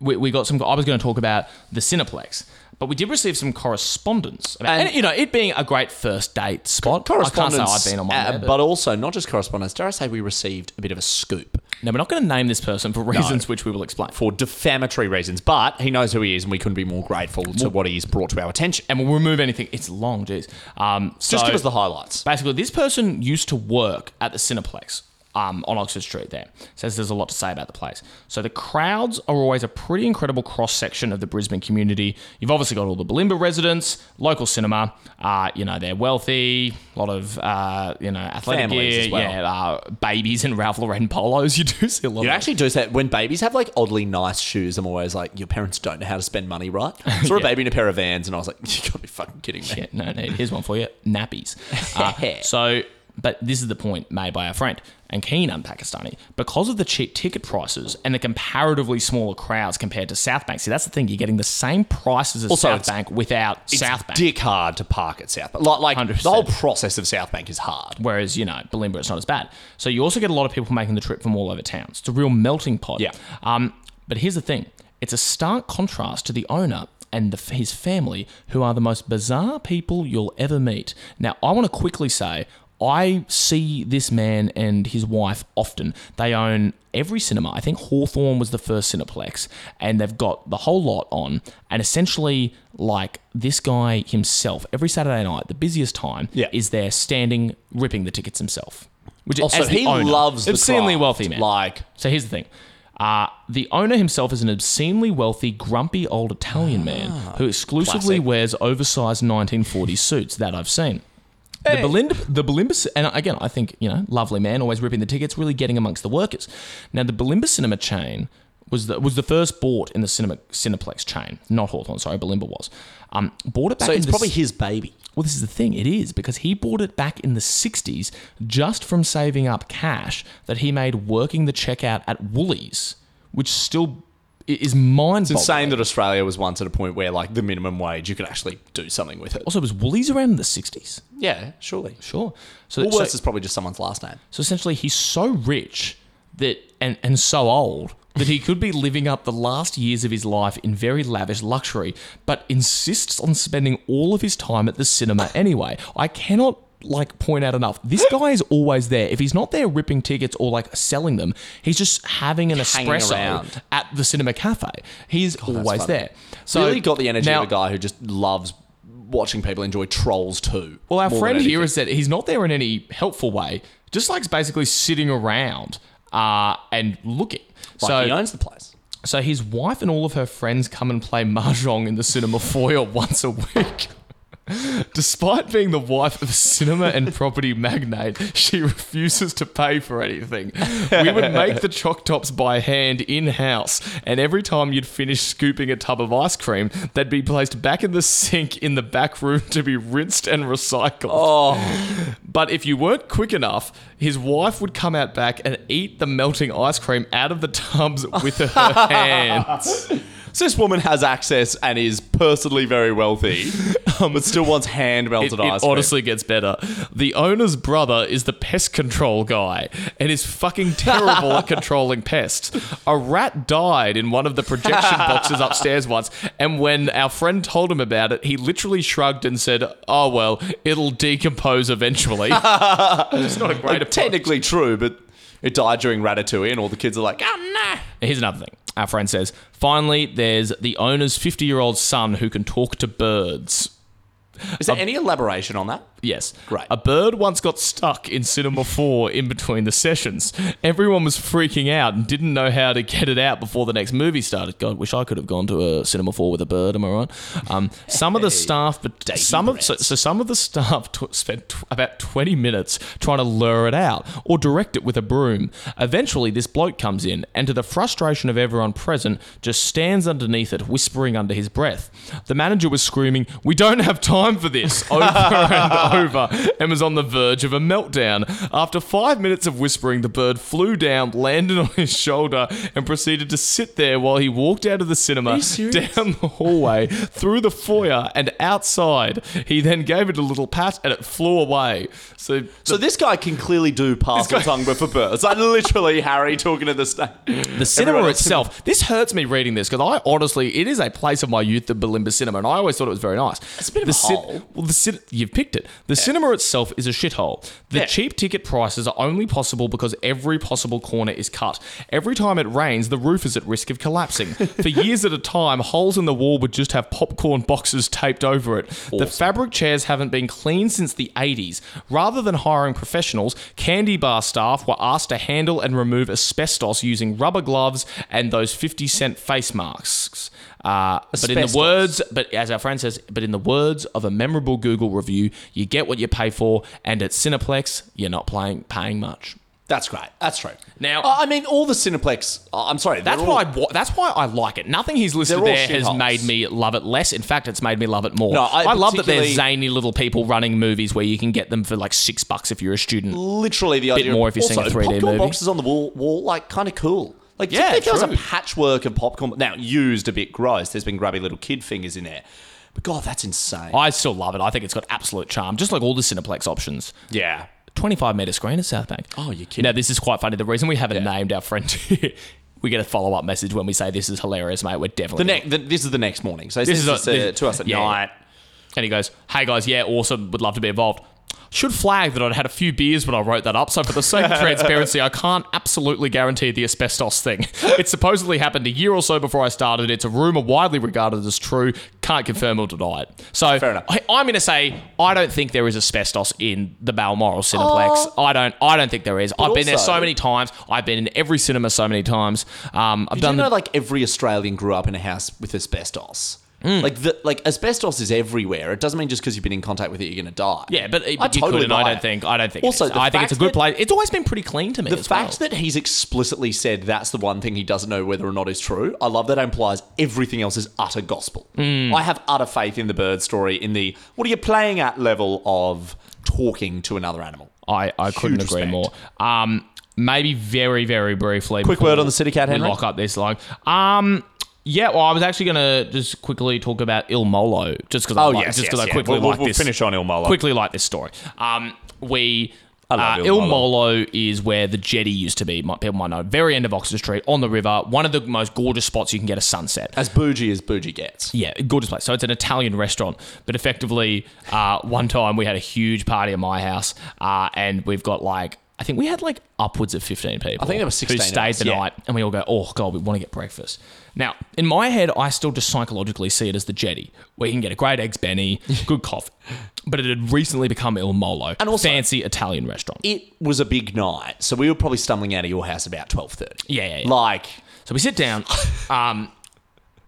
Speaker 7: we, we got some. I was going to talk about the Cineplex, but we did receive some correspondence about,
Speaker 5: And-
Speaker 7: and, you know it being a great first date spot. I can't say I've been on one,
Speaker 5: uh,
Speaker 7: there,
Speaker 5: but also not just correspondence. Dare I say we received a bit of a scoop
Speaker 7: no, we're not going to name this person for reasons which we will explain.
Speaker 5: for defamatory reasons, but he knows who he is, and we couldn't be more grateful to what he's brought to our attention.
Speaker 7: and we'll remove anything. It's long, jeez. Um,
Speaker 5: Just
Speaker 7: so-
Speaker 5: give us the highlights.
Speaker 7: Basically, this person used to work at the Cineplex um, on Oxford Street there. Says there's a lot to say about the place. So the crowds are always a pretty incredible cross section of the Brisbane community. You've obviously got all the Balimba residents, local cinema. Uh, you know, they're wealthy, a lot of, uh, you know, athletic
Speaker 5: Families
Speaker 7: gear,
Speaker 5: as well.
Speaker 7: Yeah, uh, babies in Ralph Lauren polos. <laughs> You do see a lot
Speaker 5: You
Speaker 7: of
Speaker 5: actually do say when babies have like oddly nice shoes. I'm always like, your parents don't know how to spend money, <laughs> right? I saw a baby in a pair of vans, and I was like, you gotta be fucking kidding me.
Speaker 7: Yeah, no need. Here's one for you. Nappies.
Speaker 5: <laughs>
Speaker 7: Uh, so, but this is the point made by our friend and keen on Pakistani. Because of the cheap ticket prices and the comparatively smaller crowds compared to South Bank, see, that's the thing. You're getting the same prices as
Speaker 5: Also,
Speaker 7: South
Speaker 5: it's-
Speaker 7: Bank without
Speaker 5: It's
Speaker 7: South Bank.
Speaker 5: dick hard to park at South Bank. Like, like the
Speaker 7: 100%.
Speaker 5: whole process of South Bank is hard.
Speaker 7: Whereas, you know, Balimba, it's not as bad. So you also get a lot of people making the trip from all over town. It's a real melting pot.
Speaker 5: Yeah.
Speaker 7: Um, but here's the thing it's a stark contrast to the owner and the, his family, who are the most bizarre people you'll ever meet. Now, I want to quickly say. I see this man and his wife often. They own every cinema. I think Hawthorne was the first Cineplex, and they've got the whole lot on. And essentially, like this guy himself, every Saturday night, the busiest time,
Speaker 5: Yeah.
Speaker 7: is there standing ripping the tickets himself. Which
Speaker 5: Also,
Speaker 7: as the
Speaker 5: he
Speaker 7: owner,
Speaker 5: loves the
Speaker 7: obscenely
Speaker 5: craft,
Speaker 7: wealthy man.
Speaker 5: Like,
Speaker 7: so here's the thing. Uh, the owner himself is an obscenely wealthy, grumpy old Italian man who exclusively
Speaker 5: Ah, Classic.
Speaker 7: wears oversized 1940s suits that I've seen. The Belinda, the Belimba, Ci- and again, I think you know, lovely man, always ripping the tickets, really getting amongst the workers. Now, the Belimba Cinema chain was the was the first bought in the cinema Cineplex chain, not Hawthorne. Sorry, Belimba was. Um, bought it back.
Speaker 5: so
Speaker 7: in
Speaker 5: it's
Speaker 7: the
Speaker 5: probably
Speaker 7: s-
Speaker 5: his baby.
Speaker 7: well, this is the thing. It is because he bought it back in the 60s just from saving up cash that he made working the checkout at Woolies, which still i- is mind
Speaker 5: It's
Speaker 7: boggling.
Speaker 5: insane that Australia was once at a point where, like, the minimum wage, you could actually do something with it.
Speaker 7: Also, was Woolies around in the 60s?
Speaker 5: Yeah, surely.
Speaker 7: Sure. So,
Speaker 5: Woolworths
Speaker 7: so,
Speaker 5: is probably just someone's last name.
Speaker 7: so essentially, he's so rich that and, and so old that he could be living up the last years of his life in very lavish luxury, but insists on spending all of his time at the cinema anyway. I cannot like point out enough.
Speaker 5: <laughs>
Speaker 7: This guy is always there. If he's not there ripping tickets or like selling them, he's just having an
Speaker 5: Hanging
Speaker 7: espresso
Speaker 5: around.
Speaker 7: at the cinema cafe. He's always
Speaker 5: funny.
Speaker 7: there.
Speaker 5: So really got the energy
Speaker 7: now-
Speaker 5: of a guy who just loves watching people enjoy Trolls too.
Speaker 7: Well, our friend here has said he's not there in any helpful way. Just likes basically sitting around uh, and looking.
Speaker 5: so
Speaker 7: so,
Speaker 5: he owns the place.
Speaker 7: so his wife and all of her friends come and play mahjong in the cinema foyer <laughs> once a week. <laughs> Despite being the wife of a cinema and property magnate, she refuses to pay for anything. We would make the chalk tops by hand in house, and every time you'd finish scooping a tub of ice cream, they'd be placed back in the sink in the back room to be rinsed and recycled. But if you weren't quick enough, his wife would come out back and eat the melting ice cream out of the tubs
Speaker 5: <laughs>
Speaker 7: with her hands.
Speaker 5: So this woman has access and is personally very <laughs> wealthy, but still wants hand
Speaker 7: It,
Speaker 5: melted
Speaker 7: it
Speaker 5: ice. cream.
Speaker 7: honestly gets better. The owner's brother is the pest control guy and is
Speaker 5: <laughs>
Speaker 7: fucking terrible at controlling pests. A rat died in one of the
Speaker 5: <laughs>
Speaker 7: projection boxes upstairs once, and when our friend told him about it, he literally shrugged and said, "Oh well, it'll decompose eventually." it's not a great approach.
Speaker 5: technically true, but It died during Ratatouille, and all the kids are like, ah,
Speaker 7: Now, Here's another thing. Our friend says, finally, there's the owner's 50 year old son who can talk to birds.
Speaker 5: is there any elaboration on that?
Speaker 7: Yes.
Speaker 5: Right.
Speaker 7: A bird once got stuck in Cinema 4 in between the sessions. Everyone was freaking out and didn't know how to get it out before the next movie started. God, wish I could have gone to a Cinema 4 with a bird, am I right? Um, some of the staff but some of, so, so some of the staff t- spent t- about 20 minutes trying to lure it out or direct it with a broom. Eventually this bloke comes in and to the frustration of everyone present just stands underneath it whispering under his breath. The manager was screaming, "We don't have time for this." over and over and was on the verge of a meltdown. After 5 minutes of whispering, the bird flew down, landed on his shoulder and proceeded to sit there while he walked out of the cinema down the hallway, through the foyer and outside. He then gave it a little pat and it flew away. So
Speaker 5: So this guy can clearly do pass the tongue, but for birds, like literally Harry talking to the stage.
Speaker 7: The cinema
Speaker 5: Everyone else-
Speaker 7: itself. This hurts me reading this because I honestly, it is a place of my youth, the Balimba Cinema, and I always thought it was very nice. It's
Speaker 5: a bit of
Speaker 7: the
Speaker 5: a
Speaker 7: cin-
Speaker 5: hole.
Speaker 7: well, the cin- you've picked it. The cinema itself is a shithole. The
Speaker 5: Yeah.
Speaker 7: cheap ticket prices are only possible because every possible corner is cut. Every time it rains, the roof is at risk of
Speaker 5: <laughs>
Speaker 7: collapsing. For years at a time, holes in the wall would just have popcorn boxes taped over it. The fabric chairs haven't been cleaned since the 80s. Rather than hiring professionals, candy bar staff were asked to handle and remove asbestos using rubber gloves and those 50 cent face masks. Uh, but in
Speaker 5: Asbestos.
Speaker 7: the words, but as our friend says, but in the words of a memorable Google review, you get what you pay for, and at Cineplex, you're not playing paying much.
Speaker 5: That's great. That's true.
Speaker 7: Now-
Speaker 5: I I mean, all the Cineplex. I- I'm sorry.
Speaker 7: That's
Speaker 5: they're all-
Speaker 7: why. I, wa- that's why I like it. Nothing he's listed
Speaker 5: They're all
Speaker 7: there has
Speaker 5: shitholes.
Speaker 7: made me love it less. In fact, it's made me love it more.
Speaker 5: No, I
Speaker 7: love that there's
Speaker 5: particularly-
Speaker 7: zany little people running movies where you can get them for like six bucks if you're a student.
Speaker 5: literally the idea.
Speaker 7: more
Speaker 5: of,
Speaker 7: if you're seeing a
Speaker 5: also,
Speaker 7: 3D
Speaker 5: popcorn
Speaker 7: movie.
Speaker 5: boxes on the wall, wall like kind of cool. Like,
Speaker 7: Yeah,
Speaker 5: yeah, if there was
Speaker 7: true.
Speaker 5: a patchwork of popcorn, now used a bit gross. There's been grubby little kid fingers in there, but God, that's insane.
Speaker 7: I still love it. I think it's got absolute charm, just like all the Cineplex options.
Speaker 5: yeah,
Speaker 7: 25 meter screen at South Bank. Oh, you're kidding. Now, this is quite funny. The reason we haven't named our friend <laughs> here, we get a follow up message when we say this is hilarious, mate. We're definitely.
Speaker 5: the next. this is the next morning. So
Speaker 7: This
Speaker 5: this,
Speaker 7: is
Speaker 5: is,
Speaker 7: a-
Speaker 5: uh,
Speaker 7: this-
Speaker 5: to us at
Speaker 7: yeah.
Speaker 5: night.
Speaker 7: And he goes, Hey guys, yeah, awesome. Would love to be involved. Should flag that I'd had a few beers when I wrote that up, so for the
Speaker 5: <laughs>
Speaker 7: sake of transparency, I can't absolutely guarantee the asbestos thing. <laughs> It supposedly happened a year or so before I started. It's a rumor widely regarded as true. Can't confirm or deny it. So
Speaker 5: Fair enough.
Speaker 7: I, I'm going to say I don't think there is asbestos in the Balmoral Cineplex. I don't. I don't think there is. I've been there
Speaker 5: also-
Speaker 7: so many times. I've been in every cinema so many times. Um, I've
Speaker 5: Do you
Speaker 7: done the
Speaker 5: know, like every Australian grew up in a house with asbestos.
Speaker 7: Mm.
Speaker 5: Like the like asbestos is everywhere. It doesn't mean just because you've been in contact with it, you're going to die.
Speaker 7: Yeah, but, but
Speaker 5: I
Speaker 7: you
Speaker 5: totally
Speaker 7: couldn't. I
Speaker 5: buy
Speaker 7: don't
Speaker 5: it.
Speaker 7: think. I don't think.
Speaker 5: Also,
Speaker 7: it is.
Speaker 5: the
Speaker 7: I think it's a
Speaker 5: fact
Speaker 7: good
Speaker 5: that-
Speaker 7: place. It's always been pretty clean to me.
Speaker 5: The
Speaker 7: as
Speaker 5: fact
Speaker 7: well.
Speaker 5: that he's explicitly said that's the one thing he doesn't know whether or not is true, I love that implies everything else is utter gospel.
Speaker 7: Mm.
Speaker 5: I have utter faith in the bird story, in the what are you playing at level of talking to another animal.
Speaker 7: I, I couldn't
Speaker 5: Huge
Speaker 7: agree
Speaker 5: respect.
Speaker 7: more. Um, maybe very very briefly.
Speaker 5: Quick word on the city cat,
Speaker 7: We
Speaker 5: Henry?
Speaker 7: lock up this line. Um. Yeah, well, I was actually going to just quickly talk about Il Molo, just because I,
Speaker 5: Oh,
Speaker 7: like,
Speaker 5: yes,
Speaker 7: just 'cause
Speaker 5: yes,
Speaker 7: I
Speaker 5: yeah.
Speaker 7: quickly
Speaker 5: We'll- we'll-
Speaker 7: like
Speaker 5: we'll
Speaker 7: this.
Speaker 5: finish on Il Molo.
Speaker 7: Quickly like this story. Um, we uh,
Speaker 5: love Il
Speaker 7: Il
Speaker 5: Molo.
Speaker 7: Molo is where the jetty used to be. My, people might know. Very end of Oxford Street, on the river. One of the most gorgeous spots you can get a sunset.
Speaker 5: As bougie as bougie gets.
Speaker 7: Yeah, gorgeous place. So it's an Italian restaurant, but effectively, uh, one time we had a huge party at my house, uh, and we've got like I think we had like upwards of fifteen people.
Speaker 5: I think there were 16
Speaker 7: who
Speaker 5: of
Speaker 7: stayed
Speaker 5: us,
Speaker 7: the
Speaker 5: yeah.
Speaker 7: night, and we all go, "Oh God, we want to get breakfast." Now, in my head, I still just psychologically see it as the jetty, where you can get a great eggs benny,
Speaker 5: <laughs>
Speaker 7: good coffee, but it had recently become Il Molo, and
Speaker 5: also-
Speaker 7: fancy Italian restaurant.
Speaker 5: It was a big night, so we were probably stumbling out of your house about twelve thirty.
Speaker 7: Yeah, yeah, yeah.
Speaker 5: Like
Speaker 7: So we sit down. Um,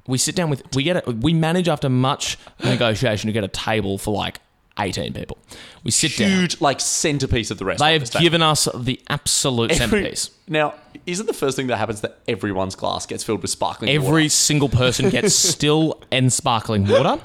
Speaker 7: we sit down with we get a, we manage after much negotiation to get a table for like eighteen people. We sit down.
Speaker 5: huge like centerpiece of the restaurant.
Speaker 7: They have
Speaker 5: this day.
Speaker 7: given us the absolute
Speaker 5: Every-
Speaker 7: centerpiece.
Speaker 5: <laughs> Now, isn't the first thing that happens that everyone's glass gets filled with sparkling
Speaker 7: Every
Speaker 5: water?
Speaker 7: single person
Speaker 5: <laughs>
Speaker 7: gets still and sparkling water.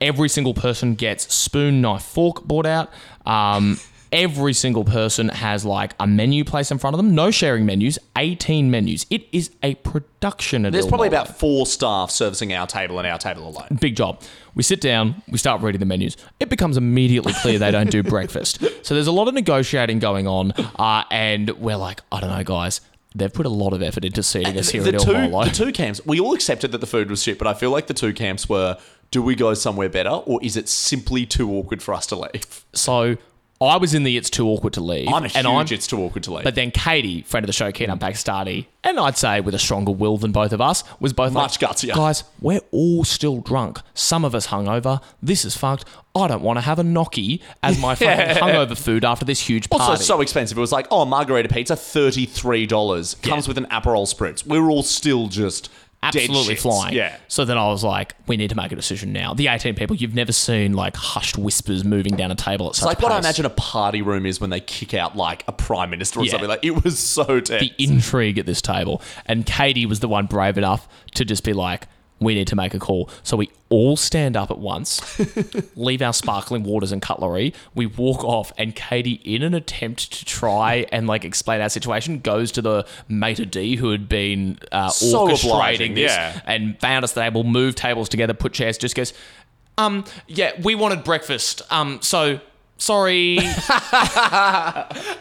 Speaker 7: Every single person gets spoon, knife, fork brought out. Um, every single person has like a menu placed in front of them. No sharing menus. Eighteen menus. It is a production. at
Speaker 5: There's
Speaker 7: Il
Speaker 5: probably
Speaker 7: Molo.
Speaker 5: about four staff servicing our table and our table alone.
Speaker 7: big job. We sit down, we start reading the menus. It becomes immediately clear they don't
Speaker 5: <laughs>
Speaker 7: do breakfast. So there's a lot of negotiating going on, uh, and we're like, I don't know, guys. They've put a lot of effort into seating us here
Speaker 5: the,
Speaker 7: at El
Speaker 5: two, <laughs>
Speaker 7: Molo.
Speaker 5: the two camps, we all accepted that the food was shit, but I feel like the two camps were do we go somewhere better or is it simply too awkward for us to leave?
Speaker 7: So I was in the it's too awkward to leave.
Speaker 5: I'm a
Speaker 7: and
Speaker 5: huge it's too awkward to leave.
Speaker 7: But then Katie, friend of the show, Keenan Pakistani, and I'd say with a stronger will than both of us, was both
Speaker 5: Much
Speaker 7: like,
Speaker 5: gutsier.
Speaker 7: Guys, we're all still drunk. Some of us hungover. This is fucked. I don't want to have a gnocchi as
Speaker 5: <laughs>
Speaker 7: my fucking hungover food after this huge party.
Speaker 5: also, so expensive. It was like, oh, margarita pizza, thirty-three dollars. Comes with an Aperol spritz. We're all still just dead
Speaker 7: absolutely
Speaker 5: shits.
Speaker 7: flying.
Speaker 5: Yeah,
Speaker 7: So then I was like, we need to make a decision now. The 18 people, you've never seen like hushed whispers moving down a table at
Speaker 5: it's
Speaker 7: such
Speaker 5: like
Speaker 7: a pace.
Speaker 5: what I imagine a party room is when they kick out like a prime minister or
Speaker 7: Yeah.
Speaker 5: something. Like it was so tense.
Speaker 7: the intrigue at this table. And Katie was the one brave enough to just be like, we need to make a call. So we all stand up
Speaker 5: <laughs>
Speaker 7: at once, leave our sparkling waters and cutlery. We walk off, and Katie, in an attempt to try and like explain our situation, goes to the maitre d who had been uh,
Speaker 5: So
Speaker 7: orchestrating
Speaker 5: obliging,
Speaker 7: this
Speaker 5: yeah.
Speaker 7: and found us the table, moved tables together, put chairs, just goes, um, yeah, we wanted breakfast. Um, so sorry. <laughs>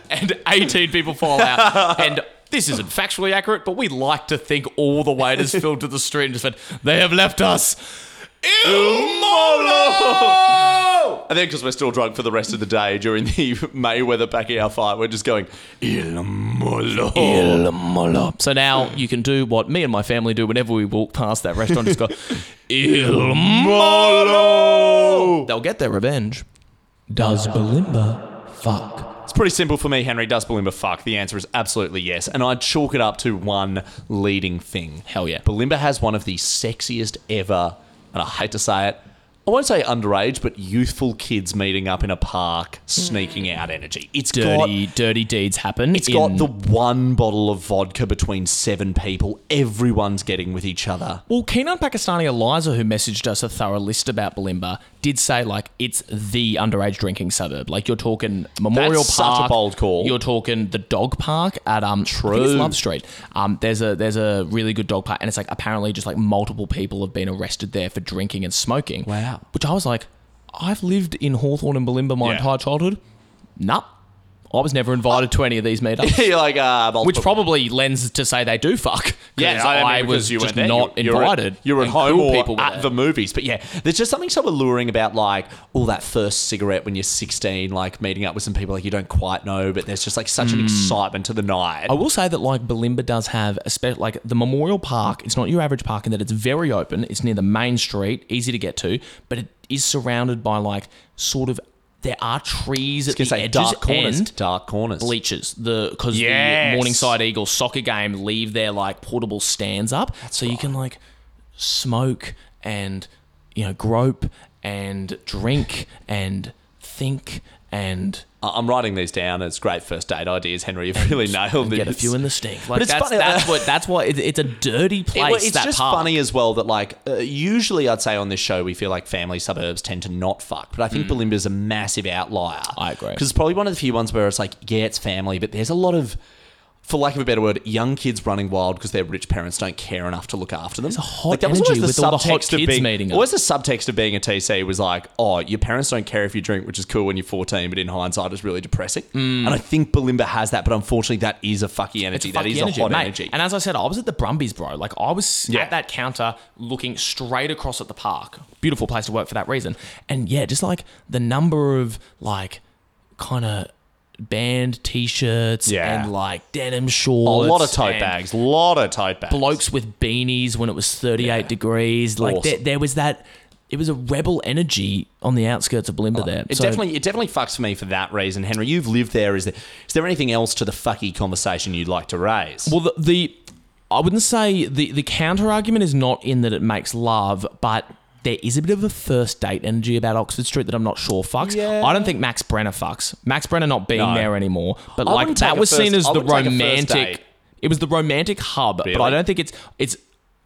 Speaker 7: and 18 people
Speaker 5: <laughs>
Speaker 7: fall out. And this isn't factually accurate, but we like to think all the waiters filled to the street and just went, they have left us. Il
Speaker 5: <laughs> And then because we're still drunk for the rest of the day during the <laughs> Mayweather Pacquiao fight, we're just going Il Molo.
Speaker 7: Molo. So now you can do what me and my family do whenever we walk past that restaurant. Just go,
Speaker 5: <laughs>
Speaker 7: Il Molo. They'll get their revenge. Does Belimba fuck?
Speaker 5: It's pretty simple for me, Henry. Does Belimba fuck? The answer is absolutely yes. And I'd chalk it up to one leading thing.
Speaker 7: Hell yeah.
Speaker 5: Belimba has one of the sexiest ever, and I hate to say it, I won't say underage, but youthful kids meeting up in a park, sneaking out energy. It's got
Speaker 7: Dirty, dirty deeds happen.
Speaker 5: It's got
Speaker 7: in-
Speaker 5: the one bottle of vodka between seven people. Everyone's getting with each
Speaker 7: <laughs>
Speaker 5: other.
Speaker 7: Well, Keenan Pakistani Eliza, who messaged us a thorough list about Balimba, did say like it's the underage drinking suburb. Like you're talking Memorial
Speaker 5: That's such a
Speaker 7: Park,
Speaker 5: bold call.
Speaker 7: You're talking the dog park at um I think it's
Speaker 5: True.
Speaker 7: Love Street. Um, there's a there's a really good dog park, and it's like apparently just like multiple people have been arrested there for drinking and smoking.
Speaker 5: Wow.
Speaker 7: Which I was like, I've lived in Hawthorne and Balimba my
Speaker 5: Yeah.
Speaker 7: entire childhood. Nah, I was never invited to any of
Speaker 5: <laughs>
Speaker 7: these meetups.
Speaker 5: You're like, ah, multiple-
Speaker 7: Which probably lends to say they do fuck. 'cause I, was just not invited.
Speaker 5: You're, at
Speaker 7: and
Speaker 5: home
Speaker 7: cool
Speaker 5: or
Speaker 7: people were
Speaker 5: at
Speaker 7: there.
Speaker 5: the movies, but yeah, there's just something so alluring about like all that first cigarette when you're 16, like meeting up with some people like you don't quite know, but there's just like such an excitement to the night.
Speaker 7: Hmm. I will say that like Balimba does have a spe- like the Memorial Park. It's not your average park in that it's very open. It's near the main street, easy to get to, but it is surrounded by like sort of there are trees at
Speaker 5: can
Speaker 7: the
Speaker 5: say
Speaker 7: edges
Speaker 5: dark corners,
Speaker 7: and
Speaker 5: dark corners.
Speaker 7: bleachers. The because
Speaker 5: Yes.
Speaker 7: the Morningside Eagles soccer game leave their like portable stands up, so you can like smoke and you know grope and drink and think and
Speaker 5: I- I'm writing these down. It's great first date ideas, Henry. You've really <laughs> nailed this.
Speaker 7: get a few in the stink. Like
Speaker 5: it's
Speaker 7: that's,
Speaker 5: funny- uh,
Speaker 7: that's what that's what it, it's a dirty
Speaker 5: It- well,
Speaker 7: place.
Speaker 5: it's
Speaker 7: that
Speaker 5: just
Speaker 7: park.
Speaker 5: funny as well that like uh, usually I'd say on this show we feel like family suburbs tend to not fuck, but I think Belinda's a massive outlier.
Speaker 7: Mm. I agree.
Speaker 5: because it's probably one of the few ones where it's like yeah, it's family, but there's a lot of for lack of a better word, young kids running wild because their rich parents don't care enough to look after them. There's a
Speaker 7: hot energy with all the hot kids meeting up.
Speaker 5: Always the subtext of being a TC was like, oh, your parents don't care if you drink, which is cool when you're 14, but in hindsight, it's really depressing.
Speaker 7: Mm.
Speaker 5: And I think Belimba has that, but unfortunately, that is a fucky energy. That
Speaker 7: fucking
Speaker 5: is a hot
Speaker 7: mate.
Speaker 5: energy.
Speaker 7: And as I said, I was at the Brumbies, bro. Like I was
Speaker 5: Yeah.
Speaker 7: at that counter looking straight across at the park. Beautiful place to work for that reason. And yeah, just like the number of like kind of band t-shirts
Speaker 5: Yeah.
Speaker 7: and like denim
Speaker 5: a
Speaker 7: shorts,
Speaker 5: lot of tote
Speaker 7: and
Speaker 5: bags, a lot of tote bags.
Speaker 7: blokes with beanies when it was 38 degrees. Like
Speaker 5: Awesome.
Speaker 7: there, there was that. It was a rebel energy on the outskirts of Blimba there.
Speaker 5: Oh, It
Speaker 7: So-
Speaker 5: definitely, it definitely fucks for me for that reason, Henry. You've lived there. Is there, is there anything else to the fucky conversation you'd like to raise?
Speaker 7: Well, the, the I wouldn't say the the counter argument is not in that it makes love, but there is a bit of a first date energy about Oxford Street that I'm not sure fucks. I don't think Max Brenner fucks. Max Brenner not being
Speaker 5: No.
Speaker 7: there anymore, but
Speaker 5: I
Speaker 7: like
Speaker 5: wouldn't
Speaker 7: that
Speaker 5: take a
Speaker 7: was seen
Speaker 5: first-
Speaker 7: as
Speaker 5: I
Speaker 7: the
Speaker 5: wouldn't take a first
Speaker 7: romantic.
Speaker 5: date.
Speaker 7: It was the romantic hub, but I
Speaker 5: Really?
Speaker 7: don't think it's it's.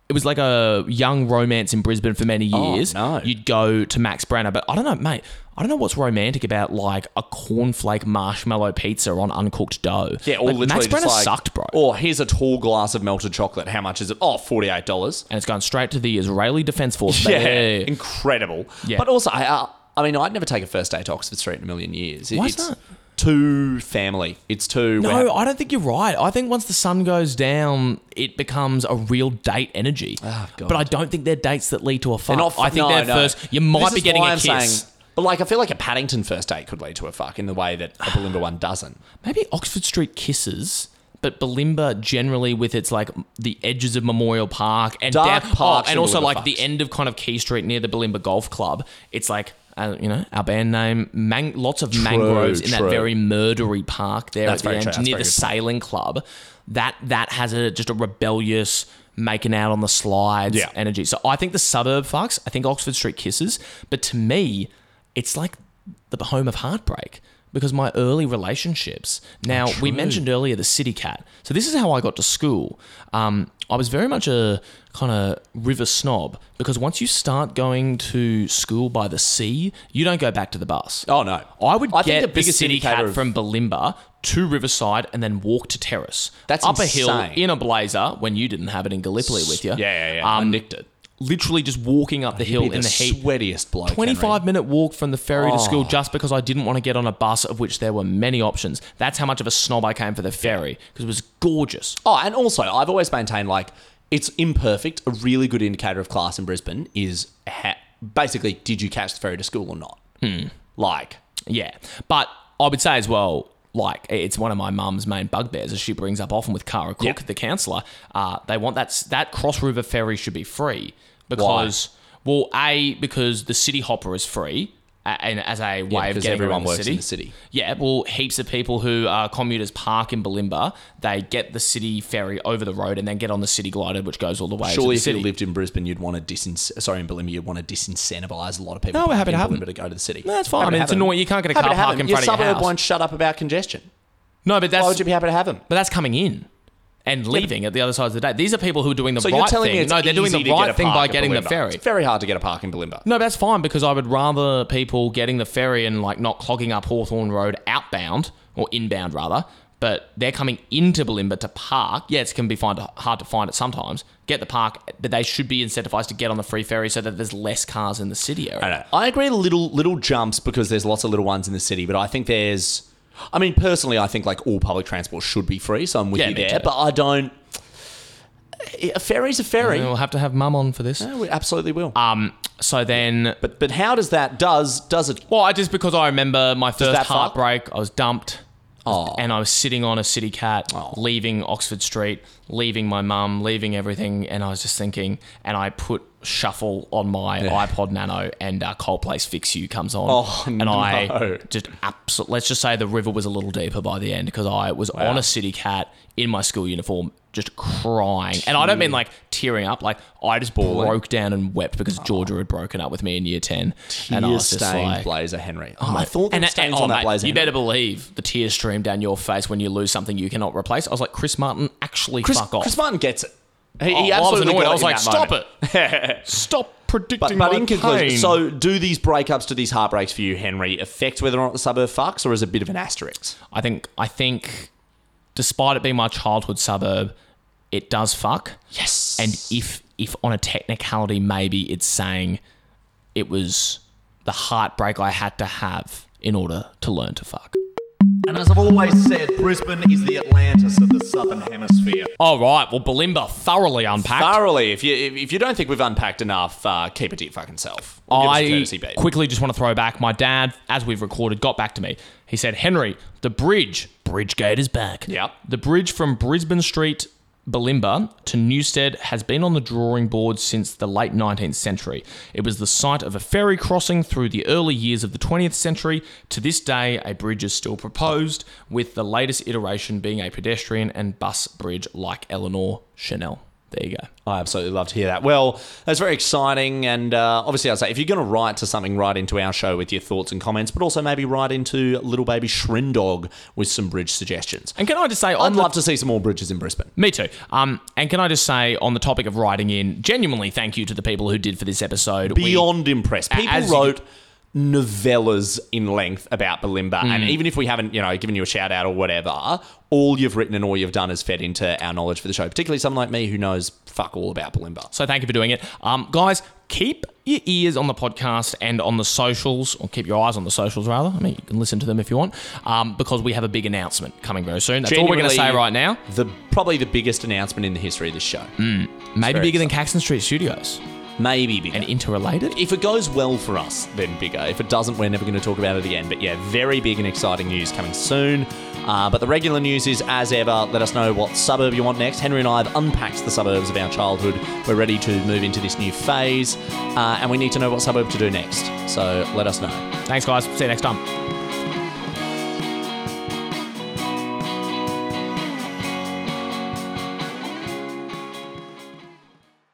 Speaker 7: It was like a young romance in Brisbane for many
Speaker 5: Oh,
Speaker 7: years.
Speaker 5: no.
Speaker 7: You'd go to Max Brenner, but I don't know, mate. I don't know what's romantic about like a cornflake marshmallow pizza on uncooked dough.
Speaker 5: yeah, or
Speaker 7: Like,
Speaker 5: literally
Speaker 7: Max
Speaker 5: just
Speaker 7: Brenner
Speaker 5: like,
Speaker 7: sucked, bro.
Speaker 5: Or here's a tall glass of melted chocolate. How much is it? Oh, forty-eight dollars.
Speaker 7: and it's gone straight to the Israeli Defense Force.
Speaker 5: Yeah,
Speaker 7: baby.
Speaker 5: incredible.
Speaker 7: Yeah.
Speaker 5: But also, I, uh, I mean, I'd never take a first date to Oxford Street in a million years. It-
Speaker 7: Why's
Speaker 5: it's
Speaker 7: that?
Speaker 5: Too family. It's too. we're
Speaker 7: No,
Speaker 5: having-
Speaker 7: I don't think you're right. I think once the sun goes down, it becomes a real date energy.
Speaker 5: Ah, God.
Speaker 7: But I don't think they're dates that lead to a fuck.
Speaker 5: They're not fu-
Speaker 7: I think
Speaker 5: no,
Speaker 7: they're
Speaker 5: no.
Speaker 7: first. You might
Speaker 5: This
Speaker 7: be
Speaker 5: is
Speaker 7: getting
Speaker 5: why
Speaker 7: a
Speaker 5: I'm
Speaker 7: kiss.
Speaker 5: saying But like, I feel like a Paddington first date could lead to a fuck in the way that a Belinda one doesn't.
Speaker 7: Maybe Oxford Street kisses, but Balimba generally with its like the edges of Memorial Park and
Speaker 5: Dark
Speaker 7: down- oh,
Speaker 5: parks
Speaker 7: and
Speaker 5: and
Speaker 7: also
Speaker 5: all the
Speaker 7: like the
Speaker 5: fucks.
Speaker 7: end of kind of Key Street near the Balimba Golf Club. It's like. Uh, you know our band name, mang- lots of mangroves in that
Speaker 5: true.
Speaker 7: very murdery park there
Speaker 5: That's
Speaker 7: at the
Speaker 5: very
Speaker 7: end,
Speaker 5: true, that's
Speaker 7: near
Speaker 5: very good
Speaker 7: the
Speaker 5: point.
Speaker 7: sailing club. That that has a just a rebellious making out on the slides
Speaker 5: Yeah.
Speaker 7: energy. So I think the suburb fucks. I think Oxford Street kisses, but to me, it's like the home of heartbreak because my early relationships. Now we mentioned earlier the city cat. So this is how I got to school. Um, I was very much a kind of river snob because once you start going to school by the sea, you don't go back to the bus.
Speaker 5: Oh, no.
Speaker 7: I would
Speaker 5: I think
Speaker 7: get
Speaker 5: the
Speaker 7: the,
Speaker 5: biggest
Speaker 7: city
Speaker 5: indicator
Speaker 7: cat
Speaker 5: of-
Speaker 7: from Balimba to Riverside and then walk to Terrace.
Speaker 5: That's
Speaker 7: up a
Speaker 5: insane.
Speaker 7: hill in a blazer when you didn't have it in Gallipoli with you. Um,
Speaker 5: yeah, yeah. I nicked it. Oh,
Speaker 7: Literally just walking up the hill
Speaker 5: Be
Speaker 7: in the,
Speaker 5: the
Speaker 7: heat.
Speaker 5: sweatiest bloke.
Speaker 7: 25
Speaker 5: Henry. Oh.
Speaker 7: minute walk from the ferry to school just because I didn't want to get on a bus of which there were many options. That's how much of a snob I came for the ferry because it was gorgeous.
Speaker 5: Oh, and also, I've always maintained like it's imperfect. A really good indicator of class in Brisbane is ha- basically did you catch the ferry to school or not?
Speaker 7: Hmm.
Speaker 5: Like,
Speaker 7: Yeah. But I would say as well, like it's one of my mum's main bugbears, as she brings up often with Cara Cook, the counsellor. Uh, they want that s- that Cross River ferry should be free because, well, a because the city hopper is free, a- and as a way of
Speaker 5: because
Speaker 7: getting
Speaker 5: everyone
Speaker 7: around
Speaker 5: works
Speaker 7: the
Speaker 5: in
Speaker 7: city.
Speaker 5: the city.
Speaker 7: Yeah, well, heaps of people who are commuters park in Balimba. They get the city ferry over the road and then get on the city glider, which goes all the way.
Speaker 5: surely
Speaker 7: to the
Speaker 5: if
Speaker 7: city.
Speaker 5: you lived in Brisbane, you'd want to disin- sorry in Bulimba, you'd want to disincentivize a lot of people.
Speaker 7: No, we're
Speaker 5: parking
Speaker 7: happy to have
Speaker 5: in
Speaker 7: them.
Speaker 5: Bulimba to go to the city.
Speaker 7: No, that's fine.
Speaker 5: Happy
Speaker 7: I mean,
Speaker 5: to
Speaker 7: it's
Speaker 5: have them.
Speaker 7: annoying. You can't get a
Speaker 5: Happy
Speaker 7: car
Speaker 5: to have
Speaker 7: park
Speaker 5: them.
Speaker 7: in front
Speaker 5: your
Speaker 7: of your
Speaker 5: suburb
Speaker 7: house.
Speaker 5: won't shut up about congestion.
Speaker 7: no, but that's
Speaker 5: Why would you be happy to have them?
Speaker 7: But that's coming in and leaving at the other side of the day. These are people who are doing the
Speaker 5: So
Speaker 7: right
Speaker 5: you're telling
Speaker 7: thing.
Speaker 5: me it's
Speaker 7: no, they're doing
Speaker 5: easy
Speaker 7: the
Speaker 5: to get
Speaker 7: right
Speaker 5: a
Speaker 7: thing
Speaker 5: park
Speaker 7: by
Speaker 5: at
Speaker 7: getting the
Speaker 5: Bulimba.
Speaker 7: ferry.
Speaker 5: It's very hard to get a park in Bulimba.
Speaker 7: No, that's fine because I would rather people getting the ferry and like not clogging up Hawthorne Road outbound or inbound rather. But they're coming into Bulimba to park. Yeah, it can be find, hard to find it sometimes. Get the park, but they should be incentivized to get on the free ferry so that there's less cars in the city area.
Speaker 5: I know. I agree little little jumps because there's lots of little ones in the city, but I think there's I mean personally I think like all public transport should be free, so I'm with
Speaker 7: Yeah,
Speaker 5: you
Speaker 7: me
Speaker 5: there,
Speaker 7: too.
Speaker 5: but I don't a ferry's a ferry.
Speaker 7: We'll have to have mum on for this.
Speaker 5: Yeah, we absolutely will.
Speaker 7: Um, so then
Speaker 5: but but how does that does does it
Speaker 7: Well, I just because I remember my first
Speaker 5: that Oh. fuck?
Speaker 7: heartbreak, I was dumped. And I was sitting on a city cat,
Speaker 5: Oh.
Speaker 7: leaving Oxford Street, leaving my mum, leaving everything, and I was just thinking. And I put shuffle on my iPod Nano, and uh, Coldplay's "Fix You" comes on,
Speaker 5: Oh,
Speaker 7: and
Speaker 5: no.
Speaker 7: I just absolutely. Let's just say the river was a little deeper by the end because I was on a city cat in my school uniform, just crying, and I don't mean like tearing up. Like I just broke down and wept because Georgia had broken up with me in year ten, and I was just
Speaker 5: stained
Speaker 7: like,
Speaker 5: blazer Henry? Oh, I thought there were stains
Speaker 7: oh,
Speaker 5: on that
Speaker 7: mate,
Speaker 5: blazer.
Speaker 7: You
Speaker 5: Henry.
Speaker 7: better believe the tears stream down your face when you lose something you cannot replace. I was like, Chris Martin, actually
Speaker 5: Chris,
Speaker 7: fuck off.
Speaker 5: Chris Martin gets it. He,
Speaker 7: Oh,
Speaker 5: he
Speaker 7: well, I was
Speaker 5: absolutely
Speaker 7: annoyed.
Speaker 5: got
Speaker 7: I was
Speaker 5: in
Speaker 7: like,
Speaker 5: that
Speaker 7: stop
Speaker 5: moment. <laughs>
Speaker 7: it. stop
Speaker 5: But,
Speaker 7: predicting
Speaker 5: but
Speaker 7: my
Speaker 5: in conclusion,
Speaker 7: pain.
Speaker 5: so do these breakups, do these heartbreaks for you, Henry, affect whether or not the suburb fucks, or is it a bit of an asterisk?
Speaker 7: I think I think despite it being my childhood suburb, it does fuck.
Speaker 5: Yes.
Speaker 7: And if if on a technicality maybe it's saying it was the heartbreak I had to have in order to learn to fuck.
Speaker 8: And as I've always said, Brisbane is the Atlantis of the Southern Hemisphere.
Speaker 7: All right, well Belimba thoroughly unpacked.
Speaker 5: Thoroughly, if you if, if you don't think we've unpacked enough, uh, keep it to your fucking self. Give us a
Speaker 7: I
Speaker 5: courtesy beat.
Speaker 7: quickly just want to throw back. My dad, as we've recorded, got back to me. He said, Henry, the bridge, Bridgegate is back.
Speaker 5: Yep.
Speaker 7: The bridge from Brisbane Street, Balimba, to Newstead has been on the drawing board since the late 19th century. It was the site of a ferry crossing through the early years of the 20th century. To this day, a bridge is still proposed, with the latest iteration being a pedestrian and bus bridge like Eleanor Chanel. There you go.
Speaker 5: I absolutely love to hear that. Well, that's very exciting, and uh, obviously, I'd say if you're going to write to something, write into our show with your thoughts and comments, but also maybe write into Little Baby Shrindog with some bridge suggestions.
Speaker 7: And can I just say,
Speaker 5: I'd
Speaker 7: on the
Speaker 5: love to see some more bridges in Brisbane.
Speaker 7: Me too. Um, and can I just say, on the topic of writing in, genuinely thank you to the people who did for this episode. We-
Speaker 5: Beyond impressed, people
Speaker 7: as you-
Speaker 5: wrote. Novellas in length about Belimba,
Speaker 7: Mm.
Speaker 5: and even if we haven't, you know, given you a shout out or whatever, all you've written and all you've done is fed into our knowledge for the show. Particularly someone like me who knows fuck all about Belimba.
Speaker 7: so thank you for doing it. Um, guys, keep your ears on the podcast and on the socials, or keep your eyes on the socials, rather. I mean, you can listen to them if you want, um, because we have a big announcement coming very soon. That's all we're going to say
Speaker 5: Genuinely,
Speaker 7: right now. Mm.
Speaker 5: The probably the biggest announcement in the history of this show.
Speaker 7: Maybe
Speaker 5: very
Speaker 7: bigger than Caxton Street Studios.
Speaker 5: Maybe bigger.
Speaker 7: and interrelated.
Speaker 5: if it goes well for us, then bigger. If it doesn't, we're never going to talk about it again. But yeah, very big and exciting news coming soon. Uh, but the regular news is, as ever, let us know what suburb you want next. Henry and I have unpacked the suburbs of our childhood. We're ready to move into this new phase, uh, and we need to know what suburb to do next. So let us know.
Speaker 7: Thanks, guys. See you next time.